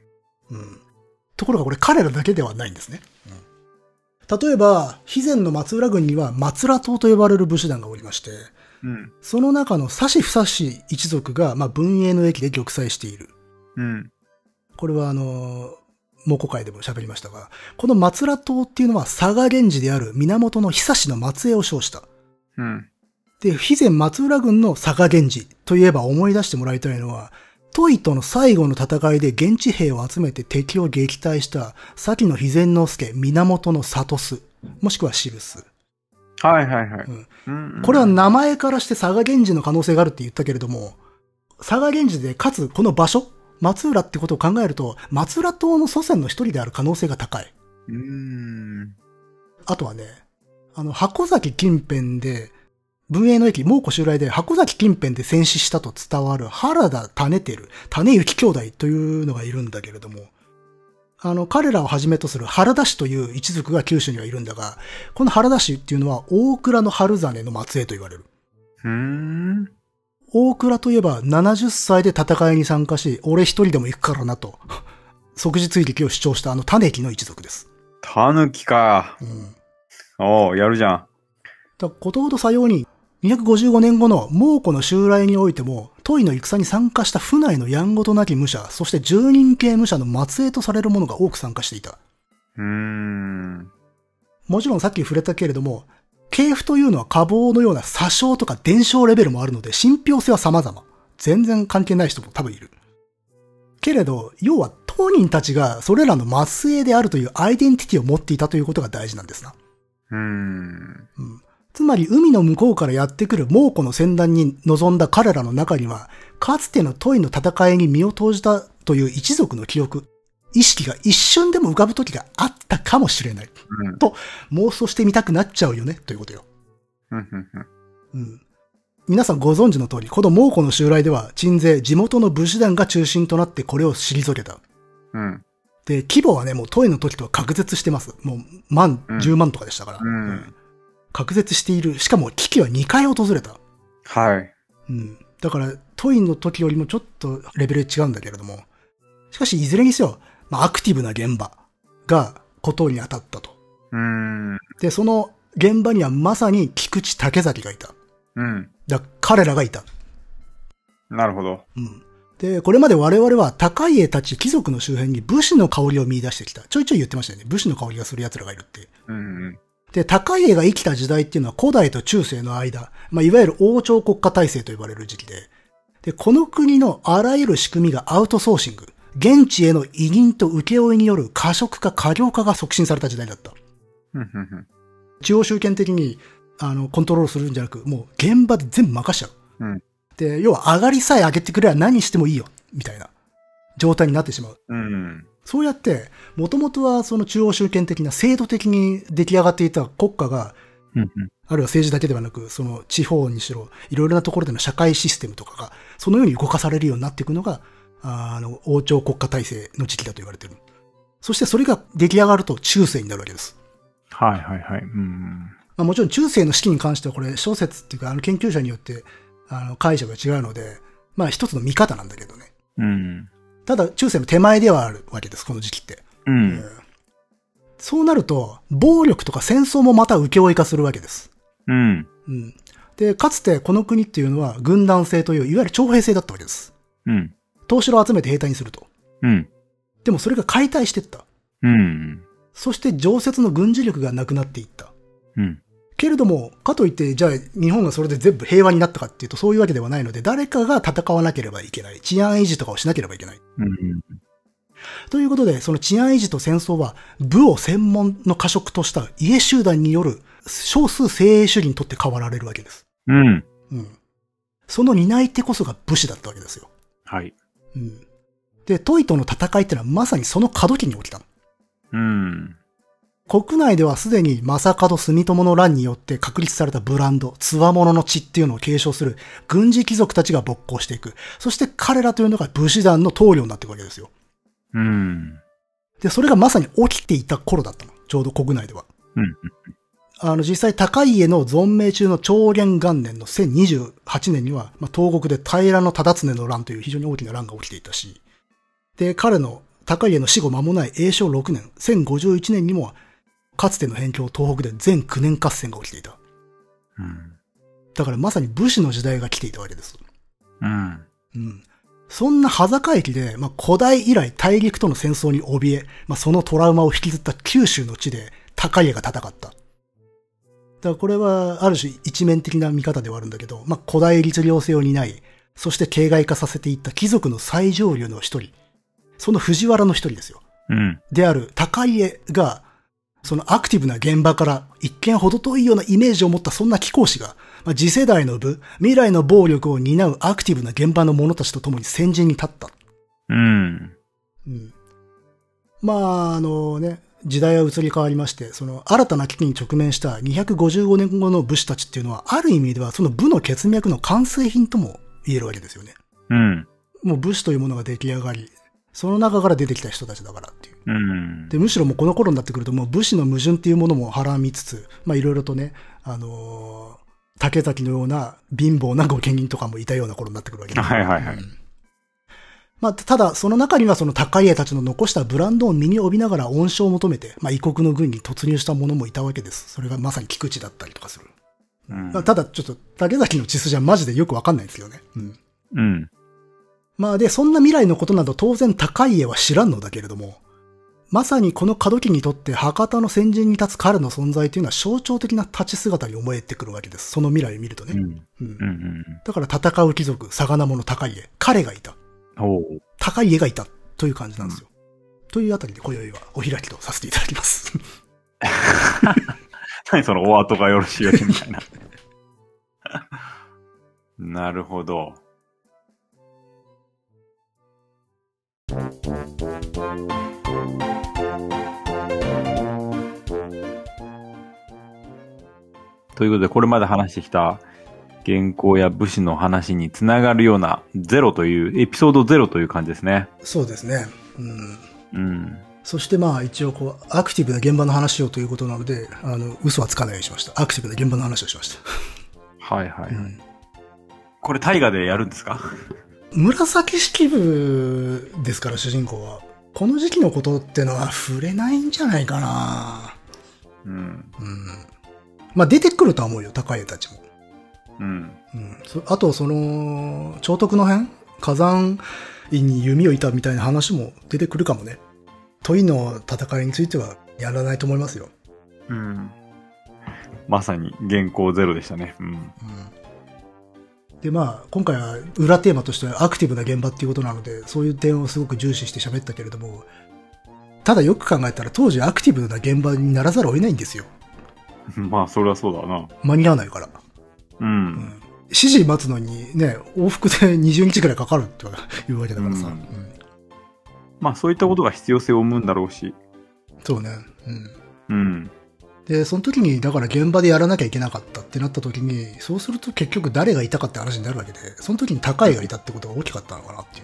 うん。ところがこれ彼らだけではないんですね。例えば、肥前の松浦軍には松浦党と呼ばれる武士団がおりまして、うん。その中のサシフサシ一族が、まあ、文永の駅で玉砕している。うん。これはあの、猛古会でも喋りましたが、この松浦島っていうのは佐賀源氏である源の久志の末裔を称した。うん。で、肥前松浦軍の佐賀源氏といえば思い出してもらいたいのは、トイとの最後の戦いで現地兵を集めて敵を撃退した、先の肥前之助源の里須、もしくは渋須。はいはいはい。うんうんうんこれは名前からして佐賀源氏の可能性があるって言ったけれども、佐賀源氏で、かつこの場所、松浦ってことを考えると、松浦島の祖先の一人である可能性が高い。うーん。あとはね、あの、箱崎近辺で、文英の駅、猛虎襲来で箱崎近辺で戦死したと伝わる原田種てる、種幸兄弟というのがいるんだけれども、あの、彼らをはじめとする原田氏という一族が九州にはいるんだが、この原田氏っていうのは大倉の春真の末裔と言われる。うーん。大倉といえば70歳で戦いに参加し、俺一人でも行くからなと、即時追撃を主張したあの種木の一族です。たぬきか。うん。おお、やるじゃん。だからことほどさように、255年後の蒙古の襲来においても、トイの戦に参加した府内のやんごとなき武者、そして住人系武者の末裔とされる者が多く参加していた。うーん。もちろんさっき触れたけれども、系譜というのは家宝のような詐称とか伝承レベルもあるので、信憑性は様々。全然関係ない人も多分いる。けれど、要は当人たちがそれらの末裔であるというアイデンティティを持っていたということが大事なんですな。うーん。うんつまり海の向こうからやってくる猛虎の戦団に臨んだ彼らの中には、かつてのトイの戦いに身を投じたという一族の記憶、意識が一瞬でも浮かぶ時があったかもしれない。うんと、妄想してみたくなっちゃうよね、ということよ。うんうんうんうん。皆さんご存知の通り、この猛虎の襲来では、鎮西、地元の武士団が中心となってこれを退けた。うん。で、規模はね、もうトイの時とは隔絶してます。もう、万、うん10万とかでしたから。うん。隔絶している。しかも、危機は2回訪れた。はい。うん。だから、トイの時よりもちょっとレベル違うんだけれども。しかし、いずれにせよ、まあ、アクティブな現場が、孤島に当たったと。うーん。で、その現場にはまさに菊池竹崎がいた。うん。だ彼らがいた。なるほど。うん。で、これまで我々は高家たち貴族の周辺に武士の香りを見出してきた。ちょいちょい言ってましたよね。武士の香りがする奴らがいるって。うんうん。で、高家が生きた時代っていうのは古代と中世の間、まあ、いわゆる王朝国家体制と呼ばれる時期で、で、この国のあらゆる仕組みがアウトソーシング、現地への移民と請負による過食化、過量化が促進された時代だった。うんうんうん中央集権的に、あの、コントロールするんじゃなく、もう現場で全部任しちゃう。うんで、要は上がりさえ上げてくれば何してもいいよ、みたいな状態になってしまう。うん。そうやって、もともとはその中央集権的な制度的に出来上がっていた国家が、うんうん。あるいは政治だけではなく、その地方にしろ、いろいろなところでの社会システムとかが、そのように動かされるようになっていくのが、あーあの、王朝国家体制の時期だと言われている。そしてそれが出来上がると中世になるわけです。はいはいはい。うん。まあ、もちろん中世の式に関してはこれ小説っていうか、あの研究者によって、あの、解釈が違うので、まあ一つの見方なんだけどね。うん。ただ中世の手前ではあるわけです、この時期って。う。うんんそうなると、暴力とか戦争もまた請負い化するわけです。うん。うん。で、かつてこの国っていうのは軍団制という、いわゆる徴兵制だったわけです。うん。投資を集めて兵隊にすると。うん。でもそれが解体していった。うん。そして常設の軍事力がなくなっていった。うん。けれども、かといって、じゃあ日本がそれで全部平和になったかっていうとそういうわけではないので、誰かが戦わなければいけない。治安維持とかをしなければいけない。うん。ということで、その治安維持と戦争は、武を専門の過食とした家集団による少数精鋭主義にとって変わられるわけです。うん。うん。その担い手こそが武士だったわけですよ。はい。うん。で、トイとの戦いってのはまさにその過渡期に起きたの。うん。国内ではすでに正門住友の乱によって確立されたブランド、つわものの血っていうのを継承する軍事貴族たちが勃興していく。そして彼らというのが武士団の棟梁になっていくわけですよ。うん。で、それがまさに起きていた頃だったの。ちょうど国内では。うん。あの、実際、高家の存命中の長元元年の1028年には、まあ、東国で平野忠常の乱という非常に大きな乱が起きていたし、で、彼の高家の死後間もない永正6年、1051年にも、かつての辺境東北で全9年合戦が起きていた。うん。だからまさに武士の時代が来ていたわけです。うん。うん。そんな裸駅で、まあ、古代以来大陸との戦争に怯え、まあ、そのトラウマを引きずった九州の地で高家が戦った。だからこれはある種一面的な見方ではあるんだけど、まあ、古代律令制を担い、そして形骸化させていった貴族の最上流の一人、その藤原の一人ですよ。うん。である高家が、そのアクティブな現場から一見程遠いようなイメージを持ったそんな貴公子が、まあ、次世代の部、未来の暴力を担うアクティブな現場の者たちと共に先陣に立った。うん。うん。まあ、あのね、時代は移り変わりまして、その新たな危機に直面した255年後の武士たちっていうのは、ある意味ではその部の血脈の完成品とも言えるわけですよね。うん。もう武士というものが出来上がり、その中から出てきた人たちだからっていう。うん。でむしろもうこの頃になってくるともう武士の矛盾っていうものもはらみつつまあいろいろとね、あのー竹崎のような貧乏な御家人とかもいたような頃になってくるわけですはいはいはいうんまあ、ただその中にはその高家たちの残したブランドを身に帯びながら恩賞を求めて、まあ、異国の軍に突入した者もいたわけですそれがまさに菊池だったりとかする、うんまあただちょっと竹崎の血筋はマジでよくわかんないんですよねうんうん。まあで、そんな未来のことなど当然高い家は知らんのだけれども、まさにこの門木にとって博多の先人に立つ彼の存在というのは象徴的な立ち姿に思えてくるわけです。その未来を見るとうね。ん。うんうん。うん。だから戦う貴族、魚物の高家、彼がいた。ほう。高い家がいた。という感じなんですよ。というあたりで今宵はお開きとさせていただきます。 何そのお後がよろしいよしみたいな。 なるほど。ということで、これまで話してきた原稿や武士の話につながるようなゼロという、エピソードゼロという感じですね。そうですね。うん。うん。そしてまあ一応こう、アクティブな現場の話をということなので、あの、嘘はつかないようにしました。アクティブな現場の話をしました。はいはい。うんこれ大河でやるんですか紫式部ですから主人公はこの時期のことってのは触れないんじゃないかなうん。うんまあ出てくるとは思うよ高家たちも、うん。うん、そあとその長徳の辺火山院に弓をいたみたいな話も出てくるかもね問いの戦いについてはやらないと思いますよ、うん。まさに原稿ゼロでしたね。うん。うん、でまあ今回は裏テーマとしてはアクティブな現場っていうことなのでそういう点をすごく重視して喋ったけれどもただよく考えたら当時アクティブな現場にならざるを得ないんですよ まあ、それはそうだな。間に合わないから、ううんん。指示待つのにね往復で20日く らいかかるっていうわけだからさ、うんうんまあ、そういったことが必要性を生むんだろうし。そうねうんうん。でその時にだから現場でやらなきゃいけなかったってなった時にそうすると結局誰がいたかって話になるわけでその時に高いがいたってことが大きかったのかなってい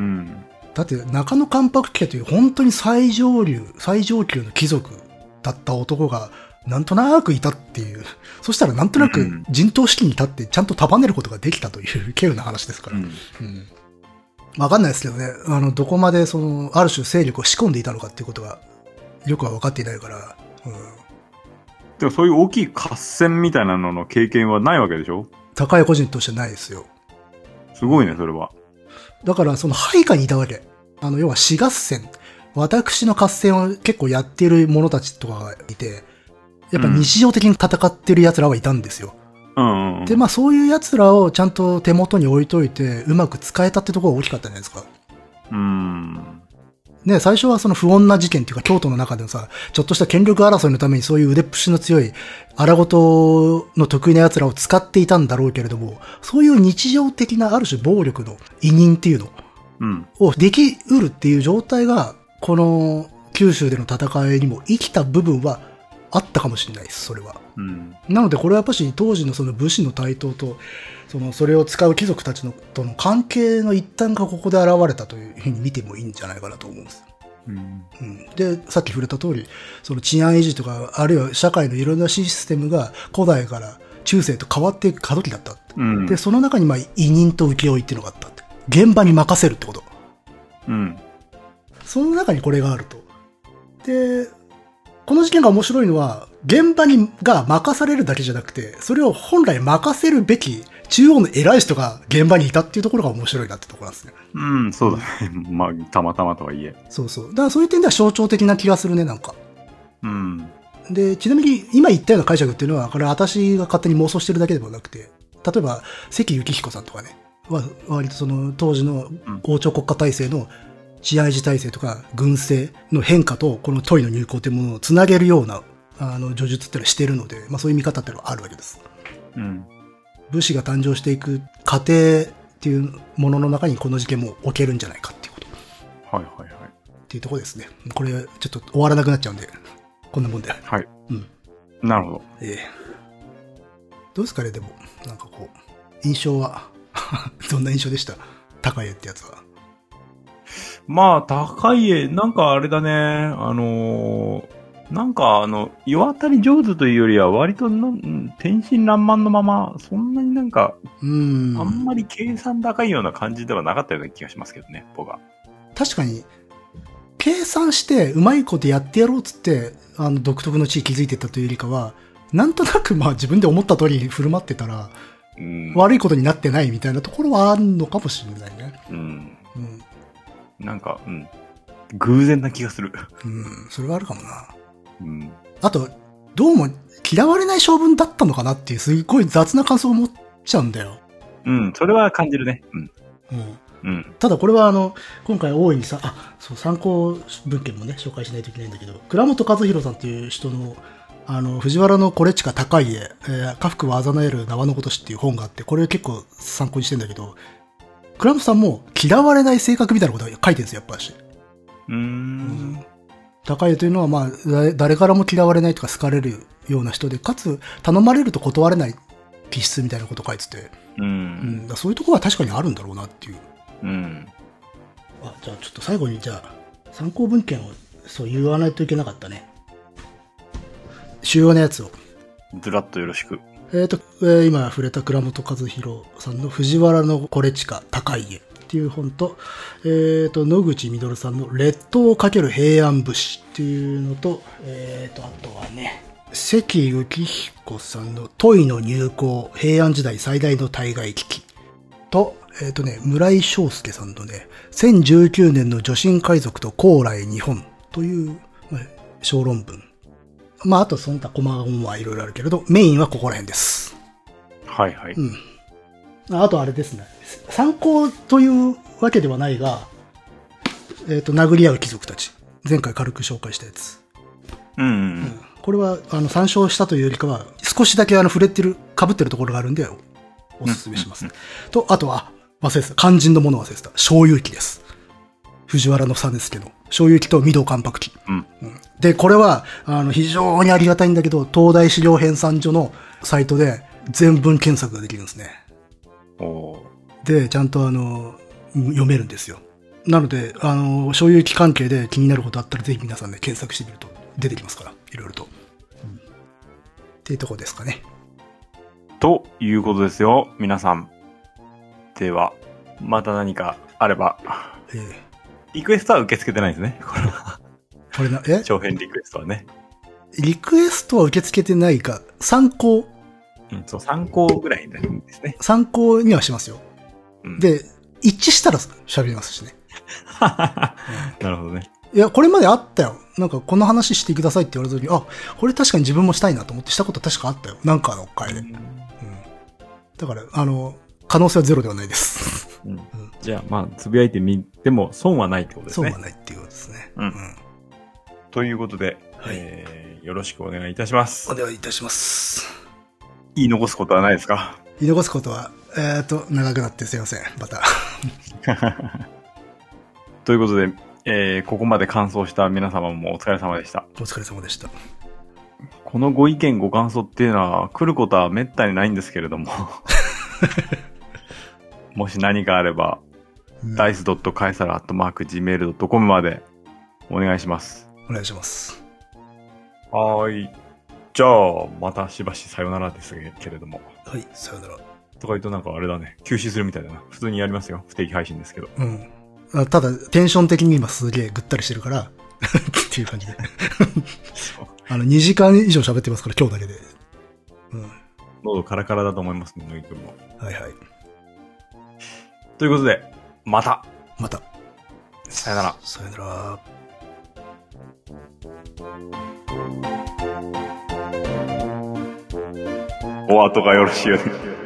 うん。だって中野関白家という本当に最上流最上級の貴族だった男がなんとなくいたっていうそしたらなんとなうくん陣頭指揮に立ってちゃんと束ねることができたという稀有な話ですかうら、ん。うんわかんないですけどねあのどこまでそのある種勢力を仕込んでいたのかっていうことがよくは分かっていないから、うん、でも、そういう大きい合戦みたいなのの経験はないわけでしょ高い個人としてないですよすごいね、それは。だからその配下にいたわけ。あの、要は私合戦。私の合戦を結構やってる者たちとかがいて、やっぱ日常的に戦ってる奴らはいたんですよ。うんうんうん。で、まあそういう奴らをちゃんと手元に置いといて、うまく使えたってところが大きかったじゃないですか。うん。ね、最初はその不穏な事件っていうか、京都の中でのさ、ちょっとした権力争いのためにそういう腕っぷしの強い、荒事の得意な奴らを使っていたんだろうけれども、そういう日常的なある種暴力の委任っていうのうん。をできうるっていう状態が、この九州での戦いにも生きた部分はあったかもしれないです、それは。うん。なのでこれはやっぱし当時のその武士の台頭と、そのそれを使う貴族たちのとの関係の一端がここで現れたというふうに見てもいいんじゃないかなと思うんです。うん。うん、で、さっき触れた通り、その治安維持とか、あるいは社会のいろんなシステムが古代から中世と変わっていく過渡期だった。うん。で、その中にまあ委任と請負っていうのがあったって。現場に任せるってこと。うん。その中にこれがあると。で、この事件が面白いのは、現場にが任されるだけじゃなくて、それを本来任せるべき中央の偉い人が現場にいたっていうところが面白いなってところなんですね。うん、そうだね。 まあ、たまたまとはいえ。そうそう。だからそういう点では象徴的な気がするね、なんか。うん。で、ちなみに今言ったような解釈っていうのは、これ私が勝手に妄想してるだけでもなくて、例えば関幸彦さんとかね、は割とその当時の王朝国家体制の治安維持体制とか軍政の変化とこのトイの入港というものをつなげるような、あの、叙述っていうのはしてるので、まあそういう見方っていうのはあるわけです。うん。武士が誕生していく過程っていうものの中にこの事件も置けるんじゃないかっていうこと。はいはいはい。っていうところですね。これ、ちょっと終わらなくなっちゃうんで、こんなもんで。はい。うん。なるほど。ええどうですかね、でも、なんかこう、印象は、 どんな印象でした高江ってやつは。まあ、高い絵、なんかあれだね、あのーなんかあの、世渡り上手というよりは、割となんうん天真爛漫のまま、そんなになんか、うーん。あんまり計算高いような感じではなかったような気がしますけどね、僕は。確かに、計算して、うまいことやってやろうっつって、あの、独特の地位築いてったというよりかは、なんとなく、まあ自分で思った通りに振る舞ってたら、うん。悪いことになってないみたいなところはあるのかもしれないね。うん。うん。なんか、うん。偶然な気がする。うん、それはあるかもな。うん。あと、どうも嫌われない性分だったのかなっていう、すっごい雑な感想を持っちゃうんだよ。うん、それは感じるね。うん。うん、うん。ただこれはあの、今回大いにさ、あ、そう、参考文献もね、紹介しないといけないんだけど、倉本和弘さんっていう人の、あの、藤原のこれちか高い家、えー、家福は嘲える縄のことしっていう本があって、これ結構参考にしてんだけど、倉本さんも嫌われない性格みたいなことが書いてるんですよ、やっぱし。うーん。高いというのは、まあ、だ誰からも嫌われないとか好かれるような人で、かつ、頼まれると断れない気質みたいなこと書いてて、う。うんん、だからそういうところは確かにあるんだろうなっていう。うん。あじゃあ、ちょっと最後に、じゃあ、参考文献を、そう言わないといけなかったね。主要なやつを。ずらっとよろしく。えっ、と、えー今触れた倉本和弘さんの藤原のこれちか高い家っていう本と、えっ、と、野口実さんの列島をかける平安武士っていうのと、えっ、と、あとはね、関幸彦さんのトイの入港、平安時代最大の対外危機と、えっ、とね、村井章介さんのね、1019年の女神海賊と高麗日本という、まあ小論文。まあ、あとその他細々はいろいろあるけれど、メインはここら辺です。はいはい。うん。ああとあれですね。参考というわけではないが、えっ、と、殴り合う貴族たち。前回軽く紹介したやつ。うん。うんこれは、あの、参照したというよりかは、少しだけあの、触れてる、被ってるところがあるんで、おおすすめします。と、あとは、忘れてた。肝心のものを忘れてた。小遊記です。藤原の実助の小遊記と御堂関白記。うん。で、これは、あの、非常にありがたいんだけど、東大資料編纂所のサイトで全文検索ができるんですね。うん。おーで、ちゃんとあの、読めるんですよ。なので、あの、所有期関係で気になることあったら、ぜひ皆さんね、検索してみると出てきますから、いろいろと。っていうとこですかね。ということですよ、皆さん。では、また何かあれば。えーリクエストは受け付けてないですね。これは。これな、え長編リクエストはね。リクエストは受け付けてないか、参考、うん、そう、参考ぐらいですね。参考にはしますよ。うん、で、一致したら喋りますしね。 なるほどね。いや、これまであったよ。なんか、この話してくださいって言われた時に、あ、これ確かに自分もしたいなと思ってしたこと確かあったよ。なんかの回で。うん。だから、あの、可能性はゼロではないです。うんじゃあ、まあ、つぶやいてみても損はないってことですそうね。はないっていうことですね。うんということで、はいえーよろしくお願いいたしますお。願いいたします。言い残すことはないですか言い残すことは、えっ、ー、と、長くなってすいません。また。ということで、えーここまで感想した皆様もお疲れ様でした。お疲れ様でした。このご意見ご感想っていうのは来ることはめったにないんですけれど ももし何かあれば、うんダイス dice.caesar.gmail.com までお願いしますお願いします。はーいじゃあまたしばしさよならですけれどもはい、さよなら。とか言うとなんかあれだね休止するみたいだな普通にやりますよ不定期配信ですけどうん。あただ、テンション的に今すげえぐったりしてるから、 っていう感じで。あの、2時間以上喋ってますから、今日だけで。うん。喉カラカラだと思いますね、乃木くんも。はいはい。ということで、またまた。さよなら。さよなら。お後がよろしいようで。